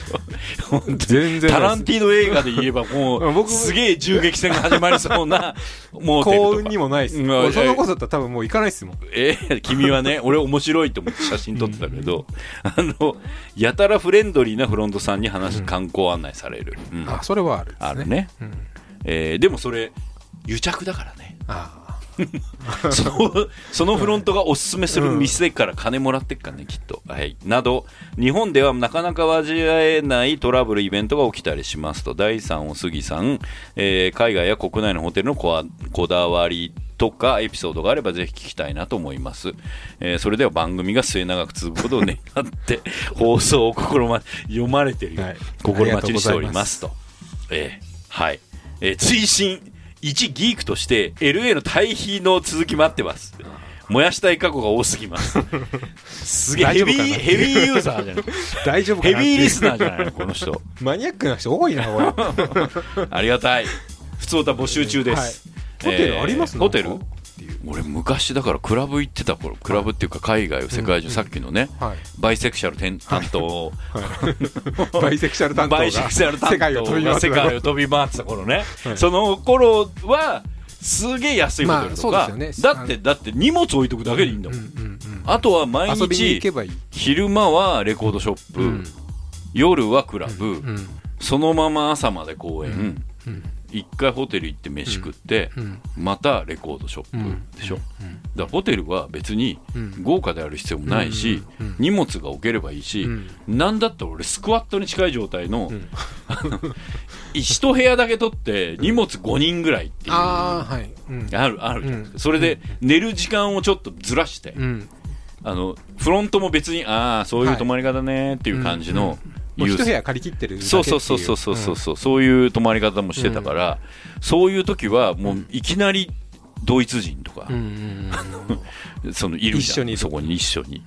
[SPEAKER 2] 本当に
[SPEAKER 3] 全然
[SPEAKER 2] タラン
[SPEAKER 3] ィ
[SPEAKER 2] ティーノ映画で言えばも
[SPEAKER 3] うん
[SPEAKER 2] う
[SPEAKER 3] *laughs* 僕も
[SPEAKER 2] すげえ銃撃戦が始まりそう
[SPEAKER 3] *laughs*
[SPEAKER 2] なモーテルとか
[SPEAKER 3] 幸運にもないっす
[SPEAKER 2] うん
[SPEAKER 3] 俺そのこそだったら多分もう行かないっすもん
[SPEAKER 2] えー君はね俺面白いと思って写真撮ってたけど、あのやたらフレンドリーなフロントさんに話、観光案内される、うん
[SPEAKER 3] あそれはあるんです
[SPEAKER 2] あるね、
[SPEAKER 3] うん
[SPEAKER 2] えーでもそれ癒着だからね
[SPEAKER 3] あ *laughs*
[SPEAKER 2] そのそのフロントがおすすめする店から金もらってっからね、きっと、はい。など、日本ではなかなか味わえないトラブル、イベントが起きたりしますと、第3お杉さん、えー海外や国内のホテルのこわこだわりとかエピソードがあればぜひ聞きたいなと思います。えーそれでは番組が末永く続くことを願
[SPEAKER 3] *laughs*
[SPEAKER 2] って、放送を心ま、読まれてるよ、
[SPEAKER 3] はい
[SPEAKER 2] 心待ちにしておりますと。えーはい。えー追伸一ギークとして LA の対比の続き待ってます。燃やしたい過去が多すぎます。すげえ
[SPEAKER 3] 大丈
[SPEAKER 2] ヘ
[SPEAKER 3] 夫
[SPEAKER 2] ビ
[SPEAKER 3] かな
[SPEAKER 2] ー、ヘビーユーザーじゃ
[SPEAKER 3] *laughs*
[SPEAKER 2] ない。
[SPEAKER 3] 大丈夫かな
[SPEAKER 2] ヘビーリスナ
[SPEAKER 3] ー
[SPEAKER 2] ーじゃないの、この人。
[SPEAKER 3] マニアックな人多いな
[SPEAKER 2] *laughs*
[SPEAKER 3] これ
[SPEAKER 2] ありがたい。普通歌募集中です。
[SPEAKER 3] ホテルあります
[SPEAKER 2] えー
[SPEAKER 3] な
[SPEAKER 2] ホ
[SPEAKER 3] んか
[SPEAKER 2] テル俺昔だからクラブ行ってた頃クラブっていうか海外を世界中、さっきのね、
[SPEAKER 3] はい
[SPEAKER 2] バイセクシャル担担当、 *laughs*
[SPEAKER 3] バイセクシャル担当
[SPEAKER 2] バ
[SPEAKER 3] が
[SPEAKER 2] イセクシャル担当
[SPEAKER 3] 世界を飛び回って
[SPEAKER 2] 世界を飛び回ってた頃ね、
[SPEAKER 3] はい
[SPEAKER 2] その頃はすげえ安いホテルと
[SPEAKER 3] まあ
[SPEAKER 2] か、
[SPEAKER 3] そうですよね
[SPEAKER 2] だってだって荷物置いとくだけでいいんだもん、
[SPEAKER 3] うんうんうん
[SPEAKER 2] あとは毎
[SPEAKER 3] 遊びに行
[SPEAKER 2] 日
[SPEAKER 3] けばいい
[SPEAKER 2] 昼間はレコードショップ、
[SPEAKER 3] うん
[SPEAKER 2] 夜はクラブ、
[SPEAKER 3] うん
[SPEAKER 2] そのまま朝まで公演、
[SPEAKER 3] うん
[SPEAKER 2] 一回ホテル行って飯食って、
[SPEAKER 3] うん
[SPEAKER 2] またレコードショップでしょ、だからホテルは別に
[SPEAKER 3] ん
[SPEAKER 2] 豪華である必要もないし、荷物が置ければいいし、なんだったら俺スクワットに近い状態の、あの一部屋だけ取って荷物5人ぐらいっていうあ
[SPEAKER 3] ああはいうん
[SPEAKER 2] るあるじゃないですかそれで寝る時間をちょっとずらして、
[SPEAKER 3] うん
[SPEAKER 2] あのフロントも別にああそういう泊まり方ねっていう感じの、
[SPEAKER 3] もう
[SPEAKER 2] ユー
[SPEAKER 3] 一
[SPEAKER 2] ス
[SPEAKER 3] 部屋借り切ってるだけって
[SPEAKER 2] そ
[SPEAKER 3] いう
[SPEAKER 2] そうそうそうそうそうそう、そういう泊まり方もしてたから、そういう時はもういきなりドイツ人とか
[SPEAKER 3] う、んうん
[SPEAKER 2] そのいる
[SPEAKER 3] 一
[SPEAKER 2] じ
[SPEAKER 3] 緒
[SPEAKER 2] ゃ
[SPEAKER 3] に
[SPEAKER 2] んそこに一緒に、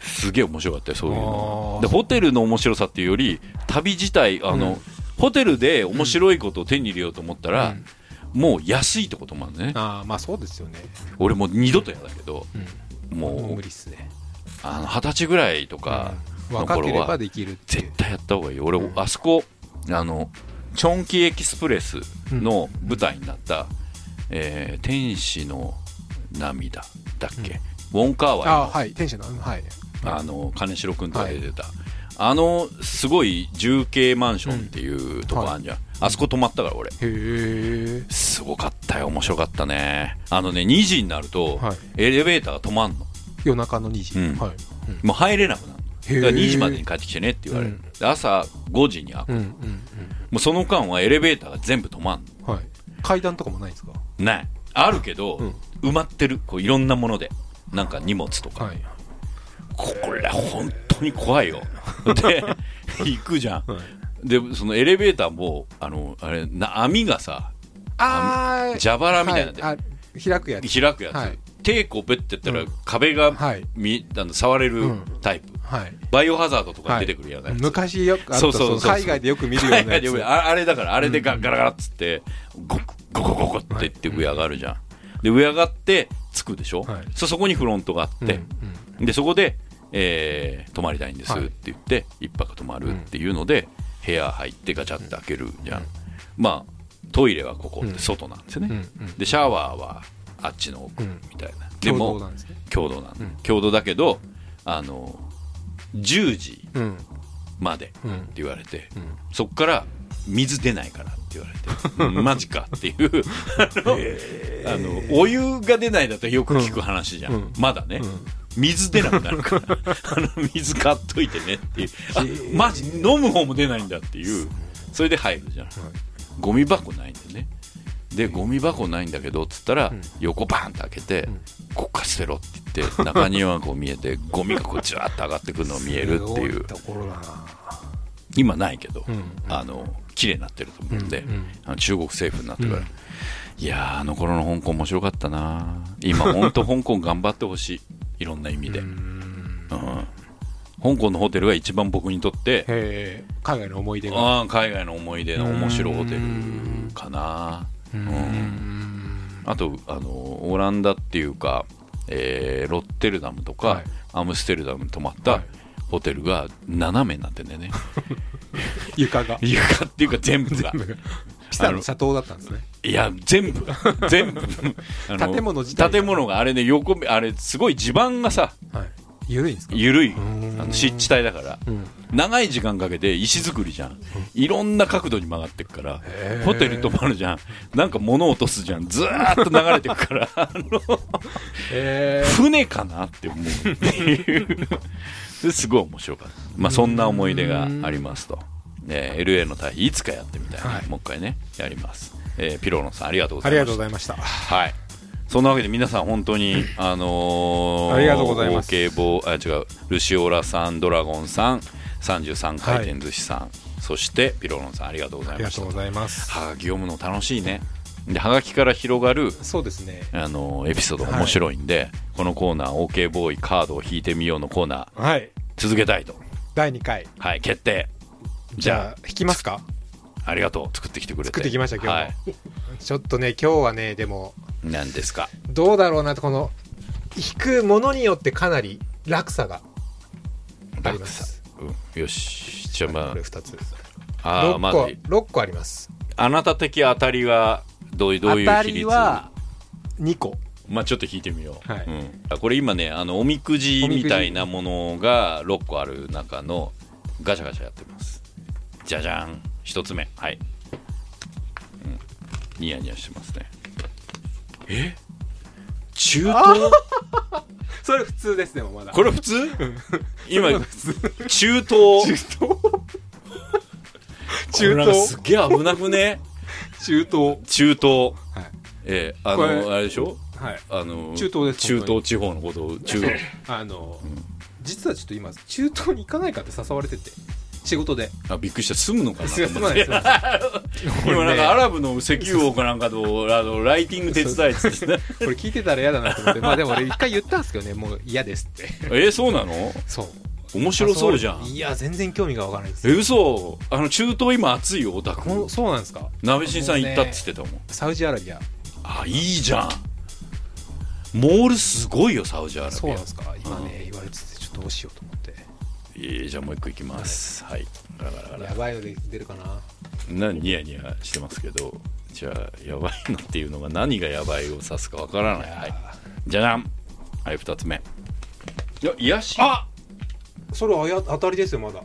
[SPEAKER 2] すげえ面白かったよそういうの
[SPEAKER 3] あ
[SPEAKER 2] で
[SPEAKER 3] ー
[SPEAKER 2] ホテルの面白さっていうより旅自体あの、ホテルで面白いことを手に入れようと思ったら、もう安いとこともあるね
[SPEAKER 3] ああまあそうですよね
[SPEAKER 2] 俺もう二度とやだけど、
[SPEAKER 3] もう
[SPEAKER 2] もう
[SPEAKER 3] 無理っすね
[SPEAKER 2] あの二十歳ぐらいとかの
[SPEAKER 3] 若け
[SPEAKER 2] 頃
[SPEAKER 3] れ
[SPEAKER 2] は
[SPEAKER 3] ばできるってい
[SPEAKER 2] 絶
[SPEAKER 3] う
[SPEAKER 2] 対やった方がいい俺、あそこあのチョンキーエキスプレスの舞台になった「えー天使の涙」だっけ、ウォン・カーワイ
[SPEAKER 3] あ
[SPEAKER 2] の
[SPEAKER 3] あはい天使のうんはい
[SPEAKER 2] あの金城君とかで出てた、あのすごい重慶マンションっていうとこあんじゃん、あそこ泊まったから俺
[SPEAKER 3] へえ
[SPEAKER 2] すごかったよ面白かったねあのね2時になると
[SPEAKER 3] はい
[SPEAKER 2] エレベーターが止まんの
[SPEAKER 3] 夜中の2時
[SPEAKER 2] うん
[SPEAKER 3] はい
[SPEAKER 2] もう入れなくなるの
[SPEAKER 3] へー
[SPEAKER 2] だから2時までに帰ってきてねって言われる、
[SPEAKER 3] うん
[SPEAKER 2] で朝5時に開く、
[SPEAKER 3] うんうん
[SPEAKER 2] もうその間はエレベーターが全部止まん
[SPEAKER 3] うんはい階段とかもないんですか
[SPEAKER 2] のないあるけど、埋まってるこういろんなものでなんか荷物とか、
[SPEAKER 3] はい
[SPEAKER 2] これ本当に怖
[SPEAKER 3] *laughs*
[SPEAKER 2] いよで行くじゃん、
[SPEAKER 3] はい
[SPEAKER 2] でそのエレベーターもあのあれな網がさ
[SPEAKER 3] ああ
[SPEAKER 2] 蛇腹みたいなんで
[SPEAKER 3] はいあ開くやつ
[SPEAKER 2] 開くやつ、
[SPEAKER 3] はい
[SPEAKER 2] 手こうベッてやったら、
[SPEAKER 3] うん
[SPEAKER 2] 壁が
[SPEAKER 3] はい
[SPEAKER 2] みあの触れる
[SPEAKER 3] ん
[SPEAKER 2] タイプ、
[SPEAKER 3] はい
[SPEAKER 2] バイオハザードとか出てくるやつ、
[SPEAKER 3] 昔よくあっ
[SPEAKER 2] そ
[SPEAKER 3] た
[SPEAKER 2] うそう
[SPEAKER 3] そ
[SPEAKER 2] そううそう
[SPEAKER 3] 海外でよく見るよう
[SPEAKER 2] 海
[SPEAKER 3] な
[SPEAKER 2] 外で
[SPEAKER 3] や
[SPEAKER 2] よ
[SPEAKER 3] つ
[SPEAKER 2] くああれだからあれでガガラガラっつってゴクゴコゴコってって上上がるじゃんで上上がって着くでしょ、
[SPEAKER 3] はい
[SPEAKER 2] そそこにフロントがあって、でそこで、えー泊まりたいんですって言って、一泊泊まるっていうので部屋入ってガチャって開けるじゃん、まあトイレはここって外なんですよね、
[SPEAKER 3] うんうん
[SPEAKER 2] でシャワーはあっちの奥みたいな、で
[SPEAKER 3] 共
[SPEAKER 2] も
[SPEAKER 3] 同なんですね
[SPEAKER 2] 共同なんだ共同だけどあの10時
[SPEAKER 3] うん
[SPEAKER 2] までって
[SPEAKER 3] うん
[SPEAKER 2] 言われて、そっから水出ないからって言われて、うんマジかっていうあの,、あのお湯が出ないだとよく聞く話じゃん、まだね、水出なくなるからあの水買っといてねっていうあマジ飲む方も出ないんだっていうそれで入るじゃん、ゴミ箱ないんでねでゴミ箱ないんだけどっつったら、横バーンって開けて、こっから捨てろって言って中庭がこう見えてゴミがこうじわーっと上がってくるのが見えるっていう
[SPEAKER 3] すごところだな
[SPEAKER 2] 今ないけど、
[SPEAKER 3] ん
[SPEAKER 2] あの綺麗になってると思うんで、あの中国政府になってから、いやーあの頃の香港面白かったな今本 *laughs* 当香港頑張ってほしいいろんな意味で、うん香港のホテルが一番僕にとって
[SPEAKER 3] へえ海外の思い出が
[SPEAKER 2] あー海外の思い出の面白いホテルかなうんあとあのオランダっていうか、えーロッテルダムとか、
[SPEAKER 3] はい
[SPEAKER 2] アムステルダムに泊まっ
[SPEAKER 3] は
[SPEAKER 2] た
[SPEAKER 3] い
[SPEAKER 2] ホテルが斜めになってんだよね
[SPEAKER 3] 床が
[SPEAKER 2] 床 *laughs* っていうか全部が
[SPEAKER 3] ピサの斜塔だったんですね
[SPEAKER 2] いや全
[SPEAKER 3] *laughs*
[SPEAKER 2] 部が全部あの
[SPEAKER 3] 建物自体が
[SPEAKER 2] 建物があれね横あれすごい地盤がさ
[SPEAKER 3] はい緩いんですか
[SPEAKER 2] 緩いあの湿地帯だから、長い時間かけて石造りじゃんいろんな角度に曲がってくからホテル泊まるじゃんなんか物落とすじゃんずーっと流れてくから
[SPEAKER 3] *laughs*
[SPEAKER 2] あの
[SPEAKER 3] え
[SPEAKER 2] 船かなって
[SPEAKER 3] *laughs*
[SPEAKER 2] 思うっていうですごい面白かった、まあ、そんな思い出がありますと、えー LA の対比いつかやってみたいな、
[SPEAKER 3] はい
[SPEAKER 2] もう一回ねやります、えーピローノさんありがとうご
[SPEAKER 3] あ
[SPEAKER 2] ざい
[SPEAKER 3] り
[SPEAKER 2] ま
[SPEAKER 3] が
[SPEAKER 2] し
[SPEAKER 3] と
[SPEAKER 2] た
[SPEAKER 3] うございました
[SPEAKER 2] はい。そんなわけで皆さん本当
[SPEAKER 3] *laughs*
[SPEAKER 2] に、あのー、
[SPEAKER 3] ありがとうございます
[SPEAKER 2] オーケーボーあ違うルシオラさんドラゴンさん33回転寿司さん、そしてピロロンさんありがとうござ
[SPEAKER 3] あ
[SPEAKER 2] い
[SPEAKER 3] り
[SPEAKER 2] ま
[SPEAKER 3] が
[SPEAKER 2] した
[SPEAKER 3] とうございます
[SPEAKER 2] はがき読むの楽しいねではがきから広がる
[SPEAKER 3] そうですね
[SPEAKER 2] あのーエピソード面白いんで、このコーナー OK ボーイカードを引いてみようのコーナー
[SPEAKER 3] はい
[SPEAKER 2] 続けたいと
[SPEAKER 3] 第2回
[SPEAKER 2] はい決定
[SPEAKER 3] じ
[SPEAKER 2] じ
[SPEAKER 3] ゃ
[SPEAKER 2] ゃ
[SPEAKER 3] あ引きますか
[SPEAKER 2] あありがとう作ってきてくれて
[SPEAKER 3] 作ってきました今
[SPEAKER 2] は
[SPEAKER 3] 日
[SPEAKER 2] い
[SPEAKER 3] もちょっとね今日はねでも
[SPEAKER 2] 何ですか
[SPEAKER 3] どうだろうなとこの引くものによってかなり落差があります
[SPEAKER 2] うんよしじゃあま
[SPEAKER 3] これ2つ
[SPEAKER 2] ああーま
[SPEAKER 3] 6個
[SPEAKER 2] ず
[SPEAKER 3] 六個あります
[SPEAKER 2] あなた的当たりはどういうどういう比率
[SPEAKER 3] 当たりは2個
[SPEAKER 2] まあちょっと引いてみよう、
[SPEAKER 3] はい
[SPEAKER 2] うんあこれ今ねあのおみくじみたいなものが6個ある中のガチャガチャやってますじゃじゃん1つ目はい、うんニヤニヤしてますねえ中東
[SPEAKER 3] それ普通ですでもまだ
[SPEAKER 2] これ普通今中東
[SPEAKER 3] 東
[SPEAKER 2] これ
[SPEAKER 3] 中
[SPEAKER 2] なんか
[SPEAKER 3] 東
[SPEAKER 2] すげえ危なくね
[SPEAKER 3] 中東
[SPEAKER 2] 中東
[SPEAKER 3] はい
[SPEAKER 2] えーあ
[SPEAKER 3] これ
[SPEAKER 2] のあれでしょ
[SPEAKER 3] はい
[SPEAKER 2] あの
[SPEAKER 3] 中東です
[SPEAKER 2] 中東地方のことを中
[SPEAKER 3] あの、実はちょっと今中東に行かないかって誘われてて仕事で
[SPEAKER 2] あびっくりした住むのかな
[SPEAKER 3] す
[SPEAKER 2] と
[SPEAKER 3] *laughs* いませんすい
[SPEAKER 2] 思
[SPEAKER 3] ま
[SPEAKER 2] っ
[SPEAKER 3] せん
[SPEAKER 2] て
[SPEAKER 3] すいません
[SPEAKER 2] 今なんかアラブの石油王かなんかとあのライティング手伝いっつって
[SPEAKER 3] *laughs*
[SPEAKER 2] ね
[SPEAKER 3] これ聞いてたら嫌だなと思ってまあでも俺一回言ったんですけどねもう嫌ですって
[SPEAKER 2] えーそうなの
[SPEAKER 3] そう
[SPEAKER 2] 面白そうじゃん
[SPEAKER 3] いや全然興味がわからないです
[SPEAKER 2] え嘘あの中東今暑いよオタク
[SPEAKER 3] こうそうなんですか
[SPEAKER 2] 鍋新さん行ったって言ってたもん
[SPEAKER 3] サウジアラビア
[SPEAKER 2] あいいじゃんモールすごいよサウジアラ
[SPEAKER 3] そ
[SPEAKER 2] ビ
[SPEAKER 3] うなん
[SPEAKER 2] ア
[SPEAKER 3] ですか今ね言われててちょっとどうしようと思って
[SPEAKER 2] えーじゃあもう一個行きますはいガラガラガラ
[SPEAKER 3] やばいので出るかな
[SPEAKER 2] なニヤニヤしてますけどじゃあやばいのっていうのが何がやばいを指すかわからないはいじゃじゃんはい2つ目いや癒し
[SPEAKER 3] あそれあや当たりですよまだ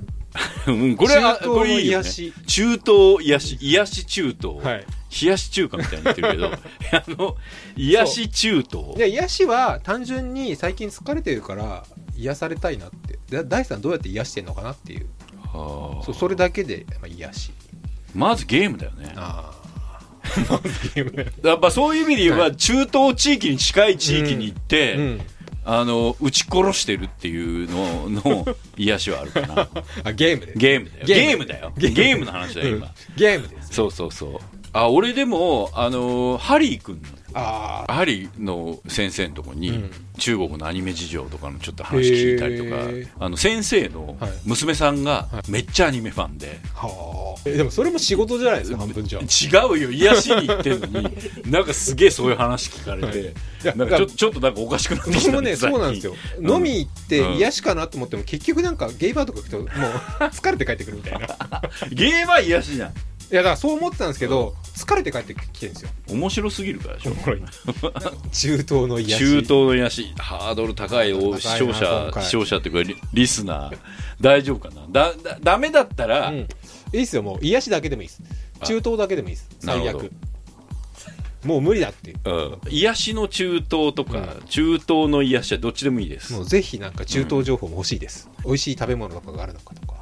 [SPEAKER 2] うん、これは
[SPEAKER 3] 中東の
[SPEAKER 2] これいいよ、
[SPEAKER 3] 癒
[SPEAKER 2] ね、
[SPEAKER 3] し
[SPEAKER 2] 中東癒し癒し中東、
[SPEAKER 3] はい
[SPEAKER 2] 冷やし中華みたいに言って
[SPEAKER 3] *laughs*
[SPEAKER 2] るけどあの癒し中東
[SPEAKER 3] で癒しは単純に最近疲れてるから癒されたいなってだ大さんどうやって癒してんのかなっていう
[SPEAKER 2] あー
[SPEAKER 3] そうそれだけで、まあ、癒し
[SPEAKER 2] まずゲームだよね
[SPEAKER 3] あ *laughs*
[SPEAKER 2] やっぱそういう意味で言えば、
[SPEAKER 3] は
[SPEAKER 2] 中東地域に近い地域に行って、
[SPEAKER 3] うん
[SPEAKER 2] あの撃ち殺してるっていうのの
[SPEAKER 3] *laughs*
[SPEAKER 2] 癒しはあるかな
[SPEAKER 3] あゲームで
[SPEAKER 2] ゲームだよ
[SPEAKER 3] ゲ
[SPEAKER 2] ゲ
[SPEAKER 3] ー
[SPEAKER 2] ー
[SPEAKER 3] ム
[SPEAKER 2] ムだよゲームの話だよ
[SPEAKER 3] うん
[SPEAKER 2] 今、
[SPEAKER 3] ゲームです
[SPEAKER 2] そうそうそうあ俺でもあのハリー君の
[SPEAKER 3] あ
[SPEAKER 2] ハリーの先生のとこに、
[SPEAKER 3] うん
[SPEAKER 2] 中国のアニメ事情とかのちょっと話聞いたりと
[SPEAKER 3] へ
[SPEAKER 2] か
[SPEAKER 3] ー
[SPEAKER 2] あの先生の
[SPEAKER 3] はい
[SPEAKER 2] 娘さんがめっちゃアニメファンで、
[SPEAKER 3] あはあえでもそれも仕事じゃないですか半分じゃ
[SPEAKER 2] 違うよ癒しに行ってんのに *laughs* なんかすげえそういう話聞かれ
[SPEAKER 3] はいい
[SPEAKER 2] て、
[SPEAKER 3] や
[SPEAKER 2] なんかちょちょっとなんかおかしくなってき
[SPEAKER 3] 僕
[SPEAKER 2] た
[SPEAKER 3] もね
[SPEAKER 2] 最
[SPEAKER 3] *laughs*
[SPEAKER 2] 近
[SPEAKER 3] そうなんですよ、
[SPEAKER 2] うん
[SPEAKER 3] 飲み行って
[SPEAKER 2] うん
[SPEAKER 3] 癒しかなと思っても結局なんかゲイバーとか行くともう疲れて帰ってくるみたい *laughs* ないや
[SPEAKER 2] ゲーは癒しじゃん
[SPEAKER 3] だからそう思ってたんですけど疲れて帰ってきてるんですよ
[SPEAKER 2] 面白すぎるからでしょ
[SPEAKER 3] *laughs* 中東の癒し
[SPEAKER 2] 中東の癒しハードル高い
[SPEAKER 3] 高い
[SPEAKER 2] を
[SPEAKER 3] な
[SPEAKER 2] 視聴
[SPEAKER 3] 今
[SPEAKER 2] 者
[SPEAKER 3] 回
[SPEAKER 2] 視聴者っていうかリリスナー大丈夫かなだだダメだったら、
[SPEAKER 3] うんいいっすよもう癒しだけでもいいです
[SPEAKER 2] あ
[SPEAKER 3] 中東だけでもいいです
[SPEAKER 2] なる
[SPEAKER 3] 最
[SPEAKER 2] ほど
[SPEAKER 3] 悪もう無理だっていう
[SPEAKER 2] うん癒しの中東とか、中東の癒しはどっちでもいいです
[SPEAKER 3] もうぜひなんか中東情報も欲しいです、美味しい食べ物とかがあるのかとか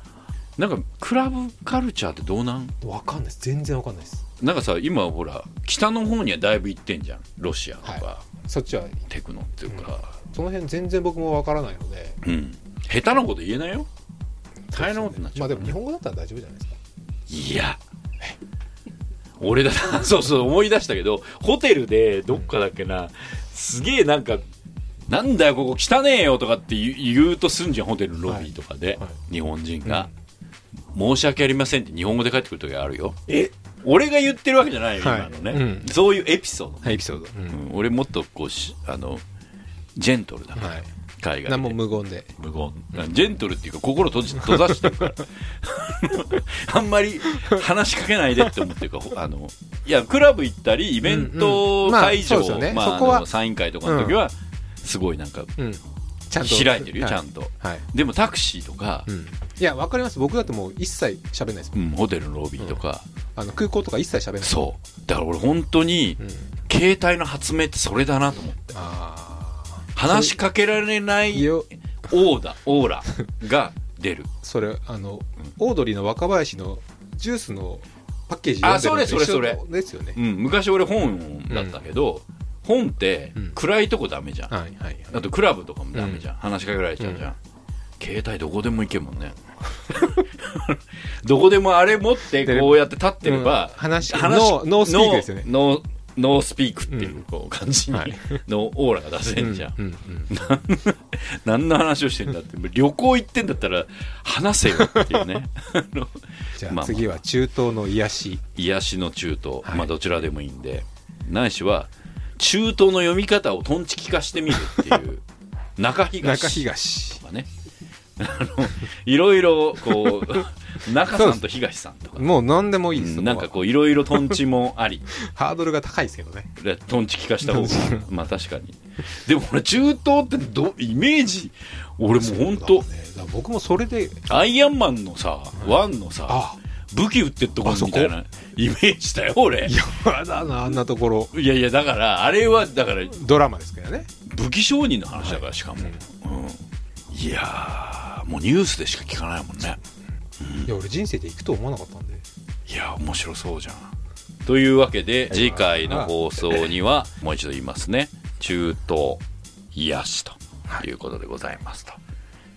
[SPEAKER 2] なんかクラブカルチャーってどうなん
[SPEAKER 3] わかんないです全然わかんないです
[SPEAKER 2] なんかさ今ほら北の方にはだいぶ行ってんじゃんロシアとか、
[SPEAKER 3] はそっちは
[SPEAKER 2] テクノっていうか、
[SPEAKER 3] その辺全然僕もわからないので
[SPEAKER 2] うん下手なこと言えないよ大変なことになっち
[SPEAKER 3] ま
[SPEAKER 2] ゃう、
[SPEAKER 3] あでも日本語だったら大丈夫じゃないですか
[SPEAKER 2] いや俺だ *laughs* そうそう思い出したけどホテルでどっかだっけなすげえなんかなんだよここ汚ねえよとかって言う言うとすんじゃんホテルのロビーとかで、
[SPEAKER 3] はいは
[SPEAKER 2] 日本人が、申し訳ありません」って日本語で帰ってくる時があるよ
[SPEAKER 3] え
[SPEAKER 2] 俺が言ってるわけじゃないよ、
[SPEAKER 3] はい
[SPEAKER 2] 今のね、
[SPEAKER 3] うん
[SPEAKER 2] そういうエピソードね、
[SPEAKER 3] エピソード、う
[SPEAKER 2] うんん俺もっとこうしあのジェントルだから、
[SPEAKER 3] はい
[SPEAKER 2] 海外
[SPEAKER 3] 何も
[SPEAKER 2] で
[SPEAKER 3] 無言で
[SPEAKER 2] 無言ジェントルっていうか心閉じ閉ざしてるから *laughs* あんまり話しかけないでって思ってるからほあのいやクラブ行ったりイベン
[SPEAKER 3] うんう
[SPEAKER 2] ト
[SPEAKER 3] んまあ
[SPEAKER 2] 会場、
[SPEAKER 3] そうですよね
[SPEAKER 2] まあ
[SPEAKER 3] そこは
[SPEAKER 2] あのサイン会とかの時は、すごいなんか
[SPEAKER 3] うんちゃんと
[SPEAKER 2] 開いてるよ、
[SPEAKER 3] は
[SPEAKER 2] ちゃんと
[SPEAKER 3] はい、
[SPEAKER 2] でもタクシーとか
[SPEAKER 3] う、ん、いやわかります僕だってもう一切喋んないです
[SPEAKER 2] うんホテルのロビーとか、
[SPEAKER 3] あの空港とか一切喋んない
[SPEAKER 2] そうだから俺本当に
[SPEAKER 3] うん
[SPEAKER 2] 携帯の発明ってそれだなと思って
[SPEAKER 3] あ
[SPEAKER 2] 話しかけられな
[SPEAKER 3] あ
[SPEAKER 2] い
[SPEAKER 3] いや
[SPEAKER 2] オーダオーラが出る
[SPEAKER 3] それあの、オードリーの若林のジュースのパッケージ
[SPEAKER 2] あ
[SPEAKER 3] 読んでるのと一緒
[SPEAKER 2] それそ
[SPEAKER 3] ですよね
[SPEAKER 2] う、ん、昔俺本だったけど、本って
[SPEAKER 3] うん
[SPEAKER 2] 暗いとこダメじゃん、
[SPEAKER 3] はいはい
[SPEAKER 2] あとクラブとかもダメじゃん、話しかけられちゃうじゃん、携帯どこでも行けもんね *laughs* どこでもあれ持ってこうやって立ってれば、
[SPEAKER 3] うん話ノーノースピークですよね
[SPEAKER 2] ノーノースピークっていうこう感じに
[SPEAKER 3] はい
[SPEAKER 2] のオーラが出せんじゃん、
[SPEAKER 3] うんうん
[SPEAKER 2] 何の話をしてんだって旅行行ってんだったら話せよっていうねあの
[SPEAKER 3] じゃ
[SPEAKER 2] ま
[SPEAKER 3] あ
[SPEAKER 2] あ
[SPEAKER 3] 次は中東の癒し
[SPEAKER 2] 癒しの中東、
[SPEAKER 3] はい
[SPEAKER 2] まあどちらでもいいんでないしは中東の読み方をトンチキ化してみるっていう
[SPEAKER 3] *laughs*
[SPEAKER 2] 中東
[SPEAKER 3] 中東
[SPEAKER 2] とかねあのいろいろこう *laughs* 中さんと東さんとか、
[SPEAKER 3] もう何でもいいです、
[SPEAKER 2] う
[SPEAKER 3] そ
[SPEAKER 2] ん
[SPEAKER 3] こ
[SPEAKER 2] な
[SPEAKER 3] は
[SPEAKER 2] んかこういろいろトンチもあり
[SPEAKER 3] ハードルが高いですけどね
[SPEAKER 2] でトンチキ化した方が
[SPEAKER 3] トンチ
[SPEAKER 2] まあ確かにでも俺中東ってどイメージ俺もう本当
[SPEAKER 3] そうだねだから僕もそれで
[SPEAKER 2] アイアンマンのさ、ワンのさ
[SPEAKER 3] あ
[SPEAKER 2] 武器売ってっとこ
[SPEAKER 3] あそ
[SPEAKER 2] み
[SPEAKER 3] こ
[SPEAKER 2] たいなイメージだよ俺
[SPEAKER 3] やだなあんなところ
[SPEAKER 2] いやいやだからあれはだから
[SPEAKER 3] ドラマですけどね
[SPEAKER 2] 武器商人の話だからしかも、うんいやーもうニュースでしか聞かないもんね
[SPEAKER 3] いや俺人生で行くと思わなかったんで
[SPEAKER 2] いや面白そうじゃんというわけで次回の放送にはもう一度言いますね中東癒しということでございますと、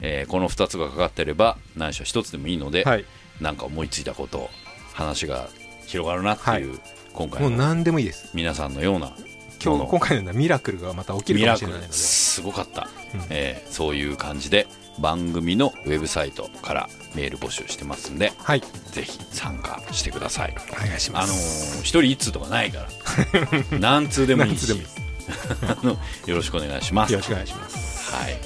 [SPEAKER 2] えーこの2つがかかってれば何しろ1つでもいいので、
[SPEAKER 3] はい
[SPEAKER 2] なんか思いついたこと話が広がるなっていう、今
[SPEAKER 3] もう
[SPEAKER 2] 回の
[SPEAKER 3] 何でもいいです
[SPEAKER 2] 皆さんのような
[SPEAKER 3] 今
[SPEAKER 2] も
[SPEAKER 3] 日
[SPEAKER 2] の
[SPEAKER 3] 今回のようなミラクルがまた起きる
[SPEAKER 2] ミ
[SPEAKER 3] かも
[SPEAKER 2] ラ
[SPEAKER 3] し
[SPEAKER 2] ク
[SPEAKER 3] れな
[SPEAKER 2] ル
[SPEAKER 3] いのです
[SPEAKER 2] ごかった、
[SPEAKER 3] うん
[SPEAKER 2] えーそういう感じで番組のウェブサイトからメール募集してますんで
[SPEAKER 3] はい
[SPEAKER 2] ぜひ参加してください
[SPEAKER 3] お願いし
[SPEAKER 2] あ
[SPEAKER 3] ま
[SPEAKER 2] の
[SPEAKER 3] す
[SPEAKER 2] ー、一人一通とかないから
[SPEAKER 3] *laughs*
[SPEAKER 2] 何通でもいい
[SPEAKER 3] 何
[SPEAKER 2] し
[SPEAKER 3] つでもいいです
[SPEAKER 2] *laughs* あのよろしくお願いします
[SPEAKER 3] よろしくお願いします
[SPEAKER 2] はい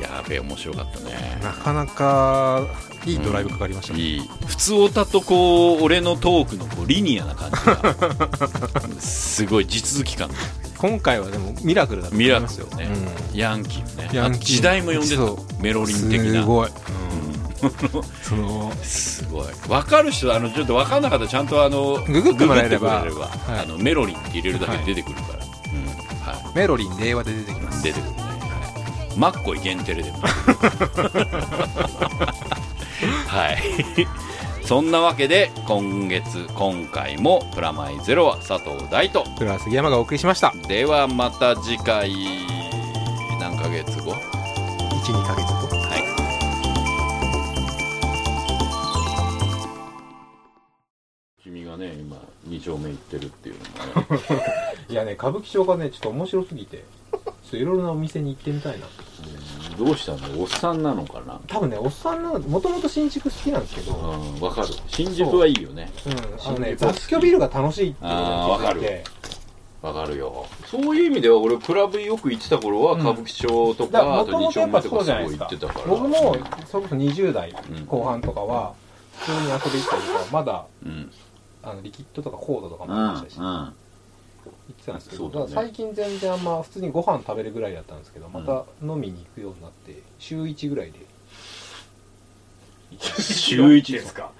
[SPEAKER 2] やべえ面白かったね
[SPEAKER 3] なかなかいいドライブかかりましたね
[SPEAKER 2] いい普通オタとこう俺のトークのこうリニアな感じがすごい地続き感が
[SPEAKER 3] 今回はでもミラクルだと思
[SPEAKER 2] ミ
[SPEAKER 3] い
[SPEAKER 2] ラ
[SPEAKER 3] ます
[SPEAKER 2] ク
[SPEAKER 3] よ
[SPEAKER 2] ルね、
[SPEAKER 3] う
[SPEAKER 2] ヤンキーね
[SPEAKER 3] ヤンキー
[SPEAKER 2] あ時代も呼んで
[SPEAKER 3] そ
[SPEAKER 2] たメロ
[SPEAKER 3] ん
[SPEAKER 2] リン的
[SPEAKER 3] す
[SPEAKER 2] な
[SPEAKER 3] ごい、その
[SPEAKER 2] すごい分かる人はあのちょっと分かんなかったらちゃんとあの
[SPEAKER 3] ググってもらえれば
[SPEAKER 2] ググってもらえれば
[SPEAKER 3] はい
[SPEAKER 2] あのメロリンって入れるだけで出てくるから、うんはい
[SPEAKER 3] メロリン令和で出てきます
[SPEAKER 2] 出てくるね、マッコイ限定ではいそんなわけで今月今回も「プラマイゼロ」は佐藤大と
[SPEAKER 3] それは杉山がお送りしました
[SPEAKER 2] ではまた次回何ヶ月後
[SPEAKER 3] 12ヶ月後
[SPEAKER 2] はい君がね今2丁目行ってるっていうのもね
[SPEAKER 3] いやね歌舞伎町がねちょっと面白すぎてちょっといろいろなお店に行ってみたいな
[SPEAKER 2] どうしたのおっさんなのかな
[SPEAKER 3] 多分ねおっさんのもともと新宿好きなんですけど、
[SPEAKER 2] うんわかる新宿はいいよね
[SPEAKER 3] うん、あのね
[SPEAKER 2] 新宿好き
[SPEAKER 3] 雑居ビルが楽しいっていうのが気づい
[SPEAKER 2] あーわ
[SPEAKER 3] て
[SPEAKER 2] わかるよそういう意味では俺クラブよく行ってた頃は
[SPEAKER 3] うん
[SPEAKER 2] 歌舞伎町と
[SPEAKER 3] だから
[SPEAKER 2] か、あ
[SPEAKER 3] も
[SPEAKER 2] と
[SPEAKER 3] とも
[SPEAKER 2] 二
[SPEAKER 3] と
[SPEAKER 2] 丁
[SPEAKER 3] やっ
[SPEAKER 2] 目
[SPEAKER 3] ぱ
[SPEAKER 2] とか
[SPEAKER 3] そ
[SPEAKER 2] す
[SPEAKER 3] う
[SPEAKER 2] ご
[SPEAKER 3] じゃない
[SPEAKER 2] い
[SPEAKER 3] です
[SPEAKER 2] 行って
[SPEAKER 3] か
[SPEAKER 2] たから
[SPEAKER 3] 僕もそれこそ20代
[SPEAKER 2] うん
[SPEAKER 3] 後半とかは普通に遊び行ったりとかまだ
[SPEAKER 2] うん
[SPEAKER 3] あのリキッドとかコードとか
[SPEAKER 2] う
[SPEAKER 3] も
[SPEAKER 2] ん
[SPEAKER 3] あ
[SPEAKER 2] う
[SPEAKER 3] りましたし、行
[SPEAKER 2] ん
[SPEAKER 3] ってたんですけ
[SPEAKER 2] そ
[SPEAKER 3] ど、
[SPEAKER 2] うだ
[SPEAKER 3] だ
[SPEAKER 2] ね
[SPEAKER 3] から最近全然あんま普通にご飯食べるぐらいだったんですけどまた飲みに行くようになって週1ぐらいで
[SPEAKER 2] 週一ですか